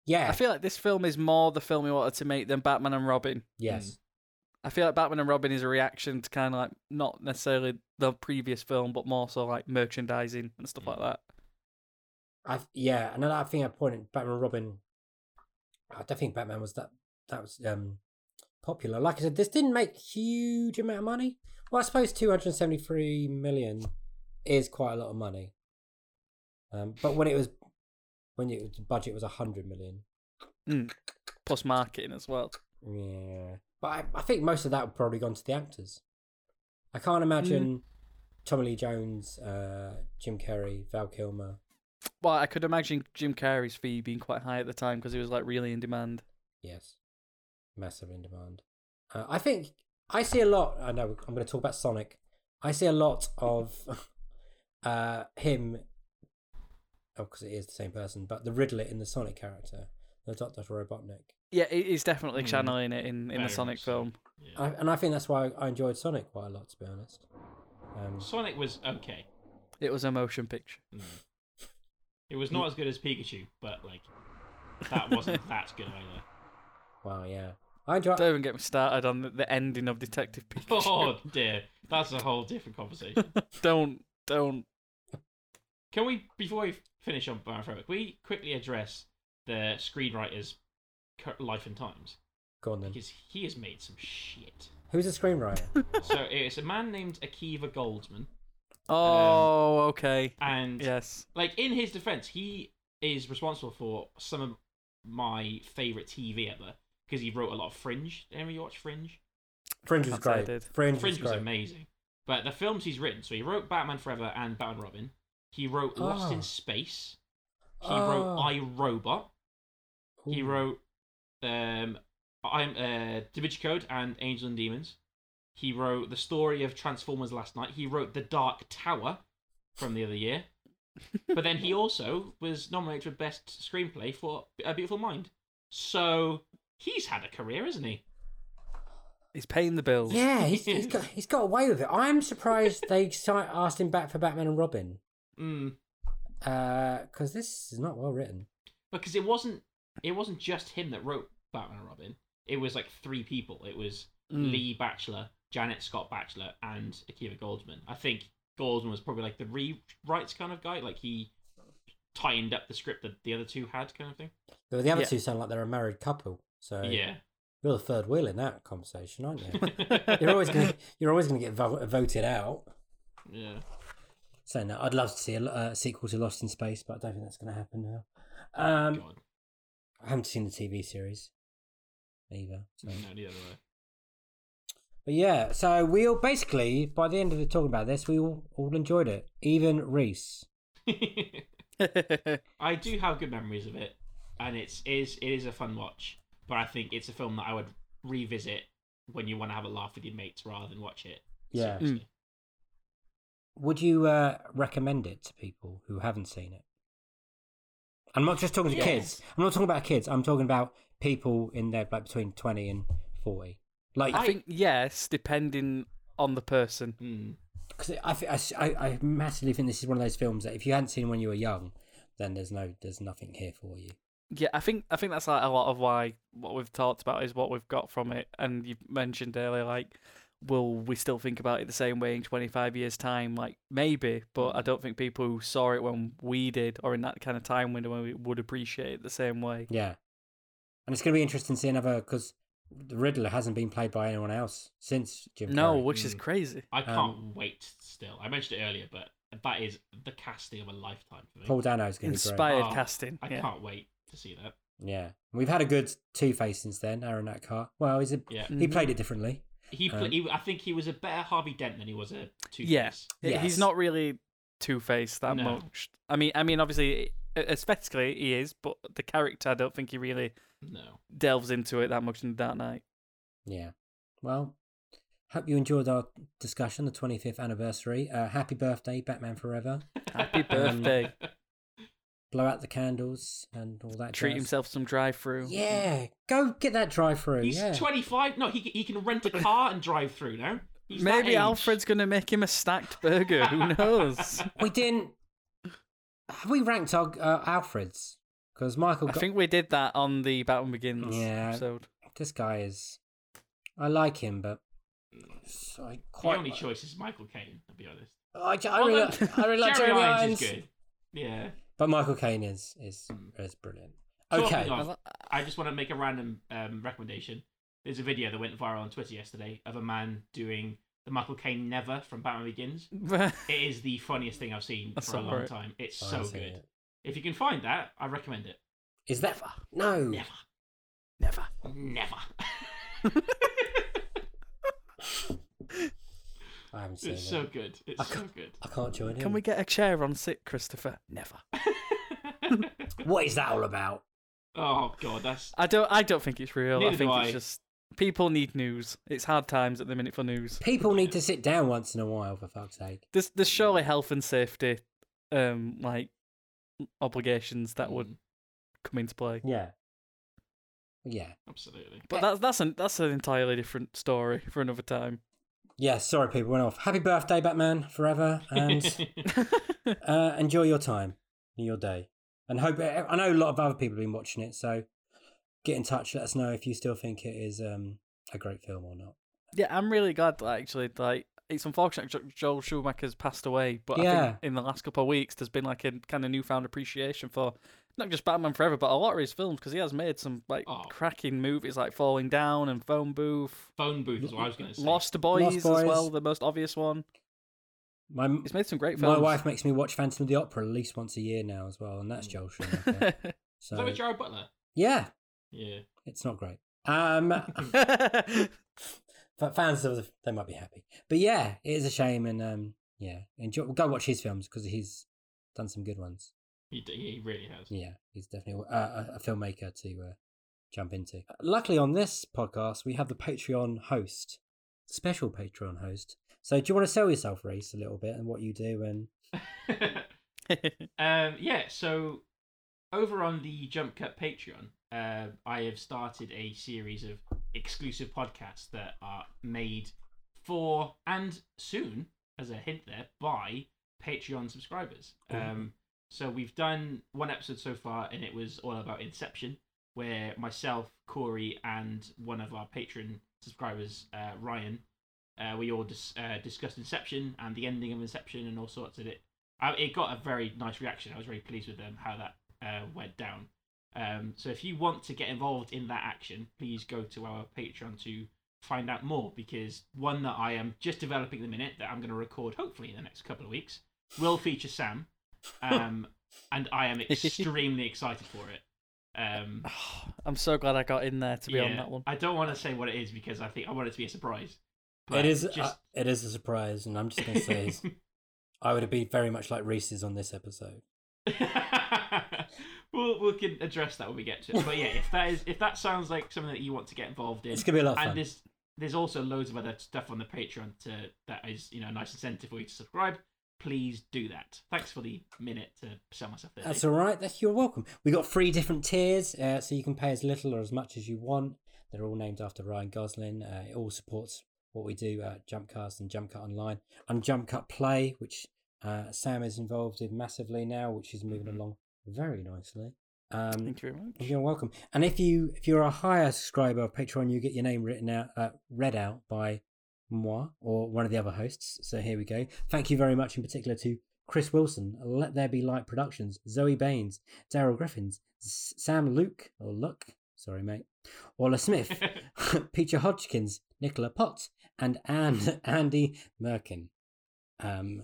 Speaker 1: yeah,
Speaker 3: I feel like this film is more the film we wanted to make than Batman and Robin.
Speaker 1: yes,
Speaker 3: I feel like Batman and Robin is a reaction to kind of like not necessarily the previous film, but more so like merchandising and stuff
Speaker 2: Mm.
Speaker 3: like that.
Speaker 1: I yeah. Another thing I pointed Batman and Robin. I don't think Batman was that that was um popular. Like I said, this didn't make huge amount of money. Well, I suppose two hundred seventy three million is quite a lot of money. Um, but when it was when it, the budget was hundred million,
Speaker 3: Mm. Plus marketing as well.
Speaker 1: yeah. But I, I think most of that would probably gone to the actors. I can't imagine Tommy Lee Jones, uh, Jim Carrey, Val Kilmer.
Speaker 3: Well, I could imagine Jim Carrey's fee being quite high at the time because he was like really in demand.
Speaker 1: Yes, massive in demand. Uh, I think I see a lot. I know I'm going to talk about Sonic. I see a lot of [laughs] uh, him. Oh, because it is the same person, but the Riddler in the Sonic character, the Doctor Robotnik.
Speaker 3: Yeah, he- he's definitely
Speaker 2: Hmm.
Speaker 3: channeling it in, in
Speaker 2: Very
Speaker 3: the Sonic
Speaker 2: much so.
Speaker 3: film.
Speaker 2: Yeah.
Speaker 1: I, and I think that's why I enjoyed Sonic quite a lot, to be honest. Um,
Speaker 2: Sonic was okay.
Speaker 3: It was a motion picture.
Speaker 2: It was not as good as Pikachu, but like that wasn't that good either.
Speaker 1: wow, yeah, I enjoy.
Speaker 3: Don't even get me started on the, the ending
Speaker 2: [laughs]
Speaker 3: of Detective Pikachu.
Speaker 2: Oh dear, that's a whole different conversation.
Speaker 3: don't, don't.
Speaker 2: Can we, before we finish on Baron Frowick, we quickly address the screenwriter's cur- life and times
Speaker 1: Go on then.
Speaker 2: because he has made some shit.
Speaker 1: Who's the
Speaker 2: [laughs]
Speaker 1: screenwriter?
Speaker 2: So it's a man named Akiva Goldsman, Um,
Speaker 3: Oh, okay.
Speaker 2: and
Speaker 3: Yes.
Speaker 2: like in his defense, he is responsible for some of my favorite TV ever because he wrote a lot of Fringe. Did anybody watch Fringe?
Speaker 1: Fringe was
Speaker 3: Can't say I
Speaker 1: great.
Speaker 3: did.
Speaker 1: Fringe,
Speaker 2: Fringe
Speaker 1: was
Speaker 2: was
Speaker 1: great.
Speaker 2: amazing. But the films he's written, so he wrote Batman Forever and Batman Robin. He wrote Lost
Speaker 1: Oh.
Speaker 2: in Space. He
Speaker 1: Oh.
Speaker 2: wrote I Robot. He
Speaker 1: Ooh.
Speaker 2: wrote um I'm uh Da Vinci Code and Angels and Demons. He wrote the story of Transformers last night. He wrote The Dark Tower from the other year. but then he also was nominated for best screenplay for A Beautiful Mind. So he's had a career, isn't he?
Speaker 3: He's paying the bills.
Speaker 1: Yeah,
Speaker 2: [laughs]
Speaker 1: he's, he's got he's got away with it. I'm surprised they si- asked him back for Batman and Robin.
Speaker 2: Mm.
Speaker 1: because Uh, this is not well written.
Speaker 2: because it wasn't it wasn't just him that wrote Batman and Robin. It was like three people. It was
Speaker 1: Hmm.
Speaker 3: Mm.
Speaker 2: Lee Batchelor, Janet Scott Batchelor, and Akiva Goldsman. I think Goldsman was probably like the rewrites kind of guy. Like he tightened up the script that the other two had, kind of thing.
Speaker 1: The the other
Speaker 3: Yeah.
Speaker 1: two sound like they're a married couple, so
Speaker 2: Yeah,
Speaker 1: you're the third wheel in that conversation, aren't you?
Speaker 2: [laughs]
Speaker 1: [laughs] you're always gonna you're always gonna get vo- voted out.
Speaker 2: yeah.
Speaker 1: Saying that, I'd love to see a, lo- a sequel to Lost in Space, but I don't think that's gonna happen now. Um,
Speaker 2: God,
Speaker 1: I haven't seen the TV series either. So.
Speaker 2: no, neither do I.
Speaker 1: But yeah, so we all basically by the end of the talking about this, we all, all enjoyed it. Even Reese.
Speaker 2: [laughs]
Speaker 3: [laughs]
Speaker 2: I do have good memories of it, and it's is it is a fun watch. But I think it's a film that I would revisit when you want to have a laugh with your mates rather than watch it.
Speaker 1: Yeah.
Speaker 2: seriously.
Speaker 1: Would you uh, recommend it to people who haven't seen it? I'm not just talking to
Speaker 2: Yes.
Speaker 1: kids. I'm not talking about kids. I'm talking about people in their like between 20 and 40. Like,
Speaker 3: I think yes, depending on the person.
Speaker 2: Hmm.
Speaker 1: Because I, thi- I, s- I- I massively think this is one of those films that if you hadn't seen when you were young, then there's no there's nothing here for you.
Speaker 3: Yeah, I think I think that's like a lot of why what we've talked about is what we've got from it. And you mentioned earlier, like, will we still think about it the same way in twenty five years' time? Like, maybe, but I don't think people who saw it when we did, or in that kind of time window, when we would appreciate it the same way.
Speaker 1: Yeah, and it's going to be interesting to see another because the Riddler hasn't been played by anyone else since Jim.
Speaker 3: No,
Speaker 1: Carrey.
Speaker 3: which is
Speaker 2: Mm.
Speaker 3: crazy.
Speaker 2: I can't
Speaker 1: Um,
Speaker 2: wait. Still, I mentioned it earlier, but that is the casting of a lifetime for me.
Speaker 1: Paul Dano's going to be great.
Speaker 3: Inspired
Speaker 2: Oh,
Speaker 3: casting.
Speaker 2: I
Speaker 3: yeah.
Speaker 2: can't wait to see that.
Speaker 1: Yeah, we've had a good Two Face since then. Aaron Eckhart. Well, he's a,
Speaker 2: Yeah,
Speaker 1: he
Speaker 3: Mhm.
Speaker 1: played it differently.
Speaker 2: he, pla-
Speaker 1: Um,
Speaker 2: he. I think he was a better Harvey Dent than he was a Two Face.
Speaker 3: Yeah. He-
Speaker 1: Yes.
Speaker 3: He's not really two faced that
Speaker 2: No.
Speaker 3: much. I mean, I mean, obviously, a- aesthetically he is, but the character, I don't think he really
Speaker 2: No.
Speaker 3: delves into it that much in Dark Knight.
Speaker 1: Yeah. Well, hope you enjoyed our discussion, the 25th anniversary. Uh, happy birthday, Batman Forever.
Speaker 2: [laughs]
Speaker 3: Happy
Speaker 2: Um,
Speaker 3: birthday!
Speaker 1: Blow out the candles and all that.
Speaker 3: Treat
Speaker 1: jazz.
Speaker 3: himself some drive-through.
Speaker 1: Yeah, go get that drive through.
Speaker 2: He's
Speaker 1: Yeah.
Speaker 2: 25. No, he he can rent a car and drive through now. He's that
Speaker 3: Maybe
Speaker 2: age.
Speaker 3: Alfred's gonna make him a stacked burger. Who knows?
Speaker 1: we didn't. Have we ranked our uh, Alfreds? Because Michael,
Speaker 3: I
Speaker 1: got,
Speaker 3: think we did that on the Batman Begins
Speaker 1: Yeah.
Speaker 3: episode. [laughs]
Speaker 1: this guy is. I like him, but it's, I
Speaker 2: The
Speaker 1: quite.
Speaker 2: only choice is Michael Caine. I'll be honest.
Speaker 1: I, I really,
Speaker 2: Although,
Speaker 1: like- I really like Jeremy Irons,
Speaker 2: is good. Hmm. Yeah.
Speaker 1: but Michael Caine is is is brilliant. Okay,
Speaker 2: Talking of-
Speaker 3: Well,
Speaker 2: I just want to make a random um, recommendation. There's a video that went viral on Twitter yesterday of a man doing the Michael Caine Never from Batman Begins. It is the funniest thing I've seen
Speaker 3: I
Speaker 2: for a
Speaker 3: saw
Speaker 2: long
Speaker 3: it.
Speaker 2: time. It's
Speaker 1: I
Speaker 2: so
Speaker 1: haven't
Speaker 2: good.
Speaker 1: seen Oh, it.
Speaker 2: If you can find that, I recommend it.
Speaker 1: is that no?
Speaker 2: Never,
Speaker 3: Never.
Speaker 2: never. [laughs]
Speaker 1: I haven't seen
Speaker 2: it's
Speaker 1: it.
Speaker 2: so good. It's so good. [laughs]
Speaker 1: I can't join
Speaker 3: Can
Speaker 1: him.
Speaker 3: we get a chair on sit, Christopher? Never.
Speaker 1: What is that all about?
Speaker 2: oh god, that's
Speaker 3: I don't. I don't think it's real.
Speaker 2: Neither
Speaker 3: I think
Speaker 2: do
Speaker 3: it's
Speaker 2: I.
Speaker 3: just people need news. It's hard times at the minute for news.
Speaker 1: People need to sit down once in a while, for fuck's sake.
Speaker 3: There's there's surely health and safety, um, like obligations that would
Speaker 2: Mm,
Speaker 3: come into play.
Speaker 1: Yeah. Yeah.
Speaker 2: absolutely.
Speaker 3: But that's that's an that's an entirely different story for another time.
Speaker 1: Yeah, sorry, people went off. Happy birthday, Batman, forever,
Speaker 2: [laughs]
Speaker 1: and uh, enjoy your time, and your day, and hope. I know a lot of other people have been watching it, so get in touch. Let us know if you still think it is um, a great film or not.
Speaker 3: Yeah, I'm really glad that actually like it's unfortunate Jo- Joel Schumacher's passed away, but I
Speaker 1: Yeah.
Speaker 3: think in the last couple of weeks there's been like a kind of newfound appreciation for not just Batman Forever, but a lot of his films because he has made some like
Speaker 2: Oh.
Speaker 3: cracking movies like Falling Down and Phone Booth,
Speaker 2: Phone booth is what I was going to say.
Speaker 3: Lost Boys, as
Speaker 1: Boys.
Speaker 3: well, the most obvious one.
Speaker 1: My
Speaker 3: He's made some great films.
Speaker 1: my wife makes me watch Phantom of the Opera at least once a year now as well, and
Speaker 3: Mm.
Speaker 1: that's
Speaker 3: [laughs]
Speaker 1: Joel Schumacher.
Speaker 2: Is that
Speaker 1: so
Speaker 2: with Jared Butler?
Speaker 1: yeah,
Speaker 2: Yeah.
Speaker 1: it's not great. Um, but fans of the, they might be happy. But yeah, it is a shame, and um, yeah, enjoy. Go watch his films because he's done some good ones.
Speaker 2: He, d- he really has.
Speaker 1: Yeah, he's definitely uh, a, a filmmaker to uh, jump into. Luckily, on this podcast, we have the Patreon host, special Patreon host. So, do you want to sell yourself, Reese, a little bit and what you do? And
Speaker 2: [laughs] um, yeah, so over on the Jump Cut Patreon, uh, I have started a series of exclusive podcasts that are made for and soon, as a hint there, by Patreon subscribers. Um, so we've done one episode so far, and it was all about Inception, where myself, Corey, and one of our Patreon subscribers, uh, Ryan, uh, we all dis- uh, discussed Inception and the ending of Inception and all sorts of it. I, it got a very nice reaction. I was very pleased with them how that uh, went down. Um, so if you want to get involved in that action, please go to our Patreon to find out more. Because one that I am just developing at the minute that I'm going to record hopefully in the next couple of weeks will feature Sam,
Speaker 3: [laughs]
Speaker 2: um, and I am extremely excited for it.
Speaker 3: [laughs]
Speaker 2: Um,
Speaker 3: [laughs] [sighs] I'm so glad I got in there to be on
Speaker 2: yeah,
Speaker 3: that one.
Speaker 2: I don't want to say what it is because I think I want it to be a surprise.
Speaker 1: it is
Speaker 2: just [laughs]
Speaker 1: uh, it is a surprise, and I'm just going to say, is, I would have been very much like Reese's on this episode.
Speaker 2: We'll, we can address that when we get to it. But yeah, if that is if that sounds like something that you want to get involved in,
Speaker 1: It's gonna be a lot of fun.
Speaker 2: and there's there's also loads of other stuff on the Patreon to that is you know a nice incentive for you to subscribe. Please do that. Thanks for the minute to sell myself there.
Speaker 1: That's all right. That's, you're welcome. We got three different tiers, uh, so you can pay as little or as much as you want. They're all named after Ryan Gosling. Uh, it all supports what we do at Jump Cast and Jump Cut Online and Jump Cut Play, which uh, Sam is involved in massively now, which is moving along very nicely. Um,
Speaker 3: Thank you very much.
Speaker 1: you're welcome. And if you if you're a higher subscriber of Patreon, you get your name written out, uh, read out by moi or one of the other hosts. So here we go. Thank you very much, in particular to Chris Wilson, Let There Be Light Productions, Zoe Baines, Daryl Griffins, S- Sam Luke or Luck, sorry mate, Orla Smith, [laughs] Peter Hodgkins, Nicola Potts, and Anne, [laughs] Andy Merkin. Um,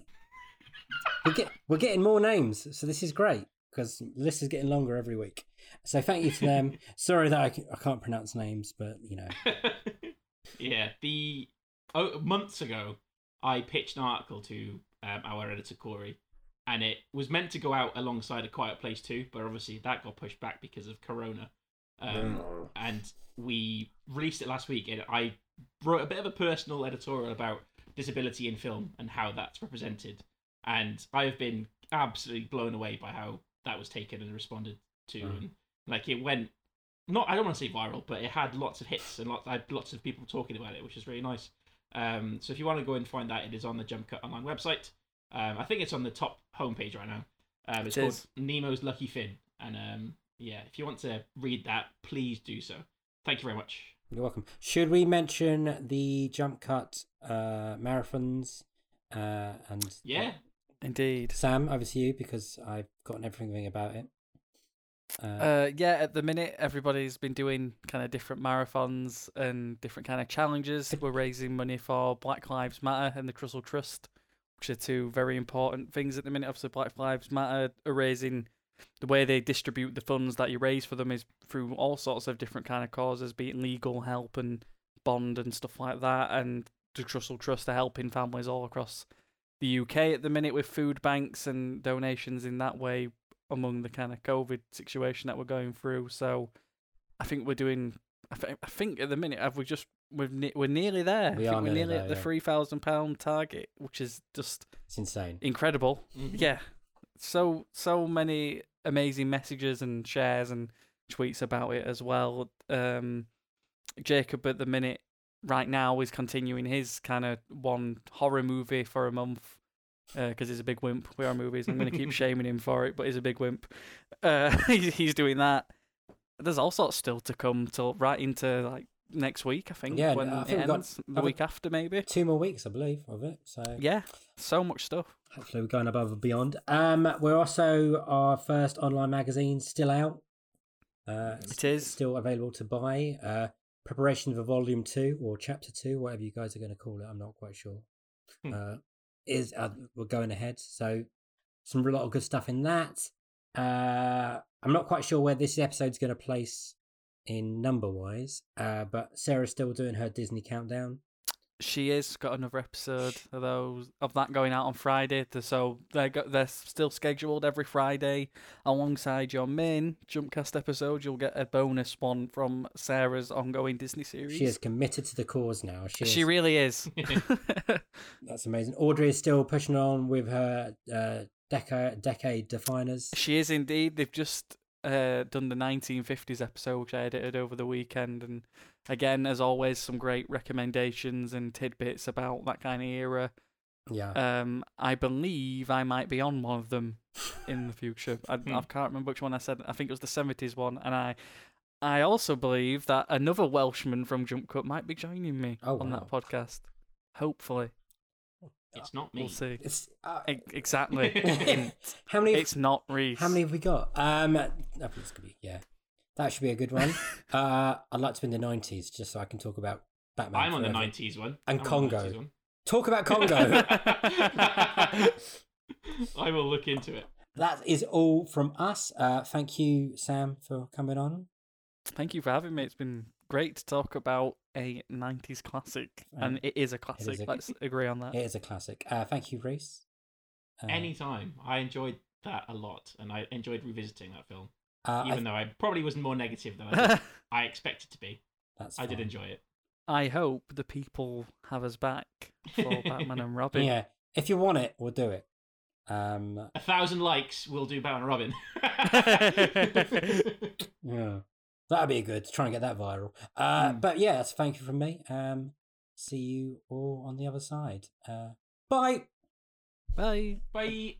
Speaker 1: we're, get, we're getting more names, so this is great because the list is getting longer every week. So thank you to them. Sorry that I, c- I can't pronounce names, but you know,
Speaker 2: [laughs] yeah, the oh, months ago, I pitched an article to um, our editor Corey, and it was meant to go out alongside A Quiet Place too, but obviously that got pushed back because of Corona. Um, and we released it last week, and I wrote a bit of a personal editorial about disability in film and how that's represented. And I've been absolutely blown away by how that was taken and responded to.
Speaker 1: Mm.
Speaker 2: And like it went not I don't want to say viral, but it had lots of hits and lots I had lots of people talking about it, which is really nice. Um, so if you want to go and find that, it is on the Jump Cut Online website. Um, I think it's on the top homepage right now. Um, it's
Speaker 3: It
Speaker 2: called
Speaker 3: is.
Speaker 2: Nemo's Lucky Fin, and um, yeah, if you want to read that, please do so. Thank you very much.
Speaker 1: you're welcome. Should we mention the jump cut uh, marathons? Uh, and
Speaker 2: Yeah,
Speaker 3: Indeed.
Speaker 1: Sam, over to you because I've gotten everything about it. Uh,
Speaker 3: Uh, yeah, at the minute, everybody's been doing kind of different marathons and different kind of challenges. We're raising money for Black Lives Matter and the Crystal Trust, which are two very important things at the minute. Obviously, Black Lives Matter are raising the way they distribute the funds that you raise for them is through all sorts of different kind of causes, be it legal help and bond and stuff like that. And the Crystal Trust are helping families all across the UK at the minute with food banks and donations in that way among the kind of COVID situation that we're going through. So I think we're doing. I, th- I think at the minute have we just we're ne- we're nearly there.
Speaker 1: We
Speaker 3: I think
Speaker 1: are
Speaker 3: we're
Speaker 1: nearly
Speaker 3: nearly
Speaker 1: there,
Speaker 3: at the
Speaker 1: yeah.
Speaker 3: three thousand pound target, which is just
Speaker 1: it's insane.
Speaker 3: incredible.
Speaker 2: Mhm.
Speaker 3: Yeah, so so many amazing messages and shares and tweets about it as well. Um, Jacob at the minute right now is continuing his kind of one horror movie for a month because he's a big wimp. We are movies. I'm going
Speaker 1: [laughs]
Speaker 3: to keep shaming him for it, but he's a big wimp. Uh, [laughs] he's, he's doing that. There's all sorts still to come till right into like next week. I think
Speaker 1: Yeah,
Speaker 3: when
Speaker 1: I
Speaker 3: it
Speaker 1: think we've got
Speaker 3: ends, the
Speaker 1: other-
Speaker 3: week after maybe.
Speaker 1: Two more weeks, I believe, of it. So
Speaker 3: Yeah, so much stuff.
Speaker 1: hopefully we're going above and beyond. Um, we're also our first online magazine still out. Uh, it's
Speaker 3: It is.
Speaker 1: still available to buy. Uh, preparation for volume two or chapter two, whatever you guys are going to call it. I'm not quite sure.
Speaker 2: Hmm.
Speaker 1: Uh, is uh, we're going ahead, so some a lot of good stuff in that. Uh, I'm not quite sure where this episode's going to place in number wise, uh, but Sarah's still doing her Disney countdown.
Speaker 3: She is got another episode of those of that going out on Friday. th- So they're go, they're still scheduled every Friday alongside your main Jumpcast episode. You'll get a bonus one from Sarah's ongoing Disney series.
Speaker 1: She is committed to the cause now. She,
Speaker 3: She
Speaker 1: is- [laughs]
Speaker 3: really is. [laughs]
Speaker 1: that's amazing. Audrey is still pushing on with her uh, decade decade definers.
Speaker 3: she is indeed. They've just uh, done the 1950s episode, which I edited over the weekend, and again, as always, some great recommendations and tidbits about that kind of era.
Speaker 1: Yeah,
Speaker 2: uh,
Speaker 3: Um, I believe I might be on one of them in the future. I,
Speaker 2: Hmm.
Speaker 3: I can't remember which one I said. I think it was the seventies one, and I, I also believe that another Welshman from Jump Cut might be joining me
Speaker 1: Oh,
Speaker 3: on
Speaker 1: wow.
Speaker 3: that podcast. Hopefully,
Speaker 2: it's not me.
Speaker 3: we'll see.
Speaker 1: it's uh,
Speaker 3: E- exactly.
Speaker 2: uh,
Speaker 1: [laughs] how many
Speaker 3: it's not Reese.
Speaker 1: How many have we got? Um, I think it's gonna be yeah. That should be a
Speaker 2: [laughs]
Speaker 1: good one. uh, I'd like to be in the nineties just so I can talk about Batman.
Speaker 2: I'm on the
Speaker 1: Forever.
Speaker 2: 90s one.
Speaker 1: And
Speaker 2: I'm on the
Speaker 1: Congo.
Speaker 2: 90s one.
Speaker 1: Talk
Speaker 2: [laughs]
Speaker 1: about Congo.
Speaker 2: I will look into it.
Speaker 1: that is all from us. Uh, thank you, Sam, for coming on.
Speaker 3: Thank you for having me. It's been great to talk about a nineties classic,
Speaker 1: Uh,
Speaker 3: and it is a classic.
Speaker 1: a-
Speaker 3: Let's agree on that.
Speaker 1: It is a classic. Uh, thank you, Reese. Uh,
Speaker 2: Anytime. I enjoyed that a lot, and I enjoyed revisiting that film.
Speaker 1: Uh, I,
Speaker 2: even though I probably was more negative than
Speaker 1: [laughs]
Speaker 2: I, did- I expected to be.
Speaker 1: that's
Speaker 2: I did
Speaker 1: fine.
Speaker 2: enjoy it.
Speaker 3: [laughs] I hope the people have us back for Batman and Robin.
Speaker 1: Yeah, if you want it, we'll do it. Um,
Speaker 2: A thousand likes will do Batman and Robin.
Speaker 1: [laughs] yeah, that'd be good to try and get that viral. Uh,
Speaker 3: Mm.
Speaker 1: But yeah, that's a thank you from me. Um, see you all on the other side. Uh, bye.
Speaker 3: Bye.
Speaker 2: [laughs] Bye.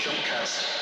Speaker 4: Jumpcast.